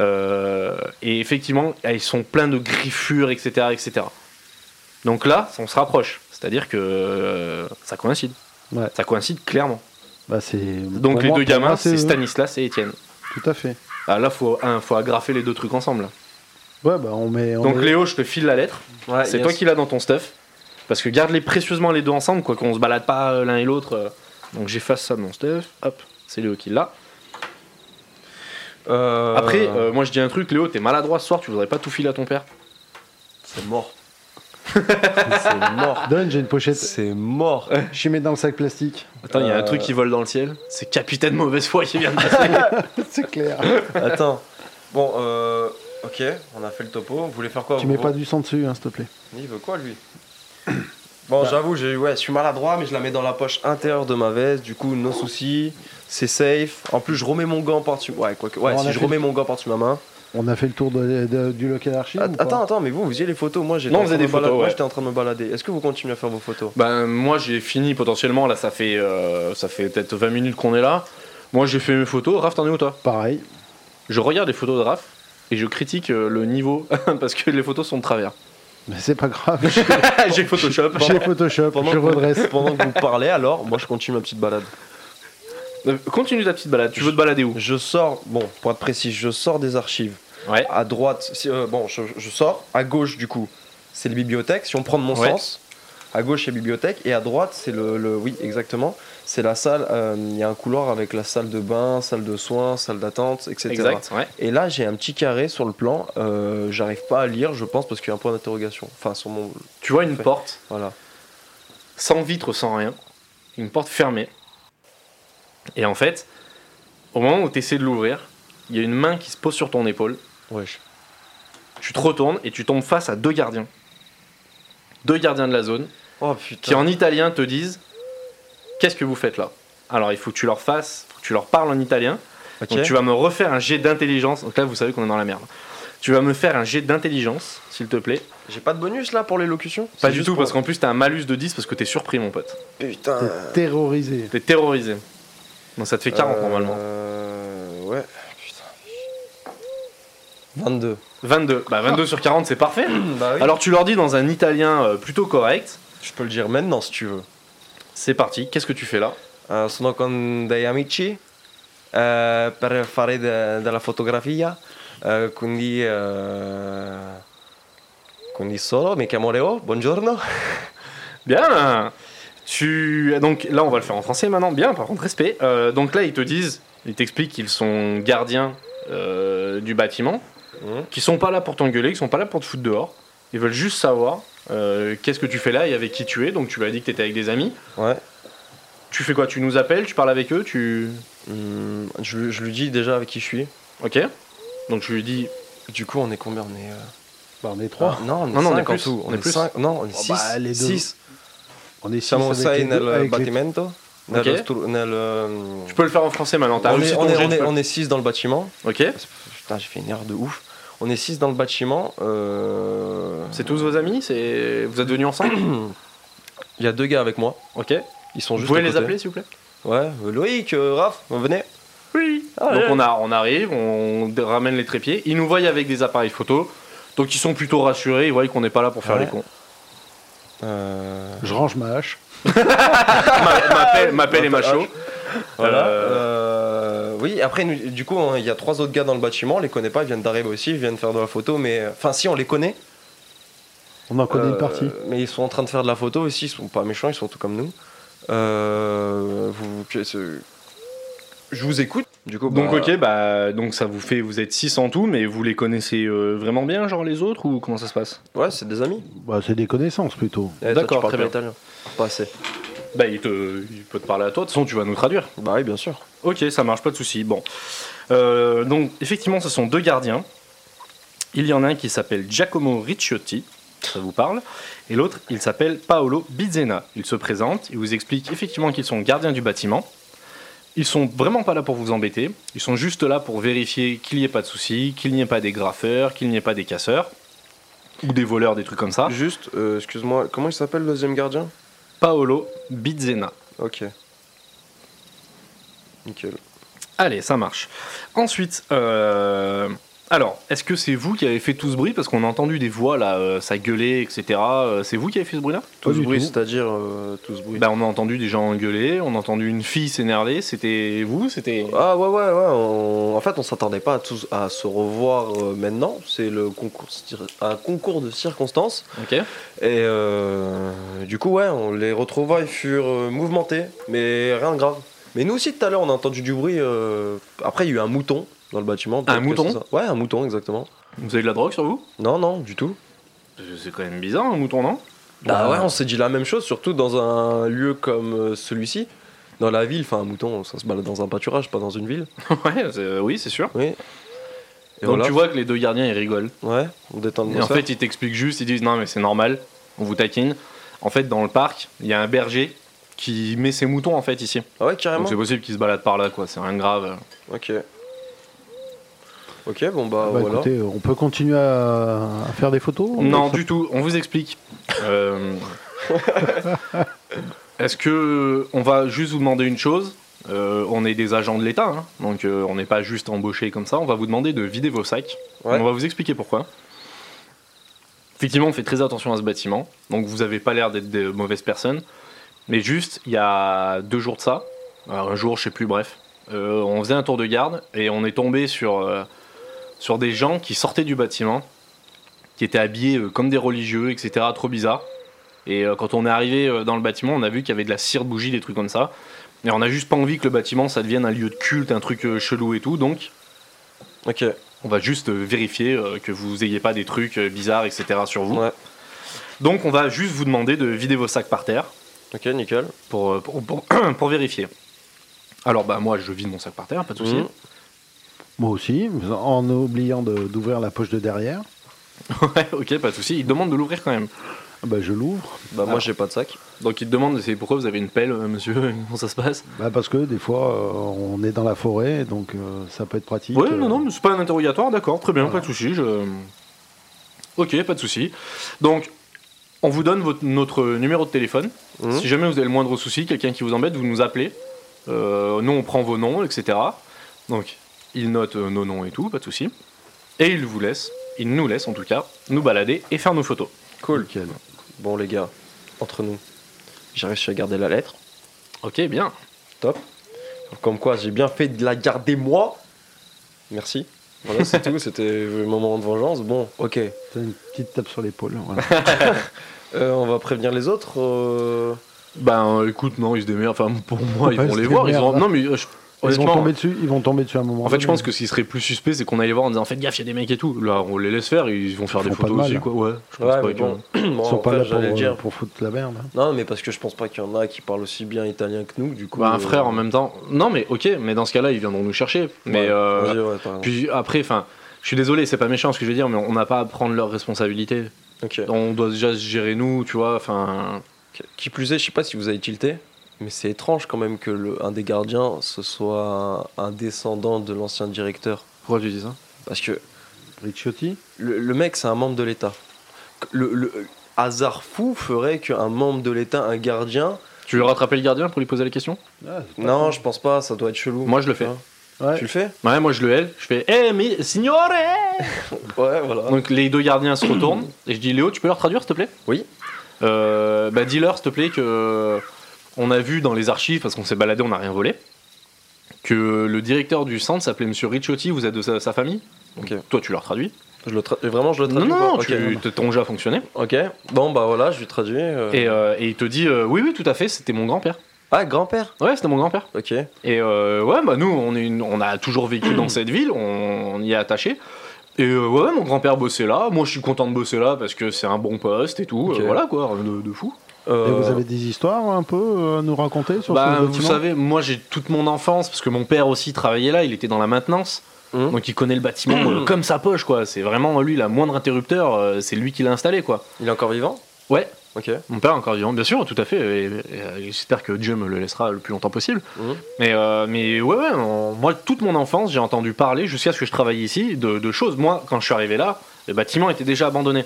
Euh, et effectivement, ah, ils sont pleins de griffures, etc., etc. Donc là, on se rapproche. C'est-à-dire que euh, ça coïncide.
Ouais.
Ça coïncide clairement.
Bah, c'est-
Donc
pour
les
moi- euh,
deux
pour
gamins,
moi,
c'est
eux.
Stanislas et Étienne.
Tout à fait.
Ah, là, faut, hein, faut agrafer les deux trucs ensemble.
Ouais, bah on met. on
Donc
met-
Léo, je te file la lettre.
Ouais,
c'est
yes.
toi qui l'as dans ton stuff. Parce que garde-les précieusement les deux ensemble, quoi qu'on se balade pas euh, l'un et l'autre. euh. Donc j'efface ça de mon stuff. Hop, c'est Léo qui l'a.
Euh,
Après, euh, moi je dis un truc, Léo, t'es maladroit ce soir, tu voudrais pas tout filer à ton père.
c'est mort. c'est mort.
Donne, j'ai une pochette.
C'est mort.
Je mets dans le sac plastique.
Attends, il y a un
Euh.
truc qui vole dans le ciel. C'est Capitaine Mauvaise Foi qui vient de passer.
c'est clair.
Attends. Bon, euh, ok, on a fait le topo. Vous voulez faire quoi
tu
vous
mets pas du sang dessus, hein, s'il te plaît.
Il veut quoi lui Bon,
Bah.
j'avoue, j'ai ouais, je suis maladroit, mais je la mets dans la poche intérieure de ma veste. Du coup, non souci, c'est safe. En plus, je remets mon gant par-dessus. Ouais, quoi que- ouais,
Bon, on a
si je
fait-
remets mon gant par-dessus ma main.
On a fait le tour de- de- du local archive.
Att-
ou pas
attends, attends, mais vous, vous faisiez les photos. Moi, j'étais
Non, on
en train
faisait
de
des
me balade-
photos,
moi,
ouais.
j'étais en train de me balader. Est-ce que vous continuez à faire vos photos
ben moi j'ai fini potentiellement, là ça fait, euh, ça fait peut-être 20 minutes qu'on est là. Moi j'ai fait mes photos, Raph t'en es où toi
Pareil.
Je regarde les photos de Raph et je critique euh, le niveau parce que les photos sont de travers.
Mais c'est pas grave.
j'ai Photoshop.
J'ai Photoshop,
Pendant
je
que-
redresse.
Pendant que vous parlez, alors, moi, je continue ma petite balade.
Euh, Continue ta petite balade, tu veux te balader où
Je sors, bon, pour être précis, je sors des archives.
Ouais.
À droite, si- euh, bon, je, je sors. À gauche, du coup, c'est les bibliothèques. Si on prend de mon
Ouais.
sens, à gauche, c'est bibliothèque. Et à droite, c'est le, le- Oui, exactement. C'est la salle. euh, Il y a un couloir avec la salle de bain, salle de soins, salle d'attente, etc.
Exact, ouais.
Et là, j'ai un petit carré sur le plan. euh, J'arrive pas à lire, je pense, parce qu'il y a un point d'interrogation. Enfin, sur mon.
Tu vois une
Parfait.
porte
Voilà.
sans vitre, sans rien, une porte fermée. Et en fait, au moment où tu essaies de l'ouvrir, il y a une main qui se pose sur ton épaule.
Wesh.
Tu te retournes et tu tombes face à deux gardiens. Deux gardiens de la zone
Oh
qui
putain.
en italien te disent Qu'est-ce que vous faites là Alors il faut que tu leur fasses, faut que tu leur parles en italien.
Ok.
Donc tu vas me refaire un jet d'intelligence. Donc là, vous savez qu'on est dans la merde. Tu vas me faire un jet d'intelligence, s'il te plaît.
J'ai pas de bonus là pour l'élocution
Pas du tout, parce qu'en plus, t'as un malus de 10 parce que t'es surpris, mon pote.
Putain.
T'es terrorisé.
T'es terrorisé. Non, ça te fait 40
Euh,
normalement.
Ouais, putain. 22.
22. Bah 22 sur 40, c'est parfait.
bah oui. Alors,
Alors tu leur dis dans un italien euh, plutôt correct.
je peux le dire maintenant si tu veux.
C'est parti, qu'est-ce que tu fais là
Euh, sono con dei amici euh, per fare de- della fotografia. Euh, quindi, euh, quindi solo, mi chiamo Leo, buongiorno.
Bien Tu. Donc là, on va le faire en français maintenant. Bien, par contre, respect. Euh, donc là, ils te disent, ils t'expliquent qu'ils sont gardiens euh, du bâtiment,
Mhm.
qui sont pas là pour t'engueuler, qui sont pas là pour te foutre dehors. Ils veulent juste savoir euh, qu'est-ce que tu fais là et avec qui tu es. Donc tu leur as dit que t'étais avec des amis.
Ouais.
Tu fais quoi Tu nous appelles Tu parles avec eux Tu.
Hum, je, lui- je lui dis déjà avec qui je suis.
Ok. Donc je lui dis.
Du coup, on est combien On est. euh,
Bah, on est trois.
non, on est
Ah. Non, non, on est
5 en
plus,
tout.
on est plus.
cinq- Non, on est
Oh,
6.
bah, les deux. On est six
Siamo
avec
sei
les
nel
deux- avec les-
battimento. Nel
Ok.
stru- nel, euh,
Tu peux le faire en français maintenant. T'as
on,
réussi
est,
ton
on, est,
jet,
on
tu
est-
peux-
on est six dans le bâtiment.
Ok.
Putain, j'ai fait une heure de ouf. On est 6 dans le bâtiment. euh,
C'est tous vos amis C'est vous êtes venus ensemble
Il y a deux gars avec moi.
Ok.
Ils sont
Vous
juste.
pouvez
à
les
côté.
appeler s'il vous plaît
Ouais, euh, Loïc, euh, Raph, venez.
Oui.
Ah,
donc
ouais.
on, a, on arrive, on d- ramène les trépieds. Ils nous voient avec des appareils photo. Donc ils sont plutôt rassurés, ils voient qu'on n'est pas là pour faire
Ouais.
les cons.
Euh,
Je range ma hache.
Ma- M'appelle m'appelle et macho.
Voilà.
Euh,
euh, Oui, après, nous- du coup, on- il y a trois autres gars dans le bâtiment. On les connaît pas. Ils viennent d'arriver aussi. Ils viennent faire de la photo. Mais euh, enfin, si, on les connaît.
On en connaît
Euh,
une partie.
Mais ils sont en train de faire de la photo aussi, ils sont pas méchants, ils sont tout comme nous. Euh, vous- vous- je je vous écoute. Du coup,
Donc
bah,
ok, bah donc ça vous fait, vous êtes 6 en tout, mais vous les connaissez euh, vraiment bien, genre les autres, ou comment ça se passe
Ouais, c'est des amis.
Bah, c'est des connaissances plutôt.
Eh, toi,
D'accord,
tu parles
très
pas
bien.
italien. Pas assez.
Bah il, te, il peut te parler à toi, de toute façon tu vas nous traduire.
Bah oui, bien sûr.
Ok, ça marche, pas de souci. Bon, Euh, donc effectivement, ce sont deux gardiens. Il y en a un qui s'appelle Giacomo Ricciotti, ça vous parle, et l'autre il s'appelle Paolo Bizena. Ils se présentent, ils vous expliquent effectivement qu'ils sont gardiens du bâtiment. Ils sont vraiment pas là pour vous embêter, ils sont juste là pour vérifier qu'il n'y ait pas de soucis, qu'il n'y ait pas des graffeurs, qu'il n'y ait pas des casseurs, ou des voleurs, des trucs comme ça.
Juste, euh, excuse-moi, comment il s'appelle le deuxième gardien
Paolo Bizena.
Ok. Nickel.
Allez, ça marche. Ensuite, euh, alors, est-ce que c'est vous qui avez fait tout ce bruit Parce qu'on a entendu des voix là, euh, ça gueulait, etc. Euh, c'est vous qui avez fait ce bruit-là
Tout ce
du
bruit,
tout.
c'est-à-dire euh, tout ce bruit.
Bah, on a entendu des gens gueuler, on a entendu une fille s'énerver. C'était vous C'était.
Ah ouais ouais ouais. on- En fait, on s'attendait pas à, tous à se revoir euh, maintenant. C'est le concours, un concours de circonstances.
Ok.
Et euh, du coup, ouais, on, les retrouvailles furent euh, mouvementées, mais rien de grave. Mais nous aussi, tout à l'heure, on a entendu du bruit. euh, Après, il y a eu un mouton dans le bâtiment. peut-être
Un
que
mouton
c'est ça. Ouais, un mouton, exactement.
Vous avez de la drogue sur vous
Non, non, du tout.
C'est quand même bizarre, un mouton, non
Bah ouais, on s'est dit la même chose, surtout dans un lieu comme euh, celui-ci. Dans la ville, enfin, un mouton, ça se balade dans un pâturage, pas dans une ville.
ouais, c'est- euh, oui, c'est sûr.
Oui. Et
Donc
voilà.
tu vois que les deux gardiens ils rigolent.
Ouais, on détend le
Et en
atmosphère.
fait, ils t'expliquent juste, ils disent non, mais c'est normal, on vous taquine. En fait, dans le parc, il y a un berger qui met ses moutons en fait ici.
Ah ouais,
Donc
carrément.
c'est possible qu'ils se baladent par là, quoi, c'est rien de grave.
Ok. Ok, bon bah,
Bah,
voilà.
écoutez, on peut continuer à, à faire des photos
Non, du tout. On vous explique. Euh, Est-ce que on va juste vous demander une chose Euh, On est des agents de l'État, hein, donc euh, on n'est pas juste embauchés comme ça. On va vous demander de vider vos sacs.
Ouais.
On va vous expliquer pourquoi. Effectivement, on fait très attention à ce bâtiment, donc vous n'avez pas l'air d'être de mauvaises personnes. Mais juste, il y a deux jours de ça, alors, un jour, je sais plus, bref, euh, on faisait un tour de garde et on est tombé sur, euh, sur des gens qui sortaient du bâtiment qui étaient habillés euh, comme des religieux, etc. Trop bizarre. Et euh, quand on est arrivé euh, dans le bâtiment, on a vu qu'il y avait de la cire de bougie, des trucs comme ça. Et on a juste pas envie que le bâtiment ça devienne un lieu de culte, un truc euh, chelou et tout. Donc
Ok,
on va juste euh, vérifier euh, que vous ayez pas des trucs euh, bizarres, etc. sur vous.
ouais.
Donc on va juste vous demander de vider vos sacs par terre
Ok, nickel.
pour, euh, pour, pour, pour vérifier. Alors bah moi je vide mon sac par terre, pas de souci.
Mhm.
Moi aussi, en oubliant de- d'ouvrir la poche de derrière.
ouais, ok, pas de souci. Il demande de l'ouvrir quand même.
Bah, je l'ouvre.
Bah
Ah.
moi j'ai pas de sac.
Donc il te demande c'est pourquoi vous avez une pelle, euh, monsieur, comment ça se passe
Bah, parce que des fois, euh, on est dans la forêt, donc euh, ça peut être pratique.
Oui,
euh,
non, non, mais c'est pas un interrogatoire, d'accord, très bien,
Voilà.
pas de souci. Je... Ok, pas de souci. Donc, on vous donne votre- notre numéro de téléphone.
Mmh.
Mhm.
Si jamais vous avez le moindre souci, quelqu'un qui vous embête, vous nous appelez. Euh, nous, on prend vos noms, etc. Donc, il note euh, nos noms et tout, pas de souci. Et il vous laisse, il nous laisse en tout cas, nous balader et faire nos photos.
Cool.
nickel.
Bon les gars, entre nous, j'ai réussi à garder la lettre.
Ok, bien.
Top. Comme quoi j'ai bien fait de la garder moi. Merci. Voilà, c'est tout, c'était le moment de vengeance. Bon, ok.
T'as une petite tape sur l'épaule. Voilà.
Euh, on va prévenir les autres. euh,
Ben, euh, écoute, non, ils se démerdent. Enfin, pour moi, ils
Ouais,
vont
ils
les
se
voir. Ils
démerdent.
auront- Non, mais euh, je-
Ils vont
honnêtement,
tomber dessus. Ils vont tomber dessus à un moment.
En fait, je
donné.
pense que ce qui serait plus suspect, c'est qu'on allait les voir en disant Faites gaffe, il y a des mecs et tout. Là, on les laisse faire, ils vont faire
Ils
des
font pas de
photos aussi,
mal.
quoi. Ouais, je pense
Ouais,
pas
mais
que-
bon. bon,
Ils sont
en
pas
fait,
là pour, euh,
j'allais le dire.
pour foutre la merde. hein.
Non, mais parce que je pense pas qu'il y en a qui parlent aussi bien italien que nous, du coup.
Bah, un
euh,
frère en même temps. Non, mais ok, mais dans ce cas-là, ils viendront nous chercher. Mais.
ouais,
euh,
vas-y, ouais, t'as raison.
Puis après, enfin. Je suis désolé, c'est pas méchant ce que je veux dire, mais on n'a pas à prendre leurs responsabilités.
Ok.
On doit déjà se gérer nous, tu vois. Enfin,
Ok. Qui plus est, je sais pas si vous avez tilté, mais c'est étrange quand même que le, un des gardiens, ce soit un, un descendant de l'ancien directeur.
pourquoi tu dis ça
Parce que
Ricciotti
le, le mec, c'est un membre de l'État. Le, le hasard fou ferait qu'un membre de l'État, un gardien.
Tu veux rattraper le gardien pour lui poser la question
Non, je pense pas, ça doit être chelou.
Moi, je le fais.
Hein
Ah, Ouais.
Tu le fais
Ouais, moi je le hèle. Je fais, eh, mais signore eh
Ouais, voilà.
Donc les deux gardiens se retournent et je dis Léo, tu peux leur traduire s'il te plaît
Oui.
Euh, bah dis-leur s'il te plaît que euh, on a vu dans les archives parce qu'on s'est baladé, on n'a rien volé, que le directeur du centre s'appelait Monsieur Ricciotti. Vous êtes de sa, sa famille Donc,
Ok.
Toi, tu leur traduis
Je le tra- Vraiment, je le
Non,
traduis.
non,
pas.
non,
ok.
tu- t- ton jeu a fonctionné.
ok. Bon, bah voilà, je lui traduis. euh,
Et, euh, et il te dit euh, oui, oui, tout à fait, c'était mon grand-père.
Ah, grand-père
Ouais, c'était mon grand-père.
Ok.
Et euh, ouais, bah nous, on, est une- on a toujours vécu dans cette ville, on, on y est attaché. Et euh, ouais, mon grand-père bossait là. Moi, je suis content de bosser là parce que c'est un bon poste et tout.
Ok.
euh, voilà quoi, rien de, de fou.
Et
Euh,
vous avez des histoires un peu euh, à nous raconter sur
Bah,
ce
vous
bâtiment
savez, moi j'ai toute mon enfance parce que mon père aussi travaillait là, il était dans la maintenance.
Mmh.
Mhm.
Donc il connaît le bâtiment euh, comme sa poche quoi. C'est vraiment lui, la moindre interrupteur, euh, c'est lui qui l'a installé quoi.
Il est encore vivant
Ouais,
Ok.
mon père est encore vivant, bien sûr, tout à fait. et- et, euh, J'espère que Dieu me le laissera le plus longtemps possible.
Mhm.
Mais, euh, mais ouais, ouais, on- moi, toute mon enfance, j'ai entendu parler, jusqu'à ce que je travaille ici, de, de choses. Moi, quand je suis arrivé là, le bâtiment était déjà abandonné.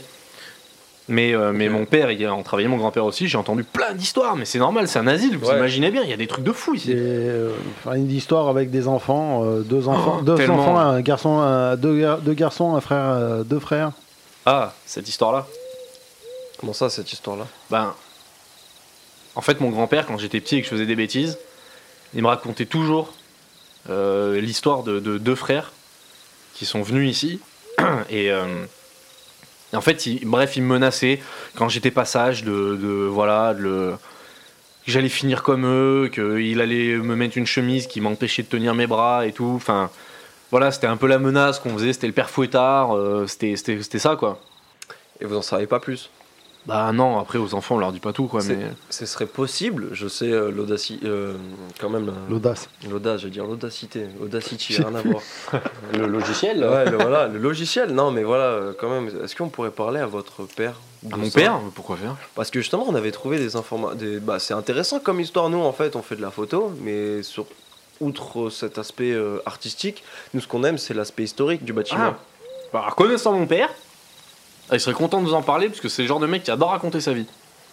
Mais, euh, mais
Ok.
mon père, il, on travaillait, mon grand-père aussi, j'ai entendu plein d'histoires, mais c'est normal, c'est un asile, vous
Ouais.
imaginez bien, il y a des trucs de fou ici.
Des, euh, enfin, une histoire avec des enfants, euh, deux enfants, deux
Oh, tellement.
enfants, un garçon, un- deux, gar- deux garçons, un frère, euh, deux frères.
Ah, cette histoire-là
Comment ça, cette histoire-là
Ben. En fait, mon grand-père, quand j'étais petit et que je faisais des bêtises, il me racontait toujours euh, l'histoire de, de deux frères qui sont venus ici. Et. euh, et en fait, il- bref, il me menaçait quand j'étais pas sage de, de- voilà, de le- que j'allais finir comme eux, qu'il allait me mettre une chemise qui m'empêchait de tenir mes bras et tout. Enfin, voilà, c'était un peu la menace qu'on faisait, c'était le père fouettard, euh, c'était c'était- c'était ça quoi.
Et vous en savez pas plus
Bah non, après aux enfants on leur dit pas tout quoi,
C'est-
mais.
Ce serait possible, je sais, euh, l'audacie. euh, quand même, euh,
L'audace.
l'audace, je veux dire l'audacité. Audacity, rien à voir.
Le logiciel
Ouais, le, voilà, le logiciel, non, mais voilà, euh, quand même, est-ce qu'on pourrait parler à votre père de
Ah, Mon
ça
père Pourquoi faire
Parce que justement, on avait trouvé des informations. Bah, c'est intéressant comme histoire, nous, en fait, on fait de la photo, mais sur... outre euh, cet aspect euh, artistique, nous, ce qu'on aime, c'est l'aspect historique du bâtiment.
Ah.
Bah, alors, connaissant mon père, ah, il serait content de nous en parler parce que c'est le genre de mec qui adore raconter sa vie.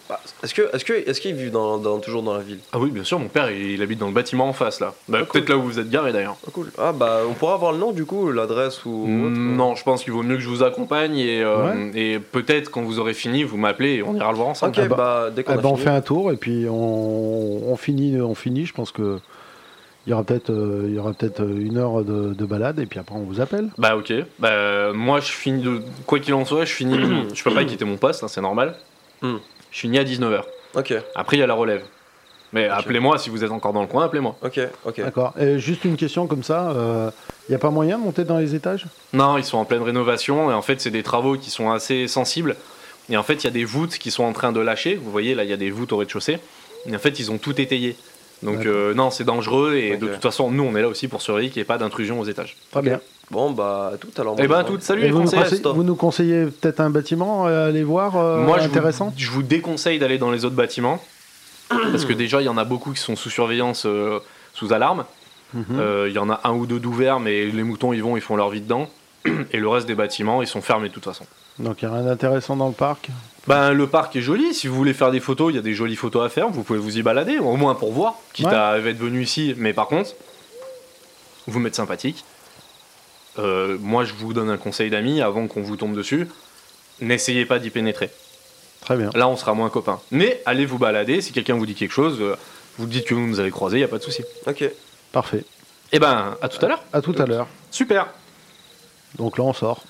Bah, est-ce que, est-ce que, est-ce qu'il vit dans, dans- toujours dans la ville
Ah oui, bien sûr, mon père il, il habite dans le bâtiment en face là. Bah,
Ah, cool.
Peut-être là où vous êtes garé d'ailleurs. Mm,
Ah, Cool. Ah bah, on pourra avoir le nom du coup, l'adresse ou. autre.
Mm,
Non, je pense qu'il vaut mieux que je vous accompagne et, euh, et peut-être quand vous aurez fini, vous m'appelez et on ira le voir ensemble.
Ok,
Ah bah-
bah, dès qu'on
Eh
a
ben, on
fini.
fait un tour et puis on, on finit, on finit. Je pense que il y aura peut-être, euh, il y aura peut-être euh, une heure de, de balade et puis après on vous appelle.
Bah ok, bah euh, moi je finis de... Quoi qu'il en soit, je finis... je peux pas quitter mon poste, hein, c'est normal.
Mm.
Je finis à 19h.
Ok,
Après il y a la relève. Mais
Ok.
appelez-moi si vous êtes encore dans le coin, appelez-moi.
ok, ok.
D'accord. Et juste une question comme ça. euh, Il n'y a pas moyen de monter dans les étages
Non, ils sont en pleine rénovation et en fait, c'est des travaux qui sont assez sensibles. Et en fait, il y a des voûtes qui sont en train de lâcher. Vous voyez, là, il y a des voûtes au rez-de-chaussée. Et en fait, ils ont tout étayé. Donc,
D'accord.
euh, non, c'est dangereux. Et de
Ok.
toute façon, nous, on est là aussi pour surveiller qu'il n'y ait pas d'intrusion aux étages.
Très
Ok.
bien.
Bon, bah, à tout alors.
Eh
mon
ben, à
grand.
toutes. Salut
Et
les
vous, nous
Français.
conseillez, vous nous conseillez peut-être un bâtiment à aller voir euh,
Moi, je
intéressant
vous, je vous déconseille d'aller dans les autres bâtiments. parce que déjà, il y en a beaucoup qui sont sous surveillance, euh, sous alarme.
Mhm.
Euh, Il y en a un ou deux d'ouverts, mais les moutons, ils vont, ils font leur vie dedans. Et le reste des bâtiments, ils sont fermés de toute façon.
Donc il n'y a rien d'intéressant dans le parc.
Ben, le parc est joli. Si vous voulez faire des photos, il y a des jolies photos à faire. Vous pouvez vous y balader, au moins pour voir, quitte
Ouais.
à être venu ici. Mais par contre, vous m'êtes sympathique. Euh, moi, je vous donne un conseil d'ami avant qu'on vous tombe dessus. N'essayez pas d'y pénétrer.
Très bien.
Là, on sera moins copains. Mais allez vous balader. Si quelqu'un vous dit quelque chose, euh, vous dites que vous nous avez croisés, il n'y a pas de souci.
Ok.
Parfait.
Eh ben, à tout à l'heure.
À tout à l'heure.
Super.
Donc là on sort.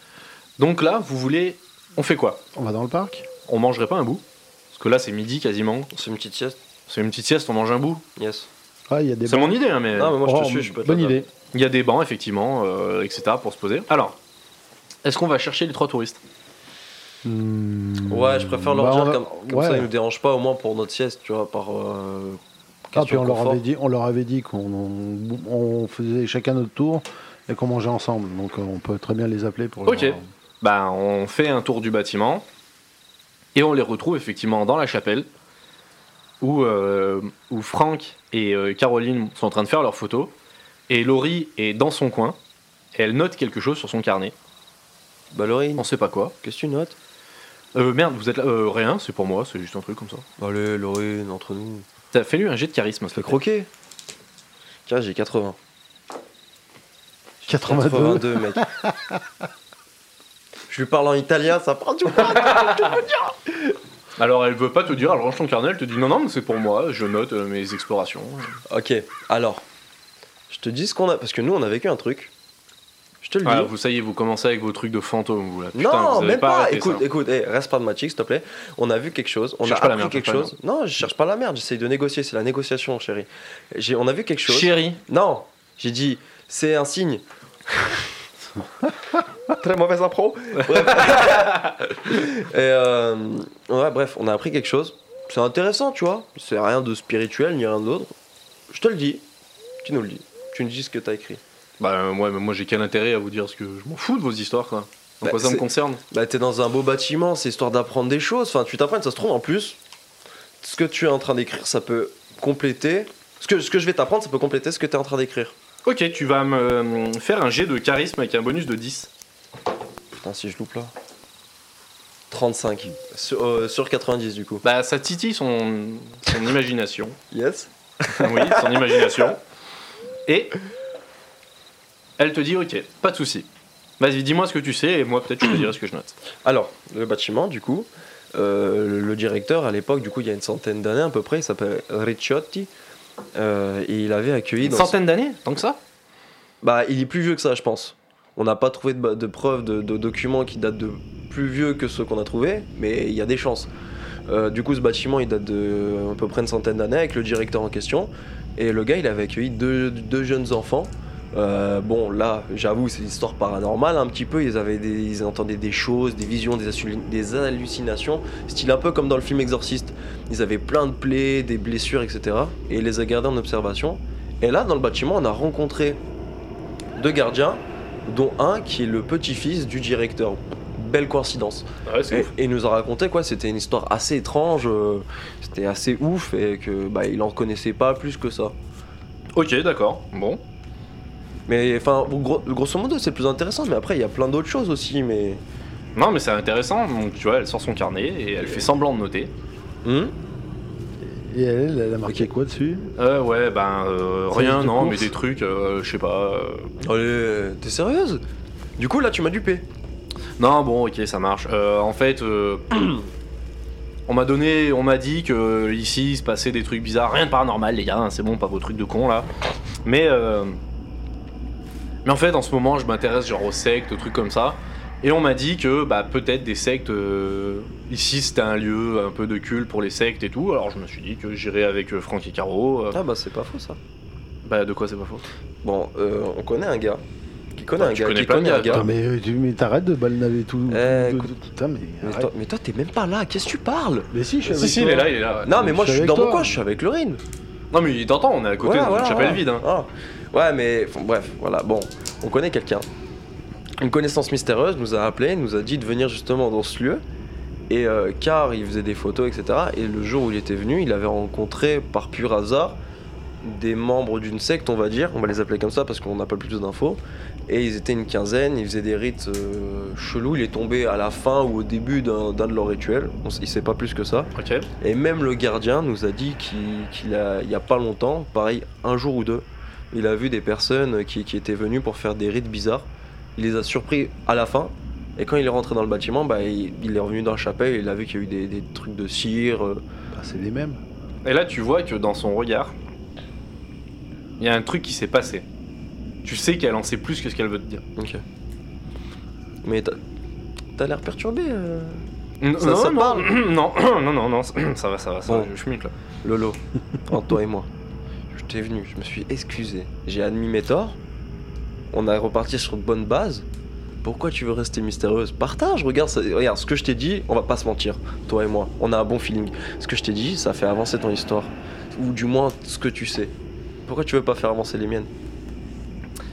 Donc là, vous voulez. On fait quoi
On va dans le parc.
On mangerait pas un bout Parce que là, c'est midi quasiment.
C'est une petite sieste.
C'est une petite sieste, on mange un bout.
Yes.
Ouais, Ah, il y a des
C'est mon idée, hein, mais.
Non, mais moi, je te
Oh,
suis, je peux te
Bonne
la faire.
idée.
Il y a des bancs, effectivement, euh, etc., pour se poser. Alors, est-ce qu'on va chercher les trois touristes
Hmm.
Ouais, je préfère leur
Bah, on
dire
va-
comme, comme
ouais.
ça, ils nous dérangent pas au moins pour notre sieste, tu vois, par. euh,
Ah,
question
puis on
de
leur
confort.
avait dit, on leur avait dit qu'on on, on faisait chacun notre tour et qu'on mangeait ensemble. Donc euh, on peut très bien les appeler pour.
Ok.
leur-
Ben, on fait un tour du bâtiment et on les retrouve effectivement dans la chapelle où, euh, où Franck et euh, Caroline sont en train de faire leurs photos et Laurie est dans son coin et elle note quelque chose sur son carnet.
Bah, Laurine,
On sait pas quoi.
qu'est-ce que tu notes
Euh, merde, vous êtes là Euh, Rien, c'est pour moi, c'est juste un truc comme ça.
Allez, Laurine, entre nous.
T'as fait lui un jet de charisme,
T'as
c'est croqué.
croqué Tiens, j'ai 80.
82.
mec. Je lui parle en italien, ça prend du temps.
Alors elle veut pas te dire, elle range ton carnet, elle te dit non, non, mais c'est pour moi, je note euh, mes explorations.
Ok, alors, je te dis ce qu'on a. Parce que nous, on a vécu un truc. Je te
te le
Voilà,
dis.
vous ça y est, vous commencez avec vos trucs de fantôme, vous là. Putain, vous
non,
avez
même
pas,
pas.
arrêté
Écoute,
ça.
écoute, eh, reste pas de matching, s'il te plaît. On a vu quelque chose, on a
Cherche pas la
appris
merde,
quelque
cherche pas la
chose. Non, je cherche pas la merde, j'essaye de négocier, c'est la négociation, chérie. J'ai, on a vu quelque chose.
Chérie,
Non, j'ai dit, c'est un signe. Très mauvaise impro. Bref. Et, euh, ouais, bref, on a appris quelque chose. C'est intéressant, tu vois. C'est rien de spirituel ni rien d'autre. Je te le dis. Tu nous le dis. Tu nous dis ce que t'as écrit.
bah euh, ouais, mais moi j'ai quel intérêt à vous dire ce que je m'en fous de vos histoires quoi. En
Bah,
quoi ça me
c'est-
concerne
Bah, t'es dans un beau bâtiment, c'est histoire d'apprendre des choses. Enfin, tu t'apprends, ça se trouve, en plus, ce que tu es en train d'écrire, ça peut compléter. Ce que, ce que je vais t'apprendre, ça peut compléter ce que tu es en train d'écrire.
Ok, tu vas me euh, faire un jet de charisme avec un bonus de 10.
Putain, si je loupe là. 35. Sur, euh, sur 90, du coup.
Bah ça titille son, son imagination.
Yes.
oui, son imagination. Et elle te dit ok, pas de souci. Vas-y, dis-moi ce que tu sais et moi peut-être je te dirai ce que je note.
Alors, le bâtiment, du coup, euh, le- le directeur, à l'époque, du coup, il y a une centaine d'années à peu près, il s'appelle Ricciotti. Euh, et il avait accueilli.
Une
Dans
centaine d'années, tant que ça
Bah, il est plus vieux que ça, je pense. On n'a pas trouvé de, ba- de preuves de, de documents qui datent de plus vieux que ceux qu'on a trouvés, mais il y a des chances. Euh, du coup, ce bâtiment, il date de à peu près une centaine d'années avec le directeur en question. Et le gars, il avait accueilli deux, deux jeunes enfants. Euh, bon, là, j'avoue, c'est l'histoire paranormale un petit peu. Ils, avaient des, ils entendaient des choses, des visions, des, assu- des hallucinations. Style un peu comme dans le film Exorciste. Ils avaient plein de plaies, des blessures, etc. Et il les a gardés en observation. Et là, dans le bâtiment, on a rencontré deux gardiens, dont un qui est le petit-fils du directeur. Belle coïncidence.
Ouais,
Et, et il nous a raconté quoi, c'était une histoire assez étrange, euh, c'était assez ouf et que bah il en connaissait pas plus que ça.
Ok, d'accord. Bon.
Mais enfin gros- grosso modo c'est le plus intéressant, mais après il y a plein d'autres choses aussi, mais
Non, mais c'est intéressant. Donc, tu vois, elle sort son carnet et elle fait semblant de noter.
Hmm
Et elle, elle a marqué quoi dessus
Euh, ouais, ben, euh,
Service
rien,
de
non,
course.
mais des trucs, euh, je sais pas. euh,
allez t'es sérieuse Du coup là tu m'as dupé.
Non, bon, ok, ça marche. Euh, en fait, euh, on m'a donné, on m'a dit que euh, ici il se passait des trucs bizarres, rien de paranormal, les gars, hein, c'est bon, pas vos trucs de con là. Mais, euh, mais en fait, en ce moment, je m'intéresse genre aux sectes, aux trucs comme ça. Et on m'a dit que bah, peut-être des sectes. euh, ici, c'était un lieu un peu de culte pour les sectes et tout. Alors je me suis dit que j'irais avec euh, Franck et Caro. euh,
Ah bah c'est pas faux ça.
bah, de quoi c'est pas faux
Bon euh, on connaît un gars qui connaît
Bah,
un
tu
gars
connais
qui
plein de
connaît un
gars,
gars.
Putain, mais euh, tu- mais t'arrêtes de balnaver tout.
Eh,
tout-
écoute.
tout- Putain, mais.
Mais
arrête.
toi, mais toi, t'es même pas là, qu'est-ce que tu parles
Mais si, je suis
Si,
avec
si,
toi.
il est là, il est là. ouais.
Non mais moi
je
je
suis
suis
avec
dans mon
toi.
coin, je suis avec Lorine.
Non, mais il t'entend, on est à côté
Voilà,
dans
voilà,
une chapelle
voilà.
vide. hein.
Voilà. Ouais, mais enfin, bref, voilà. Bon, on connaît quelqu'un. Une connaissance mystérieuse nous a appelé, nous a dit de venir justement dans ce lieu. Et euh, car il faisait des photos, etc. Et le jour où il était venu, il avait rencontré par pur hasard des membres d'une secte, on va dire. On va les appeler comme ça parce qu'on n'a pas plus d'infos. Et ils étaient une quinzaine, ils faisaient des rites euh, chelous. Il est tombé à la fin ou au début d'un d'un de leurs rituels. On, s- il sait pas plus que ça.
Ok.
Et même le gardien nous a dit qu'il qu'il a- il y a pas longtemps, pareil, un jour ou deux, il a vu des personnes qui, qui étaient venues pour faire des rites bizarres. Il les a surpris à la fin. Et quand il est rentré dans le bâtiment, bah, il, il est revenu dans la chapelle et il a vu qu'il y a eu des, des trucs de cire. euh.
Ah, c'est les mêmes.
Et là, tu vois que dans son regard, il y a un truc qui s'est passé. Tu sais qu'elle en sait plus que ce qu'elle veut te dire.
Ok. Mais t'as t'as l'air perturbé. euh,
Non,
Ça- ça
non,
parle
non, non, non, non, ça va, ça va, ça va,
Bon.
je chemine là.
Lolo, entre toi et moi, je t'ai venu, je me suis excusé. J'ai admis mes torts. On a reparti sur de bonnes bases. Pourquoi tu veux rester mystérieuse Partage, regarde, ça- regarde, ce que je t'ai dit, on va pas se mentir, toi et moi, on a un bon feeling. Ce que je t'ai dit, ça fait avancer ton histoire. Ou du moins, ce que tu sais. Pourquoi tu veux pas faire avancer les miennes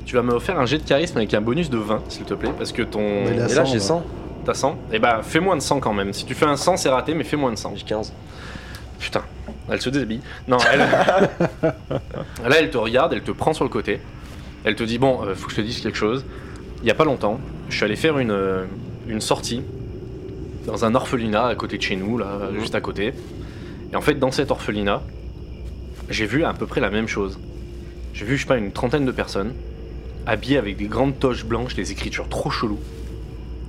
Tu vas me faire un jet de charisme avec un bonus de 20, s'il te plaît, parce que ton.
Mais là- T'as
Et
100,
là, j'ai
là.
100,
T'as 100 Eh bah, fais moins de 100 quand même. Si tu fais un 100, c'est raté, mais fais moins de 100.
j'ai 15.
Putain, elle se déshabille. Non, elle. là, elle te regarde, elle te prend sur le côté. Elle te dit Bon, euh, faut que je te dise quelque chose. Il y a pas longtemps, je suis allé faire une, euh, une sortie dans un orphelinat à côté de chez nous, là,
Mhm.
juste à côté. Et en fait, dans cet orphelinat, j'ai vu à peu près la même chose. J'ai vu, je sais pas, une trentaine de personnes habillées avec des grandes toches blanches, des écritures trop cheloues,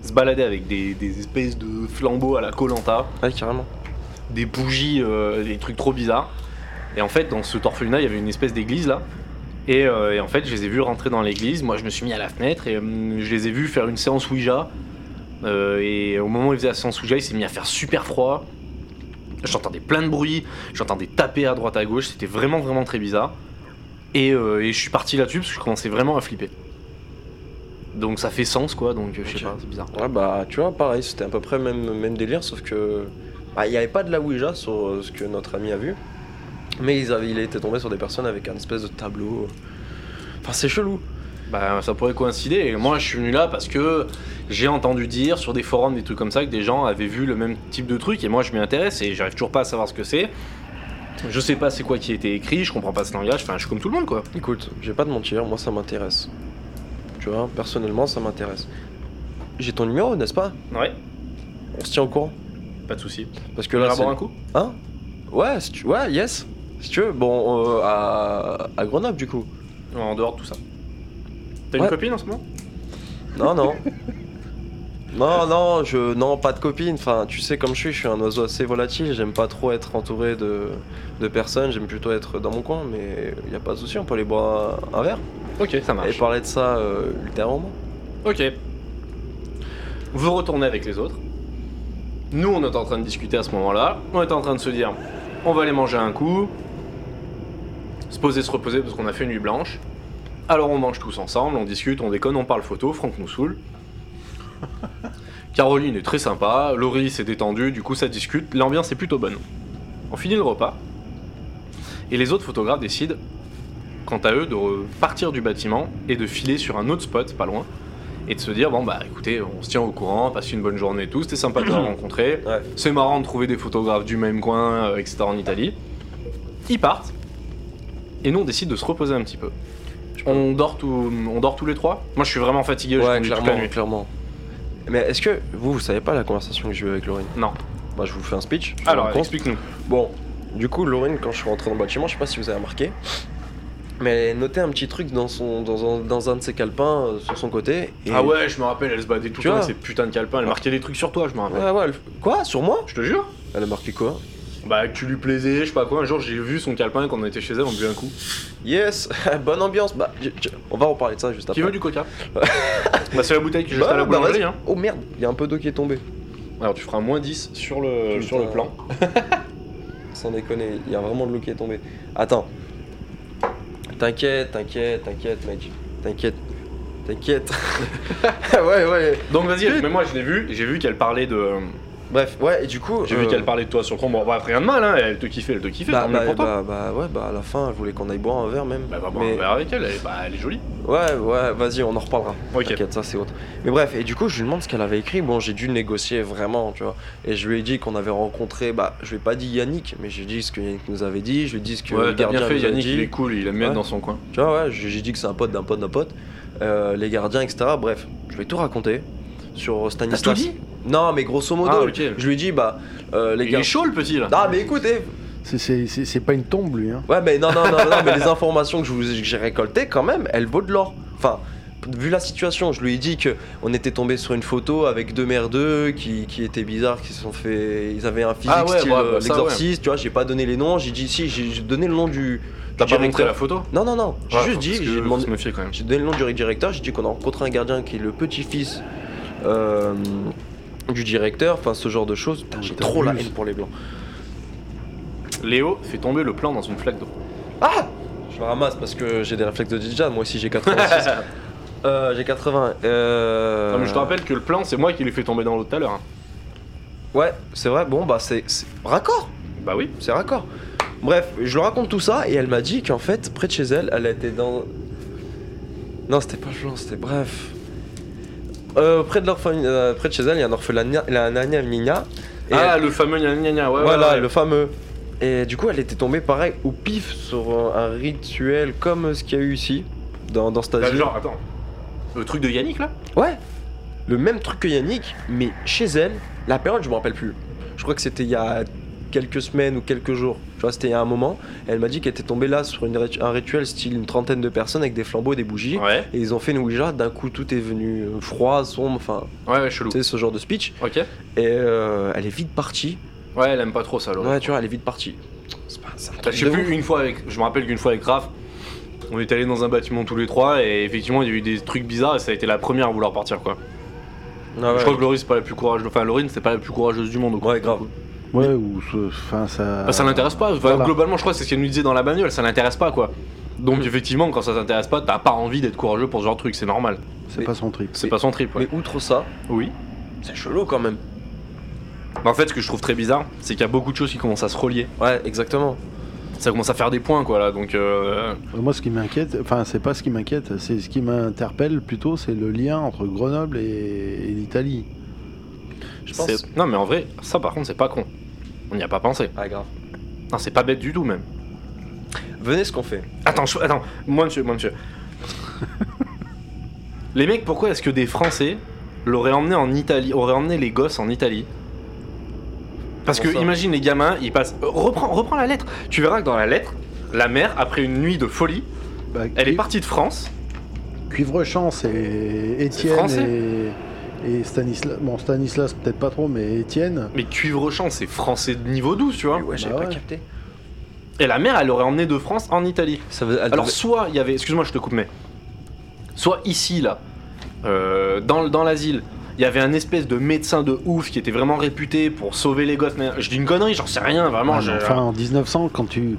se balader avec des, des espèces de flambeaux à la Colanta
Ouais, carrément.
des bougies, euh, des trucs trop bizarres. Et en fait, dans ce orphelinat, il y avait une espèce d'église là. Et, euh, et en fait, je les ai vus rentrer dans l'église. Moi, je me suis mis à la fenêtre et hum, je les ai vus faire une séance Ouija. Euh, et au moment où ils faisaient la séance Ouija, il s'est mis à faire super froid. J'entendais plein de bruit, j'entendais taper à droite à gauche. C'était vraiment, vraiment très bizarre. Et, euh, et je suis parti là-dessus parce que je commençais vraiment à flipper. Donc ça fait sens quoi, donc euh, je sais
Ok.
pas, c'est bizarre.
Ouais, bah, tu vois, pareil, c'était à peu près même, même délire, sauf que. bah, Il n'y avait pas de la Ouija sur euh, ce que notre ami a vu, mais ils avaient, il était tombé sur des personnes avec un espèce de tableau. Enfin, c'est chelou.
Bah ça pourrait coïncider. Et moi je suis venu là parce que j'ai entendu dire sur des forums, des trucs comme ça, que des gens avaient vu le même type de truc et moi je m'y intéresse et j'arrive toujours pas à savoir ce que c'est. Je sais pas c'est quoi qui a été écrit, je comprends pas ce langage, enfin je suis comme tout le monde quoi.
Écoute, je vais pas te mentir, moi ça m'intéresse. Tu vois, personnellement, ça m'intéresse. J'ai ton numéro, n'est-ce pas
Ouais, Bah,
On se tient au courant
pas de soucis.
Parce
Tu
que
veux
là,
boire
c'est-
un coup
Hein Ouais, si tu... ouais, yes. Si tu veux, bon, euh, à... à Grenoble du coup.
En dehors de tout ça. T'as
Ouais.
une copine en ce moment
Non, non. non, non, je, non, pas de copine. Enfin, tu sais comme je suis, je suis un oiseau assez volatile. J'aime pas trop être entouré de, de personnes. J'aime plutôt être dans mon coin. Mais y a pas de souci, on peut aller boire un, un verre
Ok, ça
et parler de ça euh, ultérieurement.
Ok. Vous retournez avec les autres. Nous, on est en train de discuter à ce moment-là. On est en train de se dire, on va aller manger un coup, se poser, se reposer parce qu'on a fait une nuit blanche. Alors on mange tous ensemble, on discute, on déconne, on parle photo, Franck nous saoule. Caroline est très sympa, Laurie s'est détendue, du coup ça discute, l'ambiance est plutôt bonne. On finit le repas, et les autres photographes décident, quant à eux, de repartir du bâtiment et de filer sur un autre spot pas loin, et de se dire, bon bah écoutez, on se tient au courant, passez une bonne journée et tout, c'était sympa de vous rencontrer,
Ouais.
c'est marrant de trouver des photographes du même coin, euh, etc. en Italie. Ils partent, et nous on décide de se reposer un petit peu. On dort, tout- on dort tous les trois Moi je suis vraiment fatigué,
Ouais,
je
clairement,
toute la nuit.
clairement. Mais est-ce que vous, vous savez pas la conversation que j'ai eue avec Laurine
Non.
Bah, je vous fais un speech. je vous
Alors,
raconte.
explique-nous.
Bon, du coup, Laurine, quand je suis rentré dans le bâtiment, je sais pas si vous avez remarqué, mais elle notait un petit truc dans, son, dans, un, dans un de ses calepins euh, sur son côté. et-
Ah ouais, je me rappelle, elle se battait tout
Tu
le temps
vois
avec ses putains de calepins, elle marquait des trucs sur toi, je me rappelle.
Ouais, ouais, elle- Quoi Sur moi
Je te jure
Elle a marqué quoi
Bah, que tu lui plaisais, je sais pas quoi. Un jour, j'ai vu son calepin quand on était chez elle, on buvait un coup.
Yes Bonne ambiance Bah, je- je- on va reparler de ça juste après.
Qui veut du coca Bah, c'est la bouteille qui est juste
Bah,
à la
bah, vas-y.
boulangerie, hein.
Oh merde, il y a un peu d'eau qui est tombée.
Alors, tu feras un moins 10 sur le,
Putain.
sur le plan.
Sans déconner, il y a vraiment de l'eau qui est tombée. Attends. T'inquiète, t'inquiète, t'inquiète, mec. T'inquiète. T'inquiète. ouais, ouais.
Donc, vas-y, mais moi, je l'ai vu, j'ai vu qu'elle parlait de.
Bref, ouais, et du coup.
J'ai vu
euh,
qu'elle parlait de toi sur le tronc. Bon, bref, rien de mal, hein, elle te kiffait, elle te kiffait,
Bah,
tant mieux
bah,
pour toi.
bah, bah, ouais, bah à la fin, elle voulait qu'on aille boire un verre même.
Bah, bah, bon,
Mais-
on verra avec elle, elle, bah, elle est jolie.
Ouais, ouais, vas-y, on en reparlera.
Ok.
T'inquiète, ça c'est autre. Mais bref, et du coup, je lui demande ce qu'elle avait écrit. Bon, j'ai dû négocier vraiment, tu vois. Et je lui ai dit qu'on avait rencontré, bah, je lui ai pas dit Yannick, mais je lui ai dit ce que Yannick nous avait dit. Je lui ai dit ce que le
Ouais, t'as
gardien
bien fait,
nous avait
Yannick,
dit.
il est cool, il aime bien
Ouais.
dans son coin.
Tu vois, ouais, j'ai j'ai dit que c'est un pote d'un pote d'un pote. Euh, les gardiens, etc. Bref, je lui ai tout raconté sur Stanislas. Non, mais grosso modo,
Ah, ok.
je lui ai dit, bah, euh, les
Il est
gardiens.
chaud, le petit, là.
Ah, mais écoutez,
C'est- C'est c'est- c'est pas une tombe, lui. Hein.
Ouais, mais non, non, non, non, mais les informations que je vous ai- que j'ai récoltées, quand même, elles vaut de l'or. Enfin, vu la situation, je lui ai dit que on était tombé sur une photo avec deux merdeux qui, qui étaient bizarres, qui se sont fait. Ils avaient un physique
Ah ouais,
style
ouais,
euh,
bah, ça,
l'exorciste, tu vois, j'ai pas donné les noms, j'ai dit si, j'ai j'ai donné le nom du.
T'as
du
pas montré
directeur.
la photo
Non, non, non, j'ai
Ouais,
juste
parce
dit,
que
j'ai
faut
demandé.
se méfier quand même.
J'ai donné le nom du directeur, j'ai dit qu'on a rencontré un gardien qui est le petit-fils euh, du directeur, enfin ce genre de choses. Putain, j'ai trop la
t'abuses.
haine pour les blancs.
Léo fait tomber le plan dans une flaque d'eau.
Ah Je le ramasse parce que j'ai des réflexes de DJ, moi aussi j'ai 86. euh, j'ai 80. Euh...
Non, mais je te rappelle que le plan, c'est moi qui l'ai fait tomber dans l'eau tout à l'heure. hein.
Ouais, c'est vrai, bon bah c'est c'est raccord,
Bah oui.
c'est raccord. Bref, je lui raconte tout ça et elle m'a dit qu'en fait, près de chez elle, elle était dans. Non, c'était pas Flan, c'était bref. Euh, près, de l'orphelin- euh, près de chez elle, il y a un orphelinat, il y a un agnagna. Et
ah, le fameux gna gna gna, ouais.
voilà,
ouais, ouais.
le fameux. Et du coup, elle était tombée pareil au pif sur un, un rituel comme ce qu'il y a eu ici, dans, dans cet
Bah,
asile.
genre, attends. Le truc de Yannick, là
Ouais, le même truc que Yannick, mais chez elle, la période, je me rappelle plus. Je crois que c'était il y a quelques semaines ou quelques jours. Tu vois, c'était il y a un moment. Elle m'a dit qu'elle était tombée là sur une rit- un rituel style une trentaine de personnes avec des flambeaux et des bougies.
Ouais.
Et ils ont fait une Ouija, d'un coup tout est venu euh, froid, sombre, enfin,
Ouais, ouais, chelou.
tu sais, ce genre de speech.
Ok.
Et euh, elle est vite partie.
Ouais, elle aime pas trop ça, Laurie.
Ouais, tu vois, elle est vite partie. C'est pas, c'est un
Bah,
truc
je sais
de
plus,
ouf.
une fois avec. Je me rappelle qu'une fois avec Raph, On est allé dans un bâtiment tous les trois et effectivement il y a eu des trucs bizarres et ça a été la première à vouloir partir quoi. Je crois que Laurie c'est pas la plus courageuse, enfin Laurine c'est pas la plus courageuse du monde. au coup.
Ouais, grave.
Ouais, ou. ce- Enfin, ça.
Bah, ça l'intéresse pas. Enfin,
Voilà.
Globalement je crois que c'est ce qu'elle nous disait dans la bagnole, ça l'intéresse pas quoi.
Mm.
Donc effectivement quand ça t'intéresse pas t'as pas envie d'être courageux pour ce genre de truc, c'est normal.
C'est pas son trip.
C'est pas son trip. ouais.
Mais outre ça,
Oui.
c'est chelou quand même.
Mais en fait ce que je trouve très bizarre c'est qu'il y a beaucoup de choses qui commencent à se relier.
Ouais, exactement.
Ça commence à faire des points quoi là donc... euh,
Moi, ce qui m'inquiète, enfin, c'est pas ce qui m'inquiète, c'est ce qui m'interpelle plutôt, c'est le lien entre Grenoble et, et l'Italie.
Je pense.
c'est- Non mais en vrai ça par contre c'est pas con. On n'y a pas pensé.
Ah, grave.
Non c'est pas bête du tout même.
Venez ce qu'on fait.
Attends, je- attends, moi monsieur, moi monsieur. les mecs, pourquoi est-ce que des Français l'auraient emmené en Italie, auraient emmené les gosses en Italie Parce que
Comment ça
imagine les gamins, ils passent. Euh, Reprends, reprends la lettre. Tu verras que dans la lettre, la mère, après une nuit de folie,
Bah,
elle est
Cuivre-
partie de France.
Cuivrechamp, c'est
C'est
Étienne
français.
et, et Stanislas. Bon, Stanislas, peut-être pas trop, mais Étienne.
Mais Cuivrechamp, c'est français de niveau 12, tu vois.
Mais ouais, j'avais
Bah
pas
ouais.
capté.
Et la mère, elle l'aurait emmené de France en Italie.
Ça veut... elle
Alors
devait-
soit il y avait, excuse-moi je te coupe mais, soit ici là, euh, dans, dans l'asile, il y avait un espèce de médecin de ouf qui était vraiment réputé pour sauver les gosses. Mais euh, je dis une connerie, j'en sais rien vraiment.
Ah,
je-
mais Enfin, en 1900, quand tu,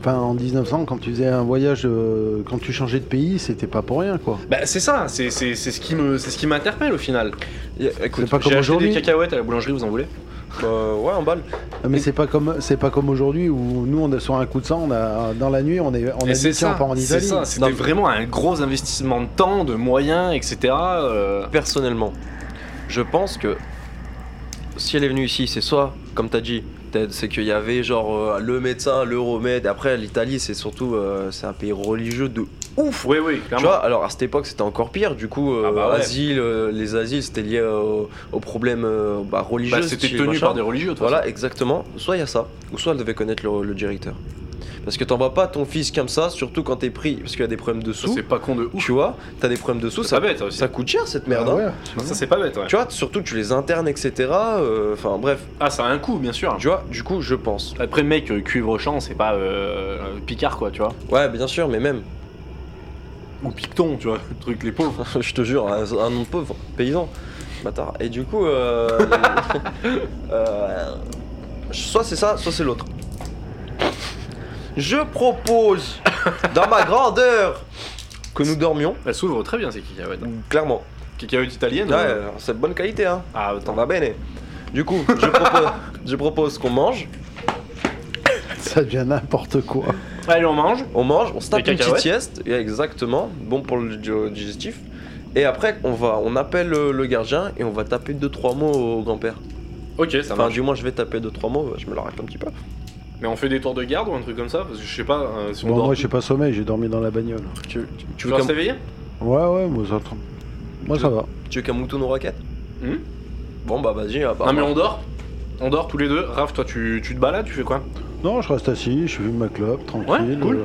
enfin, en 1900, quand tu faisais un voyage, euh, quand tu changeais de pays, c'était pas pour rien, quoi.
Bah, c'est ça, c'est c'est- c'est ce qui me, c'est ce qui m'interpelle au final.
Y-
C'est pas
Écoute,
J'ai
comme
acheté des
aujourd'hui.
cacahuètes à la boulangerie, vous en voulez
euh, ouais, en balle.
Ah, Mais c'est pas comme, c'est pas comme aujourd'hui où nous, on a sur un coup de sang, on a, dans la nuit, on est, on
Et
a
c'est
dit tiens,
ça,
on part en
c'est
Italie.
ça, C'était
Non.
vraiment un gros investissement de temps, de moyens, etc. euh,
Personnellement, je pense que si elle est venue ici, c'est soit, comme t'as dit, Ted, c'est qu'il y avait genre euh, le médecin, l'euromède. Après, l'Italie, c'est surtout euh, c'est un pays religieux de ouf.
Oui, oui,
Tu
clairement. Bah,
vois, alors à cette époque c'était encore pire, du coup, euh,
Ah bah ouais.
asile, euh, les asiles c'était lié euh, au- aux problèmes euh, bah, religieux.
Bah, c'était
style
tenu
machin.
par des religieux, toi.
Voilà, exactement. Soit il y a ça, ou soit elle devait connaître le, le directeur. Parce que t'envoies pas ton fils comme ça, surtout quand t'es pris, parce qu'il y a des problèmes de sous.
C'est pas con de ouf.
Tu vois, t'as des problèmes de sous,
Ça
ça,
bête, ça aussi.
ça coûte cher cette
Ah
merde. hein.
ouais,
Ça c'est pas bête. ouais.
Tu vois, surtout tu les internes, etc. euh, Enfin bref,
Ah, ça a un coût, bien sûr.
tu vois, du coup je pense.
Après, mec, euh, Cuivre-Champ, c'est pas euh, euh, Picard, quoi, tu vois.
Ouais, bien sûr, mais même,
Ou Picton, tu vois, le truc, les pauvres.
je te jure, un, un nom de pauvre, paysan, bâtard. Et du coup, euh, euh, soit c'est ça, soit c'est l'autre. Je propose, dans ma grandeur, que nous dormions,
Elle Bah, s'ouvre très bien, ces cacahuètes.
clairement.
Cacahuètes italiennes
Ouais,
euh,
euh, c'est de bonne qualité, hein.
Ah,
T'en
attends.
vas bene. Du coup, je propose, je propose qu'on mange,
ça devient n'importe quoi.
Allez, on mange.
on mange, on se tape
Des
une petite
cacahuètes
sieste, et exactement, bon pour le di- digestif. Et après, on va, on appelle euh, le gardien et on va taper deux trois mots au grand-père.
Ok, ça
Enfin,
marche.
du moins, je vais taper deux trois mots, je me la racle un petit peu.
Mais on fait des tours de garde ou un truc comme ça Parce que je sais pas euh, si on
Bon,
dort.
moi, j'ai pas sommeil, j'ai dormi dans la bagnole.
Tu, tu- tu
tu
veux
veux
qu'un
s'éveiller
Ouais, ouais, moi, ça, moi, ça va.
tu veux qu'un mouton nous raquette
Hmm
Bon bah vas-y, à part-
Non, mais on dort. On dort tous les deux. Raph, toi, tu, tu te balades, tu fais quoi
Non, je reste assis, je fume ma clope, tranquille.
Ouais, cool.
euh,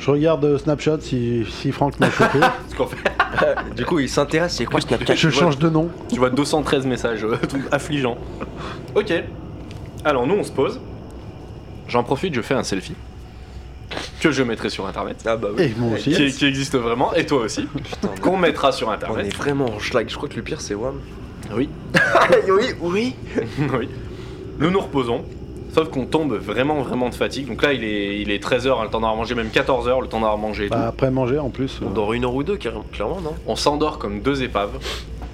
je regarde euh, Snapchat si, si Franck m'a chopé.
Parce qu'en fait,
Du coup, il s'intéresse, c'est quoi Snapchat
je
vois-
change de nom.
tu vois 213 messages euh, tout affligeants. Ok. Alors, nous, on se pose. J'en profite, je fais un selfie. Que je mettrai sur internet.
Ah bah oui.
Et moi aussi.
Qui,
Yes.
qui existe vraiment, et toi aussi.
Putain, on est-
Qu'on mettra sur
on est
internet.
vraiment en schlag, je crois que le pire c'est WAM.
Eh, Oui.
oui, oui.
oui. Nous nous reposons, sauf qu'on tombe vraiment vraiment de fatigue. Donc là, il est, il est 13h, le temps d'avoir mangé, même 14h, le temps d'avoir mangé et
Bah,
tout.
après manger en plus.
On
euh,
dort une heure ou deux, carrément- clairement, non
On s'endort comme deux épaves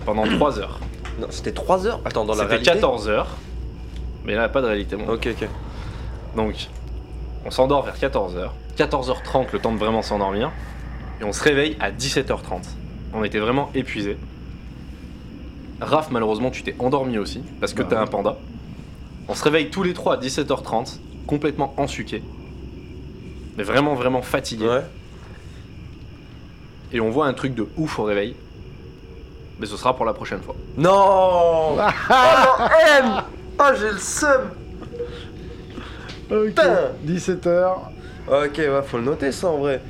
pendant 3 heures.
Non, c'était 3 heures Attends, dans la
C'était
réalité
14 heures, mais là, pas de réalité. Bon.
Ok, ok.
Donc, on s'endort vers 14h. 14h30, le temps de vraiment s'endormir. Et on se réveille à 17h30. On était vraiment épuisés. Raph, malheureusement, tu t'es endormi aussi, parce que
Bah
t'es
ouais.
un panda. On se réveille tous les trois à 17h30, complètement ensuqués. Mais vraiment, vraiment fatigués.
Ouais.
Et on voit un truc de ouf au réveil. Mais ce sera pour la prochaine fois.
Non Oh la haine Oh, j'ai le seum
ok,
Putain
17h.
Ok, bah faut le noter ça en vrai.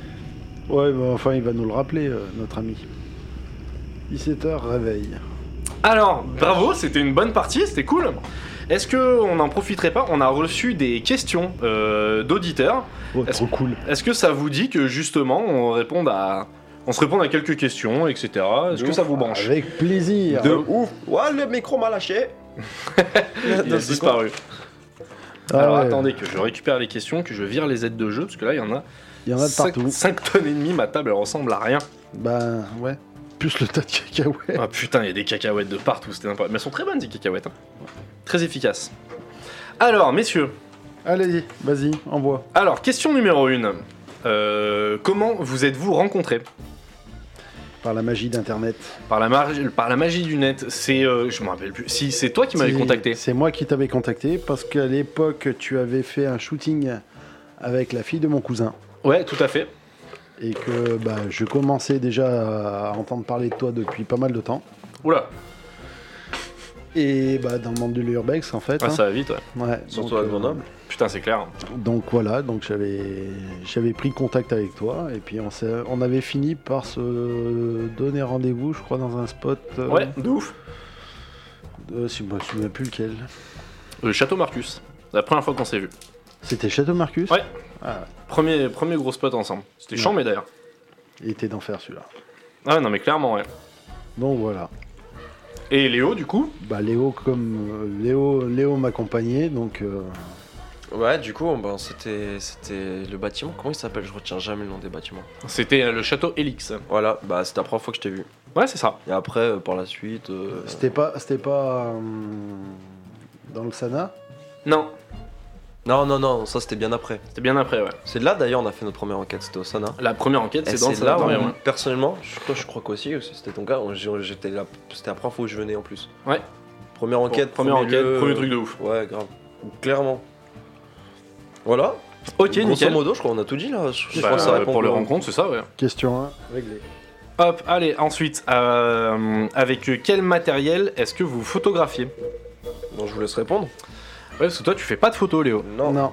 Ouais, mais enfin, il va nous le rappeler, euh, notre ami. 17h, réveil.
Alors, bravo, c'était une bonne partie, c'était cool. Est-ce que on n'en profiterait pas On a reçu des questions euh, d'auditeurs.
Oh,
Est-ce-
trop cool.
Est-ce que ça vous dit que justement on réponde à, on se réponde à quelques questions, etc. Est-ce
De
que ça vous branche
Avec plaisir. Ah
De ouf. Ouais, le micro m'a lâché.
Il a
Deux secondes.
disparu.
Ah
Alors
ouais,
attendez que je récupère les questions, que je vire les aides de jeu, parce que là il y en a,
Il y en a de
5,
partout.
tonnes et demie, ma table elle ressemble à rien.
Ben ouais. Plus le tas de cacahuètes.
Ah putain, il y a des cacahuètes de partout, c'était n'importe Mais elles sont très bonnes ces cacahuètes. hein. Très efficaces. Alors messieurs,
Allez-y, vas-y, envoie.
alors question numéro 1. comment vous êtes-vous rencontrés
Par la magie d'Internet.
par la, marge- par la magie du net C'est. euh, je me rappelle plus. Si, c'est toi qui m'avais
Si,
contacté.
C'est moi qui t'avais contacté parce qu'à l'époque, tu avais fait un shooting avec la fille de mon cousin
Ouais, tout à fait.
et que bah, je commençais déjà à entendre parler de toi depuis pas mal de temps.
Oula, Ah,
Et bah, dans le monde de l'urbex, en fait.
ah,
hein.
ça va vite. ouais.
Ouais,
Surtout
donc,
à
euh,
Grenoble.
Putain, c'est clair. hein.
donc voilà, donc j'avais j'avais pris contact avec toi et puis on, s'est- on avait fini par se donner rendez-vous, je crois, dans un spot. euh,
Ouais, de ouf.
euh, si- moi, je me souviens plus lequel.
Le Euh, Château Marcus. La première fois qu'on s'est vu.
C'était Château Marcus.
Ouais.
Ah,
Premier, premier gros spot ensemble. C'était
Ouais.
chiant, mais d'ailleurs.
il était d'enfer celui-là.
Ah ouais, non, mais clairement, ouais.
Donc voilà.
Et Léo, du coup
Bah Léo comme euh, Léo Léo m'accompagnait donc euh,
Ouais, du coup, ben, c'était, c'était le bâtiment. Comment il s'appelle Je retiens jamais le nom des bâtiments.
C'était euh, le Château Elix.
Voilà, bah c'était la première fois que je t'ai vu.
Ouais, c'est ça.
Et après, euh, par la suite. euh,
c'était pas c'était pas euh, dans le Sana
Non,
Non, non, non, ça c'était bien après.
c'était bien après, ouais.
C'est là d'ailleurs, on a fait notre première enquête, c'était au Sana.
La première enquête,
Et
Eh, c'est dans
Eh, c'est
le
là où,
sanatorium, ouais.
personnellement, je, toi je crois qu'aussi, c'était ton cas, on- j'ai- j'étais là, c'était la première fois où je venais en plus.
Ouais.
Première enquête,
première
premier
enquête,
lieu,
premier truc de ouf.
Ouais, grave. Clairement. Voilà.
Ok,
Grosso
nickel.
modo, je crois qu'on a tout dit là. Je, je
Bah,
pense que ça
euh,
répond
pour les
bien.
rencontres, c'est ça, ouais.
question 1 réglée.
Hop, allez, ensuite, euh, avec quel matériel est-ce que vous photographiez
Non, je vous laisse répondre.
Ouais, parce que toi, tu fais pas de photos, Léo.
Non.
Non.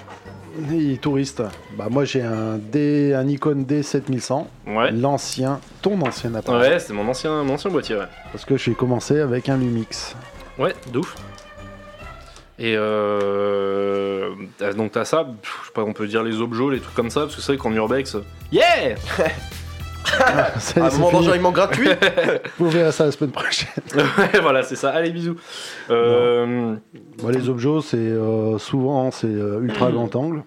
Il est touriste. Bah moi j'ai un D un Nikon D7100,
Ouais.
l'ancien, ton ancien appareil
Ouais, c'était mon ancien, mon ancien boîtier, ouais.
parce que j'ai commencé avec un Lumix.
Ouais, de ouf. Et euh, t'as- donc t'as ça, pff, je sais pas, on peut dire les objets, les trucs comme ça, parce que c'est vrai qu'en urbex, euh, yeah Ah.
C'est-
À un
c'est
moment
fini.
d'enjaillement Ah, gratuit.
Vous verrez ça la semaine prochaine.
Ouais, Voilà, c'est ça. Allez, bisous. Euh,
Bon, les objets c'est euh, souvent c'est euh, ultra grand angle.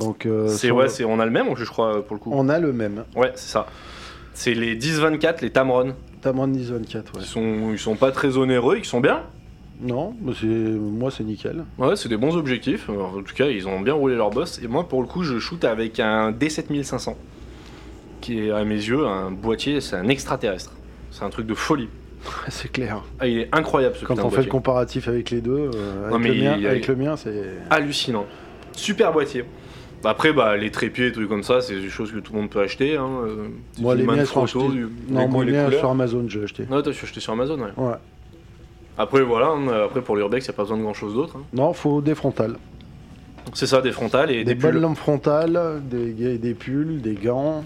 Donc euh,
Mm. c'est
sur-
ouais, c'est on a le même, je crois, pour le coup.
on a le même.
Ouais, c'est ça. C'est les 10-24, les Tamron.
Tamron 1024 ouais.
Ils sont, ils sont pas très onéreux, ils sont bien.
Non, mais c'est moi c'est nickel.
Ouais, c'est des bons objectifs. Alors, en tout cas, ils ont bien roulé leur boss. Et moi, pour le coup, je shoot avec un D7500. Qui est, à mes yeux, un boîtier, c'est un extraterrestre. C'est un truc de folie.
C'est clair.
Ah, il est incroyable ce
Quand
putain de
on fait le
boîtier.
comparatif avec les deux, euh, avec,
Non, mais
le
il-
mien,
il-
avec le mien, c'est.
hallucinant. Super boîtier. Après, bah, les trépieds, les trucs comme ça, c'est des choses que tout le monde peut acheter. Hein. euh, du
Moi, les
zoom and
miens sont
photo,
achetés.
du-
Non,
les
moi,
goûts, les
mien,
couleurs.
sur Amazon, j'ai acheté.
Non, t'as acheté sur Amazon, ouais.
Ouais.
Après, voilà, hein, après pour l'urbex, y a pas besoin de grand chose d'autre. hein.
Non, faut des frontales.
C'est ça, des frontales et des,
Des, bonnes
pulls.
lampes frontales, des, des pulls, des gants.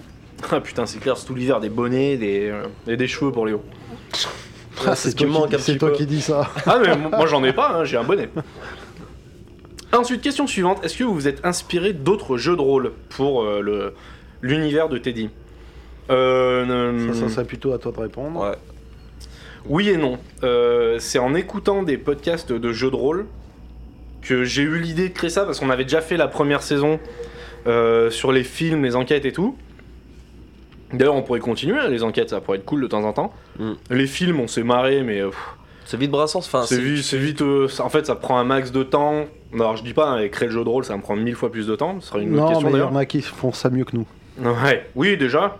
Ah putain, c'est clair, c'est tout l'hiver, des bonnets des, euh, et des cheveux pour Léo.
Ah,
c'est ce qui
toi
me manque un
C'est
petit
toi
peu.
qui dis ça.
Ah, mais moi moi, j'en ai pas, hein, j'ai un bonnet. Ensuite, question suivante est-ce que vous vous êtes inspiré d'autres jeux de rôle pour euh, le l'univers de Teddy euh, euh,
ça, ça serait plutôt à toi de répondre.
Ouais.
Oui et non. Euh, c'est en écoutant des podcasts de jeux de rôle que j'ai eu l'idée de créer ça parce qu'on avait déjà fait la première saison euh, sur les films, les enquêtes et tout. D'ailleurs, on pourrait continuer hein, les enquêtes, ça pourrait être cool de temps en temps.
Mm.
Les films, on s'est marré, mais euh, pff,
C'est vite brassance. Enfin,
Ah, c'est vite. c'est vite, euh, ça- en fait, ça prend un max de temps. Alors, je dis pas, hein, créer le jeu de rôle, ça va me prendre mille fois plus de temps. Ce sera une autre
Non,
question
mais il y
d'ailleurs.
en a qui font ça mieux que nous.
Ouais, oui, déjà.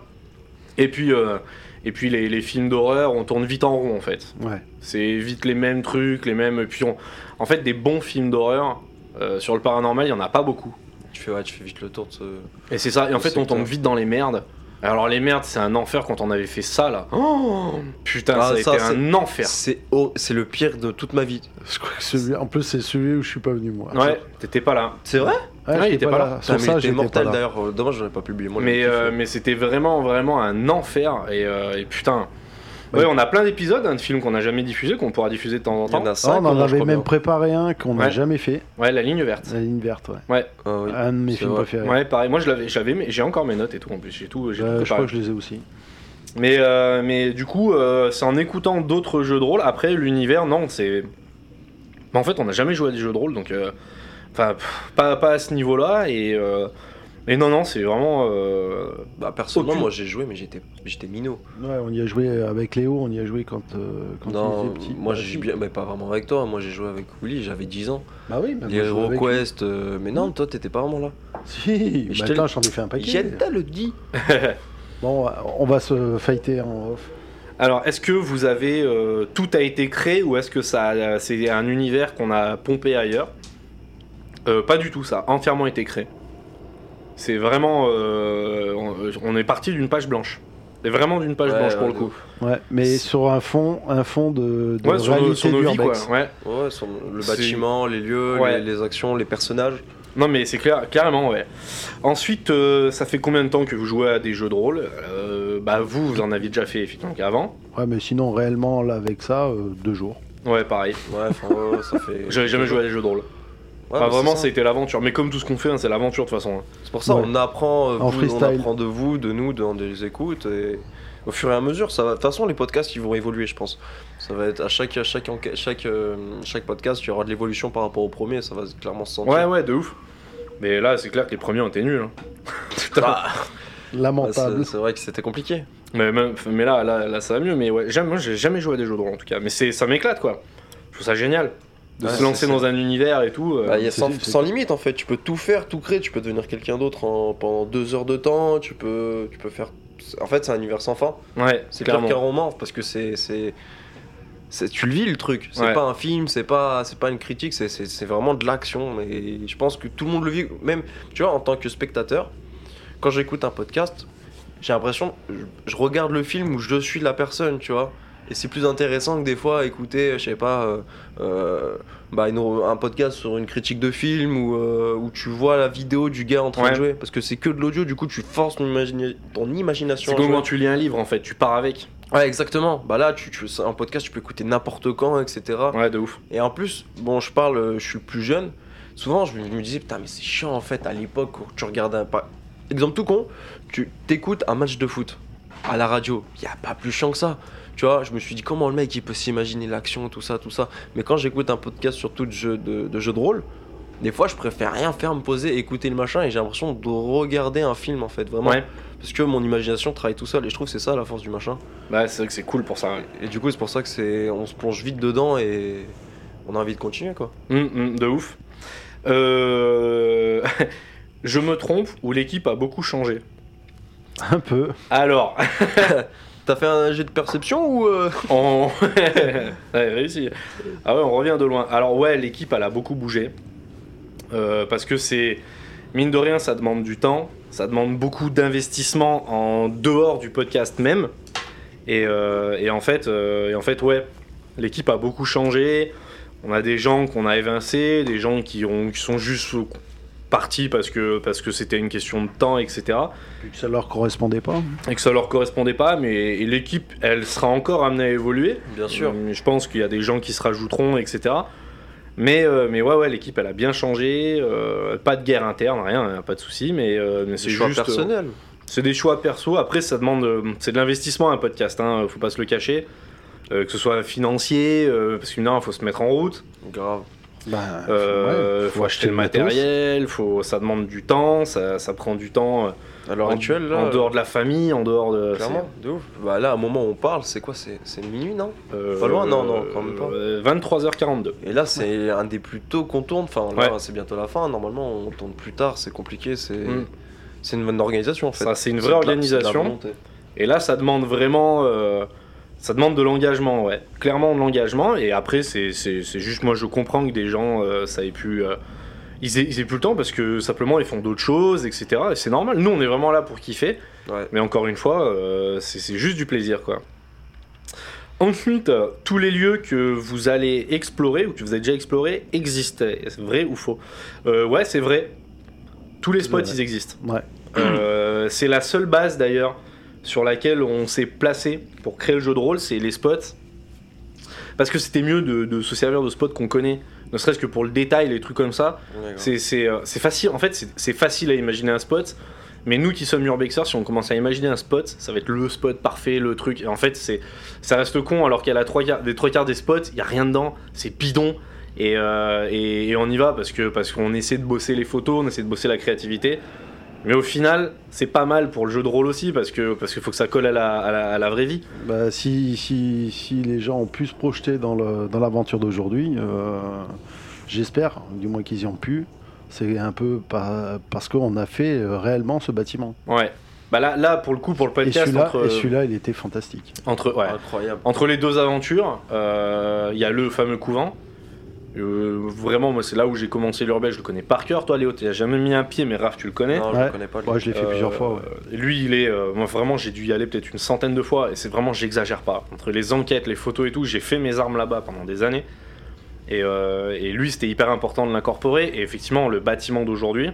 Et puis, euh, et puis les, les films d'horreur, on tourne vite en rond en fait.
Ouais.
C'est vite les mêmes trucs, les mêmes. et Puis on... En fait, des bons films d'horreur euh, sur le paranormal, il n'y en a pas beaucoup.
Tu fais, ouais, tu fais vite le tour de ce.
Et c'est ça, et en
Le
fait, on
secteur.
tombe vite dans les merdes. Alors, les merdes, c'est un enfer quand on avait fait ça là. Oh, putain,
Ah,
ça a
ça,
été
c'est-
un enfer.
C'est oh, c'est le pire de toute ma vie.
Je crois que celui- En plus, c'est celui où je suis pas venu, moi.
Ouais, t'étais pas là.
C'est vrai
Ouais,
Ouais, j'étais
il était pas là.
Ah, Sur
mais il
ça,
était
j'étais pas
mortel
là.
d'ailleurs. euh, Dommage, j'en ai pas publié. hein. Moi,
mais
j'avais kiffé.
euh, mais c'était vraiment, vraiment un enfer. Et, euh, et putain, Ouais, on a plein d'épisodes hein, de films qu'on n'a jamais diffusés, qu'on pourra diffuser de temps en
Il y
temps.
en a
Ah,
cinq.
on en
moi, je
avait
crois
même
bien.
préparé un qu'on n'a
Ouais.
jamais fait,
Ouais, la ligne verte.
la ligne verte, ouais.
Ouais,
Ah oui.
Un de mes
c'est
films
vrai.
préférés.
ouais, pareil. Moi, je l'avais, j'avais, mes- j'ai encore mes notes et tout. En plus, j'ai tout, j'ai tout
Euh, je
préparé.
crois que je les ai aussi.
Mais, euh, mais du coup, euh, c'est en écoutant d'autres jeux de rôle. Après, l'univers, non, c'est. Mais en fait, on n'a jamais joué à des jeux de rôle, donc. euh, Enfin, pff, pas, pas à ce niveau-là. Et, euh, et non, non, c'est vraiment. euh,
Bah, personnellement,
Aucune.
moi j'ai joué, mais j'étais, j'étais minot.
Ouais, on y a joué avec Léo, on y a joué quand, euh, quand il
non,
était petit.
moi
Bah,
j'ai
si.
bien, mais pas vraiment avec toi. Moi j'ai joué avec Willy, j'avais 10 ans.
Bah oui, mais
Les
moi, je jouais
Hero
avec lui.
Quest, euh, mais non, toi t'étais pas vraiment là.
Si,
Je te
maintenant
le-
j'en ai fait un paquet.
Jetta le dit.
Bon, on va se fighter en off.
Alors, est-ce que vous avez. euh, tout a été créé ou est-ce que ça, euh, c'est un univers qu'on a pompé ailleurs Euh, Pas du tout, ça a entièrement été créé. C'est vraiment. euh, on, on est parti d'une page blanche. C'est vraiment d'une page
Ouais,
blanche pour
ouais,
le
de
coup.
Ouais, mais
C'est-
sur un fond, un fond de, de
Ouais, sur nos,
réalité
sur nos vies, quoi.
d'urbex.
Ouais.
Ouais, sur le
C'est-
bâtiment, les lieux,
Ouais.
les, les actions, les personnages.
Non mais c'est clair, clairement ouais. Ensuite, euh, ça fait combien de temps que vous jouez à des jeux de rôle Euh, Bah vous, vous en aviez déjà fait effectivement avant.
Ouais, mais sinon réellement là avec ça, euh, deux jours.
Ouais, pareil.
Ouais, enfin, ouais, ça fait.
J'avais jamais joué à des jeux de rôle.
Ouais,
Enfin,
bah,
vraiment,
c'est. ça.
c'était l'aventure. Mais comme tout ce qu'on fait, hein, c'est l'aventure de toute façon. hein.
C'est pour ça,
Ouais.
on apprend, euh,
En
vous, on
freestyle.
apprend de vous, de nous, de, on les écoute et au fur et à mesure, ça va. De toute façon, les podcasts, ils vont évoluer, je pense. Ça va être à chaque, à chaque, enquête- chaque, euh, chaque podcast, il y aura de l'évolution par rapport au premier. Ça va clairement se sentir.
Ouais, ouais, de ouf. Mais là, c'est clair que les premiers ont été nuls. hein. Putain.
Ah, bah,
Lamentable.
c'est c'est vrai que c'était compliqué.
Mais, même- mais là, là, là, ça va mieux. Mais ouais, jamais, moi, j'ai jamais joué à des jeux de rôle en tout cas. Mais c'est, ça m'éclate quoi. Je trouve ça génial de
Ouais,
se
c'est
lancer
ça.
dans un univers et tout. euh.
Bah, il y a
c'est-
sans,
c'est-
sans limite en fait, tu peux tout faire, tout créer, tu peux devenir quelqu'un d'autre en- pendant deux heures de temps, tu peux, tu peux faire. En fait, c'est un univers sans fin.
ouais,
C'est pire
clairement.
qu'un roman parce que c'est. c'est- c'est- Tu le vis le truc, c'est
Ouais.
pas un film, c'est pas, c'est pas une critique, c'est- c'est c'est vraiment de l'action. Et je pense que tout le monde le vit, même tu vois, en tant que spectateur, quand j'écoute un podcast, j'ai l'impression, je, je regarde le film où je suis la personne, tu vois. Et c'est plus intéressant que des fois écouter, je sais pas, euh, euh, bah, une- un podcast sur une critique de film ou euh, où tu vois la vidéo du gars en train
Ouais.
de jouer. Parce que c'est que de l'audio, du coup, tu forces ton, imagina- ton imagination.
C'est
à jouer.
comme quand tu lis un livre en fait, tu pars avec.
Ouais, exactement. Bah là, tu, tu, c'est un podcast, tu peux écouter n'importe quand, etc.
Ouais, de ouf.
Et en plus, bon, je parle, euh, je suis le plus jeune. Souvent, je me, je me disais, putain, mais c'est chiant en fait, à l'époque, quand tu regardais un. Pas... Exemple tout con, tu t'écoutes un match de foot à la radio. Il a pas plus chiant que ça. Tu vois, je me suis dit, comment le mec, il peut s'imaginer l'action, tout ça, tout ça. Mais quand j'écoute un podcast, surtout de jeux de, de, jeux de rôle, des fois, je préfère rien faire, me poser, écouter le machin, et j'ai l'impression de regarder un film en fait, vraiment.
Ouais.
Parce que mon imagination travaille tout seul, et je trouve que c'est ça la force du machin.
Bah, c'est vrai que c'est cool pour ça. ouais.
Et du coup, c'est pour ça que c'est, on se plonge vite dedans et on a envie de continuer quoi.
Hum, hum, de ouf. Euh, Je me trompe ou l'équipe a beaucoup changé
Un peu.
Alors,
T'as fait un jet de perception ou euh,
on. Ouais, réussi. Ah ouais, on revient de loin. Alors, ouais, l'équipe, elle a beaucoup bougé. Euh, parce que c'est. Mine de rien, ça demande du temps. Ça demande beaucoup d'investissement en dehors du podcast même. Et, euh, et en, fait, euh, et en fait, ouais, l'équipe a beaucoup changé. On a des gens qu'on a évincés, des gens qui, ont, qui sont juste partis parce que parce que c'était une question de temps, etc
Puis que ça leur correspondait pas.
et que ça leur correspondait pas, mais et l'équipe, elle sera encore amenée à évoluer.
Bien
Euh, Je pense qu'il y a des gens qui se rajouteront, etc. Mais, euh, mais ouais, ouais, l'équipe, elle a bien changé. euh, pas de guerre interne, rien, hein, pas de souci, mais, euh, mais
C'est
c'est
choix
juste.
personnel.
euh, c'est des choix perso. Après, ça demande. euh, c'est de l'investissement, un podcast, hein, faut pas se le cacher. Euh, que ce soit financier, euh, parce qu'il faut se mettre en route.
Grave.
Bah,
Euh,
ouais,
faut, acheter le
matos.
matériel, faut, ça demande du temps, ça, ça prend du temps. euh,
À l'heure
en,
actuelle là. euh.
en dehors de la famille, en dehors de.
Clairement, de ouf. Bah là, au moment où on parle, c'est quoi C'est c'est minuit, non
Euh,
Pas loin, non, non, quand même pas.
euh, 23h42.
Et là, c'est un des plus tôt qu'on tourne. Enfin, là,
Ouais.
c'est bientôt la fin. Normalement, on tourne plus tard. C'est compliqué. C'est
Mm.
c'est une bonne organisation en fait.
Ça, c'est une
C'est
vraie
de la- c'est de la
organisation.
volonté.
Et là, ça demande vraiment. euh, ça demande de l'engagement, ouais. Clairement de l'engagement. Et après, c'est c'est- c'est juste, moi, je comprends que des gens, euh, ça ait pu. euh, ils, aient, ils aient plus le temps parce que simplement, ils font d'autres choses, etc. Et c'est normal. Nous, on est vraiment là pour kiffer.
Ouais.
Mais encore une fois, euh, c'est c'est juste du plaisir, quoi. Ensuite, euh, tous les lieux que vous allez explorer ou que vous avez déjà explorés existent. Est-ce vrai ou faux Euh, Ouais, c'est vrai. Tous les
C'est
spots,
vrai.
ils existent.
Ouais.
Euh, c'est la seule base d'ailleurs sur laquelle on s'est placé pour créer le jeu de rôle, c'est les spots. Parce que c'était mieux de, de se servir de spots qu'on connaît, ne serait-ce que pour le détail, les trucs comme ça. C'est- C'est euh, c'est facile, en fait, c'est- c'est facile à imaginer un spot. Mais nous qui sommes urbexers, si on commence à imaginer un spot, ça va être le spot parfait, le truc. Et en fait, c'est ça reste con alors qu'à la trois quarts, des trois quarts des spots, il y a rien dedans, c'est bidon. Et, euh, et- et on y va parce que parce qu'on essaie de bosser les photos, on essaie de bosser la créativité. Mais au final, c'est pas mal pour le jeu de rôle aussi parce que parce qu'il faut que ça colle à la, à la- à la vraie vie.
Bah, si, si, si les gens ont pu se projeter dans le- dans l'aventure d'aujourd'hui, euh, j'espère, du moins qu'ils y ont pu, c'est un peu pa- parce qu'on a fait euh, réellement ce bâtiment.
Ouais. Bah là, là pour le coup pour le
Et
podcast
celui-là,
entre
et celui-là, il était fantastique.
entre ouais.
Incroyable.
Entre les deux aventures, euh, il y a le fameux couvent. Euh, vraiment, moi, c'est là où j'ai commencé l'urbain. Je le connais par cœur, toi, Léo. T'as jamais mis un pied, mais Raph, tu le connais.
Non, je
Ouais.
le connais pas. lui.
Moi, je l'ai fait
Euh,
plusieurs fois. ouais.
euh, Lui, il est. euh, moi, vraiment, j'ai dû y aller peut-être une centaine de fois. Et c'est vraiment, j'exagère pas. Entre les enquêtes, les photos et tout, j'ai fait mes armes là-bas pendant des années. Et, euh, et lui, c'était hyper important de l'incorporer. Et effectivement, le bâtiment d'aujourd'hui,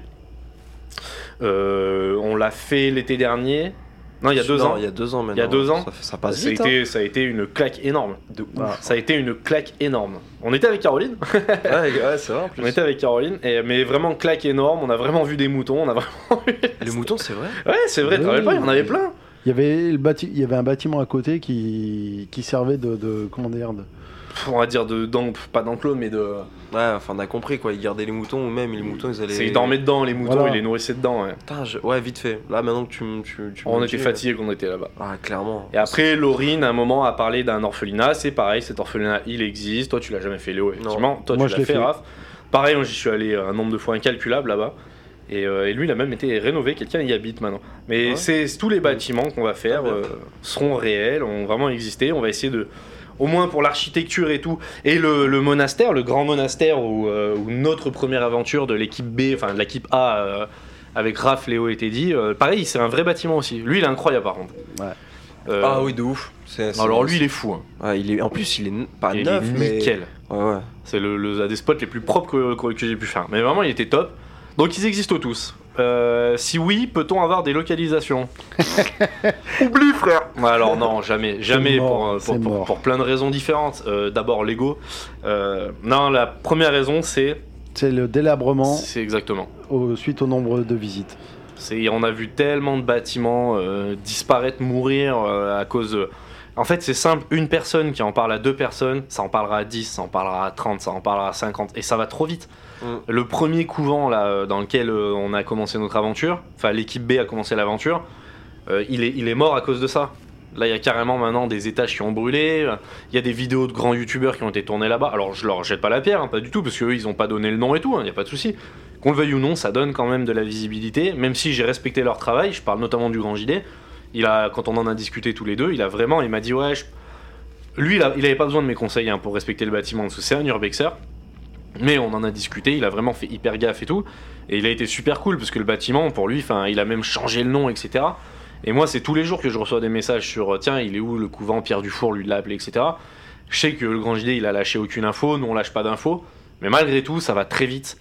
euh, on l'a fait l'été dernier. Non, il y a deux
Non,
ans.
Il y a deux ans maintenant.
Il y a deux ans.
Ça, ça passe
Ça a,
vite. hein.
été, ça a été une claque énorme. De ouf.
Ah.
Ça a été une claque énorme. On était avec Caroline.
hein. Ouais, ouais, c'est vrai en plus.
On était avec Caroline. Et, mais vraiment claque énorme. On a vraiment vu des moutons. On a vraiment vu-
Le mouton, c'est vrai.
Ouais, c'est vrai. tu te
Oui.
rappelles pas, il y en avait plein.
Il, y avait le bâti- il y avait un bâtiment à côté qui, qui servait de, de- comment dire, de-
Pff, on va dire de d'en- pas d'enclos, mais de.
Ouais, enfin, on a compris quoi. Ils gardaient les moutons ou même les moutons, ils allaient.
Mm. C'est ils dormaient dedans, les moutons,
Voilà.
ils les nourrissaient dedans. ouais.
Putain, je- ouais, vite fait. Là, maintenant que tu me. Tu, tu me
Oh, On
le
était
dis, euh,
fatigués qu'on était là-bas.
Ah, clairement.
Et après, Laurine, à un moment, a parlé d'un orphelinat. C'est pareil, cet orphelinat, il existe. Toi, tu l'as jamais fait, Léo, effectivement. Toi,
Moi,
tu
je
l'as
l'ai
fait,
fait.
Raph. Pareil, j'y suis allé euh, un nombre de fois incalculable là-bas. Et, euh, et lui, il a même été rénové. Quelqu'un y habite maintenant. Mais
Ouais.
c'est tous les bâtiments qu'on va faire
Ah, bien.
euh, seront réels, ont vraiment existé. On va essayer de. Au moins pour l'architecture et tout. Et le, le monastère, le grand monastère où, euh, où notre première aventure de l'équipe B, enfin de l'équipe A euh, avec Raph, Léo et Teddy, euh, pareil, c'est un vrai bâtiment aussi. Lui, il est incroyable par contre.
Ouais.
Euh,
Ah oui, de ouf. C'est- c'est-
alors lui, il est fou. hein.
Ouais, il est... En plus, il est n- pas
il
Ah, neuf,
est
mais.
nickel.
Ouais, ouais.
C'est le, le- un des spots les plus propres que, que- que j'ai pu faire. Mais vraiment, il était top. Donc, ils existent tous. Euh, si oui, peut-on avoir des localisations Oublie, frère Alors, non, jamais. Jamais
mort,
pour, euh, pour,
c'est
pour-
mort.
pour plein de raisons différentes. Euh, D'abord, l'ego. Euh, non, la première raison, c'est.
C'est le délabrement
C'est exactement.
au- suite au nombre de visites.
C'est- on a vu tellement de bâtiments euh, disparaître, mourir euh, à cause de... En fait, c'est simple, une personne qui en parle à deux personnes, ça en parlera à 10, ça en parlera à 30, ça en parlera à 50, et ça va trop vite.
Mm.
Le premier couvent là, euh, dans lequel euh, on a commencé notre aventure, enfin l'équipe B a commencé l'aventure, euh, il, est, il est mort à cause de ça. Là, il y a carrément maintenant des étages qui ont brûlé, euh, il y a des vidéos de grands youtubeurs qui ont été tournées là-bas. Alors, je leur jette pas la pierre, hein, pas du tout, parce qu'eux, ils ont pas donné le nom et tout, il n'y a pas de souci. Qu'on le veuille ou non, ça donne quand même de la visibilité, même si j'ai respecté leur travail, je parle notamment du grand JD. Il a, quand on en a discuté tous les deux, il a vraiment, il m'a dit ouais, je- lui il, a- il avait pas besoin de mes conseils hein, pour respecter le bâtiment, parce que c'est un urbexer, mais on en a discuté, il a vraiment fait hyper gaffe et tout, et il a été super cool parce que le bâtiment pour lui, enfin, il a même changé le nom, etc. Et moi c'est tous les jours que je reçois des messages sur euh, tiens il est où le couvent Pierre Dufour lui l'a appelé, etc. Je sais que le grand JD il a lâché aucune info, nous on lâche pas d'infos, mais malgré tout ça va très vite.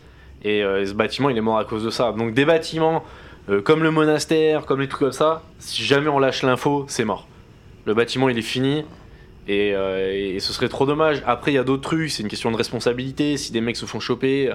Et euh, ce bâtiment, il est mort à cause de ça. Donc des bâtiments euh, comme le monastère, comme les trucs comme ça, si jamais on lâche l'info, c'est mort. Le bâtiment, il est fini. Et, euh, et- et ce serait trop dommage. Après, il y a d'autres trucs, c'est une question de responsabilité. Si des mecs se font choper, euh,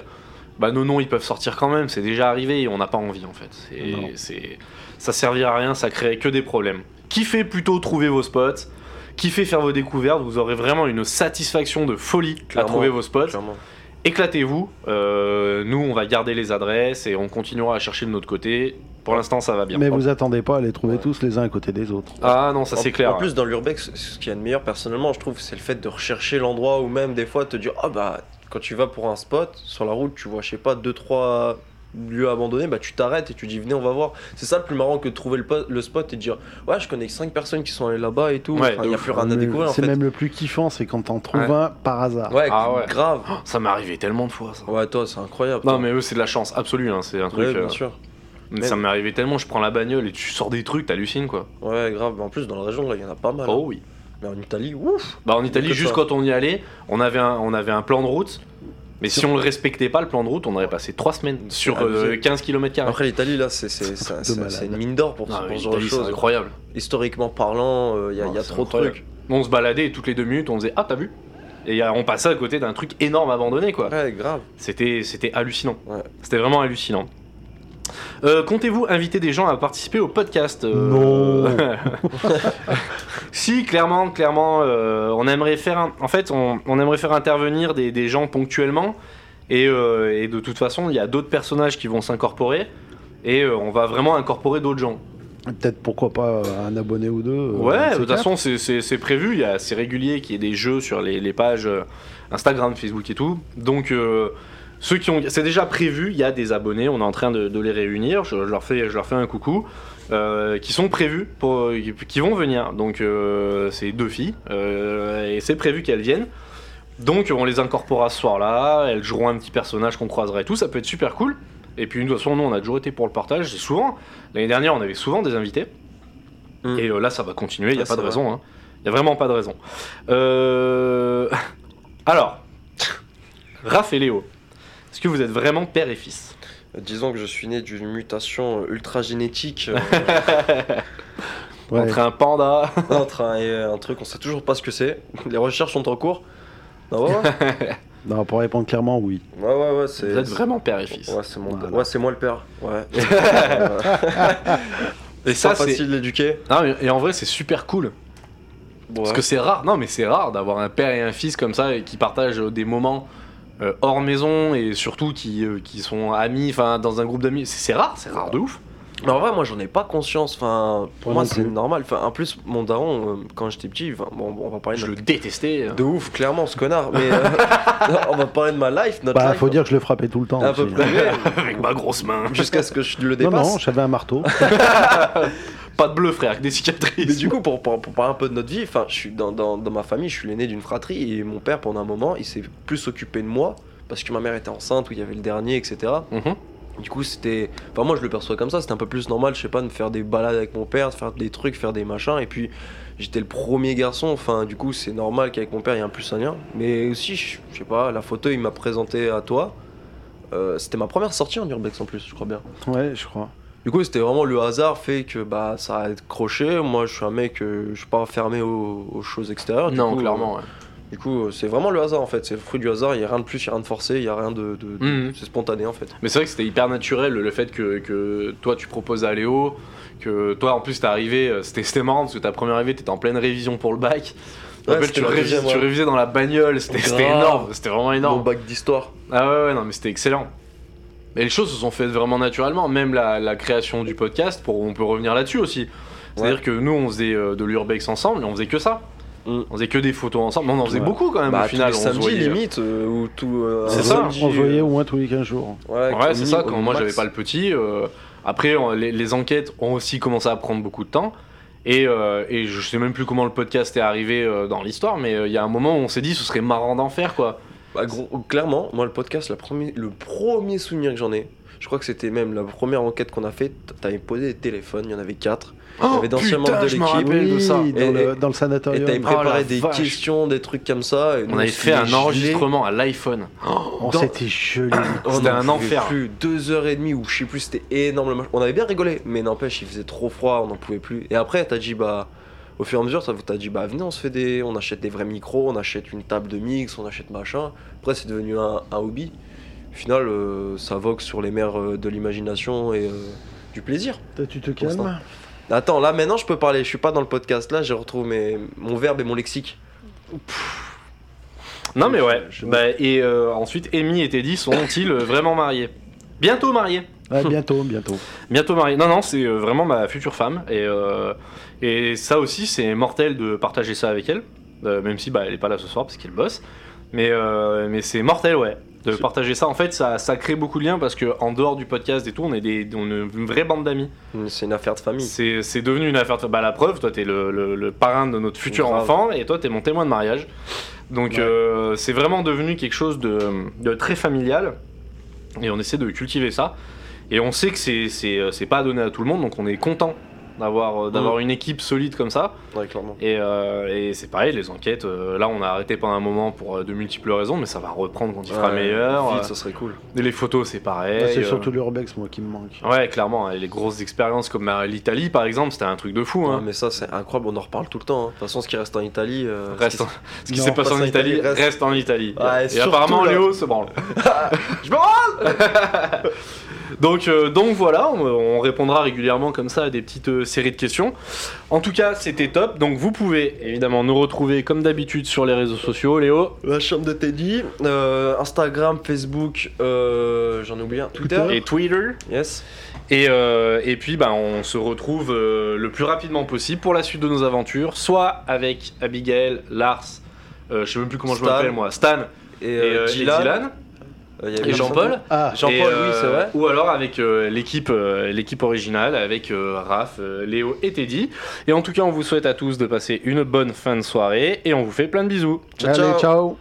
bah non, non, ils peuvent sortir quand même. C'est déjà arrivé et on n'a pas envie en fait. C'est-
Non.
c'est- ça servira à rien, ça créerait que des problèmes. Kiffez plutôt trouver vos spots, kiffez faire vos découvertes. Vous aurez vraiment une satisfaction de folie
Clairement.
à trouver vos spots
Clairement.
éclatez-vous. Euh, nous, on va garder les adresses et on continuera à chercher de notre côté. Pour l'instant, ça va bien.
Mais vous attendez pas à les trouver
Ouais.
tous les uns à côté des autres.
Ah non, ça
En-
c'est clair.
En plus, dans l'urbex, ce qu'il y a de meilleur, personnellement, je trouve, c'est le fait de rechercher l'endroit où même des fois te dire, ah bah, quand tu vas pour un spot, sur la route, tu vois, je sais pas, deux, trois lieux abandonnés, bah tu t'arrêtes et tu dis, venez, on va voir. C'est ça le plus marrant que de trouver le, po- le spot et de dire, ouais, je connais que cinq personnes qui sont allées là-bas et tout.
Ouais,
Enfin,
de
il n'y a
ouf.
plus rien à
Mais
découvrir en
Euh, C'est
fait.
même le plus kiffant, c'est quand t'en trouves
Ouais.
un par hasard.
Ouais,
Ah ouais.
grave.
Ça m'est arrivé tellement de fois. Ça.
Ouais, toi, c'est incroyable.
Non
toi.
mais eux c'est de la chance absolue, hein, c'est un truc.
Ouais, bien
euh,
sûr.
mais Ça m'est arrivé tellement, je prends la bagnole et tu sors des trucs, t'hallucines quoi.
Ouais, grave. Mais En plus, dans la région, là, il y en a pas mal. hein.
Oh oui.
Mais en Italie, ouf.
Bah en
Que
Italie, juste
ça.
quand on y allait, on avait un, on avait un plan de route. Mais si on le respectait pas, le plan de route, on aurait passé 3 semaines sur
Ah,
euh,
c'est-
15 km.
Après l'Italie là, c'est- c'est-
C'est un truc
c'est
de
c'est-
malade.
c'est une mine d'or pour, pour ce genre de
Ah, C'est
choses.
incroyable.
Historiquement parlant, il y a,
Non,
y a
c'est
trop de
incroyable.
trucs.
On se baladait et toutes les deux minutes, on faisait Ah, t'as vu Et euh, on passait à côté d'un truc énorme abandonné, quoi.
Ouais, grave.
C'était, c'était hallucinant.
Ouais.
C'était vraiment hallucinant. Euh, comptez-vous inviter des gens à participer au podcast euh,
Non.
Si, clairement, clairement, euh, on aimerait faire. un- En fait, on, on aimerait faire intervenir des, des gens ponctuellement. Et, euh, et de toute façon, il y a d'autres personnages qui vont s'incorporer. Et euh, on va vraiment incorporer d'autres gens.
Et Peut-être pourquoi pas un abonné ou deux. euh,
Ouais, de
c'est
toute
clair.
façon, c'est- c'est c'est prévu. Il y a- C'est régulier qu'il y ait des jeux sur les, les pages euh, Instagram, Facebook et tout. Donc, euh, ceux qui ont. C'est déjà prévu. Il y a des abonnés. On est en train de, de les réunir. Je, je leur fais, je leur fais un coucou. euh, qui sont prévus, pour, euh, qui vont venir. Donc, euh, c'est deux filles. euh, et c'est prévu qu'elles viennent. Donc, on les incorporera ce soir-là. Elles joueront un petit personnage qu'on croisera et tout. Ça peut être super cool. Et puis, de toute façon, nous, on a toujours été pour le partage. C'est Souvent, l'année dernière, on avait souvent des invités.
Mm.
Et euh, là, ça va continuer, il n'y a pas
Ah,
de
ça va.
raison. hein. Il n'y a vraiment pas de raison. Euh, Alors, Raph et Léo, est-ce que vous êtes vraiment père et fils
Euh, Disons que je suis né d'une mutation euh, ultra génétique euh,
Ouais.
Entre un panda
entre un, hein, et euh, un truc, on sait toujours pas ce que c'est. Les recherches sont en cours. Ah ouais, ouais,
Non, pour répondre clairement, oui.
ouais, ouais, ouais,
Vous
c'est.
êtes vraiment père et fils.
Ouais, c'est mon-
Voilà.
ouais, c'est moi le père. Ouais. Euh,
Et
c'est
ça,
pas
c'est.
facile d'éduquer.
Ah, mais- et en vrai, c'est super cool. Parce
Ouais.
que c'est rare, non mais c'est rare d'avoir un père et un fils comme ça et qui partagent euh, des moments euh, hors maison et surtout qui, euh, qui sont amis, enfin dans un groupe d'amis. C'est c'est rare, c'est rare de ouf.
Mais en vrai, moi, j'en ai pas conscience. Enfin, pour
Moi
moi,
non
c'est
plus.
normal. Enfin, en plus, mon daron, euh, quand j'étais petit, enfin, bon, on va parler
Je
de,
le détestais. euh,
de ouf, clairement, ce connard. Mais euh, on va parler de ma life, notre
Bah,
life.
faut dire que je le frappais tout le temps.
à
aussi,
peu
hein.
près.
Avec ma grosse main.
Jusqu'à ce que je le
Non,
dépasse.
non, j'avais un marteau.
Pas de bleu frère, des
Mais
cicatrices.
du coup, pour, pour, pour parler un peu de notre vie, enfin, je suis dans, dans, dans ma famille, je suis l'aîné d'une fratrie et mon père, pendant un moment, il s'est plus occupé de moi parce que ma mère était enceinte, où il y avait le dernier, etc.
Mhm.
Du coup, c'était. Enfin, moi, je le perçois comme ça. C'était un peu plus normal, je sais pas, de me faire des balades avec mon père, de faire des trucs, faire des machins. Et puis, j'étais le premier garçon. Enfin, du coup, c'est normal qu'avec mon père, il y ait un plus un lien. Mais aussi, je je sais pas, la photo, il m'a présenté à toi. Euh, c'était ma première sortie en Urbex en plus, je crois bien.
ouais, je crois.
Du coup, c'était vraiment le hasard fait que bah ça a accroché. Moi, je suis un mec, euh, je suis pas fermé aux, aux choses extérieures. Oh, Du
Non,
coup,
clairement. ouais.
euh, du coup, euh, c'est vraiment le hasard en fait. C'est le fruit du hasard. Il y a rien de plus, il y a rien de forcé, il y a rien de. de- de-
Mhm.
C'est spontané en fait.
Mais c'est vrai que c'était hyper naturel le fait que, que toi tu proposes à Léo, que toi en plus t'es arrivé, euh, c'était c'était marrant parce que ta première arrivée t'étais en pleine révision pour le bac. Je me
Ouais,
rappelle, tu,
c'était la
révis-
deuxième,
tu
ouais.
révisais dans la bagnole, c'était
Grave.
c'était énorme, c'était vraiment énorme.
Mon bac d'histoire.
Ah ouais, ouais, non, mais c'était excellent. Et les choses se sont faites vraiment naturellement, même la, la création du podcast, pour, on peut revenir là-dessus aussi. C'est-à-dire que nous, on faisait euh, de l'urbex ensemble, et on faisait que ça.
Mm.
On faisait que des photos ensemble, Ah, mais on en faisait
Ouais.
beaucoup quand même
Bah,
au final.
tous
on
les
se
samedis
voyait.
limite euh, ou tout. euh,
C'est
un
on
ça.
se-
samedi,
On se voyait
euh,
au moins tous les 15 jours.
Ouais, c'est
au
ça,
mi- au
quand moi
max.
j'avais pas le petit. euh, après, on- les, les enquêtes ont aussi commencé à prendre beaucoup de temps. Et, euh, et je sais même plus comment le podcast est arrivé euh, dans l'histoire, mais euh, il y a un moment où on s'est dit ce serait marrant d'en faire quoi.
Bah, gros, clairement, moi le podcast, la premier, le premier souvenir que j'en ai, je crois que c'était même la première enquête qu'on a fait. T'avais posé des téléphones, il y en avait quatre.
Oh,
avait d'anciens membres de
je me
l'équipe.
rappelle de ça.
Oui, dans,
Et-
le, dans
et-
le
Et t'avais
sanatorium. Oh
pris-
préparé
Oh la
des
vache.
questions, des trucs comme ça. et nous,
On avait fait un
s'était
enregistrement à l'iPhone.
On
dans-
s'était gelé.
gelés.
C'était
On en
un
pouvait
enfer.
Plus deux heures et demie ou je sais plus, c'était énorme. le mach- On avait bien rigolé, mais n'empêche, il faisait trop froid, on n'en pouvait plus. Et après, t'as dit bah. Au fur et à mesure, ça vous- t'as dit bah venez, on se fait des, on achète des vrais micros, on achète une table de mix, on achète machin. Après, c'est devenu un, un hobby. Au final, euh, ça vogue sur les mers euh, de l'imagination et euh, du plaisir.
Toi, tu te
Constant.
calmes
Attends, là maintenant, je peux parler. Je suis pas dans le podcast. Là, je retrouve mes, mon verbe et mon lexique.
Non mais ouais.
Je- je-
Bah, et euh, ensuite, Amy et Teddy sont-ils euh, vraiment mariés Bientôt mariés.
Ouais, Bientôt, bientôt.
Bientôt mariés. Non non, c'est euh, vraiment ma future femme et euh, et ça aussi c'est mortel de partager ça avec elle, euh, même si bah elle est pas là ce soir parce qu'elle bosse. Mais euh, mais c'est mortel ouais. De
C'est-
partager ça, en fait, ça, ça crée beaucoup de liens parce que en dehors du podcast et tout, on est des, on est une vraie bande d'amis.
C'est une affaire de famille.
C'est c'est devenu une affaire. de- Bah, la preuve, toi, t'es le, le, le parrain de notre futur
Grave.
enfant et toi, t'es mon témoin de mariage. Donc,
Ouais.
euh, c'est vraiment devenu quelque chose de, de très familial et on essaie de cultiver ça. Et on sait que c'est- c'est euh, c'est pas donné à tout le monde, donc on est content d'avoir euh,
Mm.
d'avoir une équipe solide comme ça.
Ouais, clairement.
Et, euh, et c'est pareil, les enquêtes, euh, là on a arrêté pendant un moment pour euh, de multiples raisons, mais ça va reprendre quand il fera
Ouais,
meilleur.
Vite, ça serait cool.
Euh, les photos, c'est pareil.
Là, c'est
euh,
surtout l'urbex, moi, qui me manque.
Ouais, clairement, et les grosses expériences comme euh, l'Italie par exemple, c'était un truc de fou.
Ouais,
Hein.
mais ça, c'est incroyable, on en reparle tout le temps. hein. De toute façon, ce qui reste en Italie. euh,
Reste hein.
ce
en-
qui-
Ce qui
Non,
s'est passé en Italie reste,
reste-
en Italie.
Ouais,
et
surtout,
apparemment
là.
Léo se branle.
Je me rends
Donc, euh, donc voilà, on, on répondra régulièrement comme ça à des petites euh, séries de questions. En tout cas, c'était top. Donc vous pouvez évidemment nous retrouver comme d'habitude sur les réseaux sociaux. Léo
La chambre de Teddy, euh, Instagram, Facebook, euh, j'en ai oublié un, Twitter.
Twitter.
et Twitter.
Yes.
Et, euh, et puis bah, on se retrouve euh, le plus rapidement possible pour la suite de nos aventures, soit avec Abigail, Lars, euh, je sais même plus comment je
Stan.
m'appelle moi, Stan
Et,
et,
euh,
euh, et
Dylan.
Dylan.
Euh, il y avait
Et
plein de
Jean-Paul.
gens.
Ah,
Jean-Paul,
Et, euh,
oui, c'est vrai.
Ou alors avec euh, l'équipe euh, l'équipe originale, avec euh, Raph, euh, Léo et Teddy. Et en tout cas, on vous souhaite à tous de passer une bonne fin de soirée et on vous fait plein de bisous.
Ciao,
Allez,
ciao.
ciao.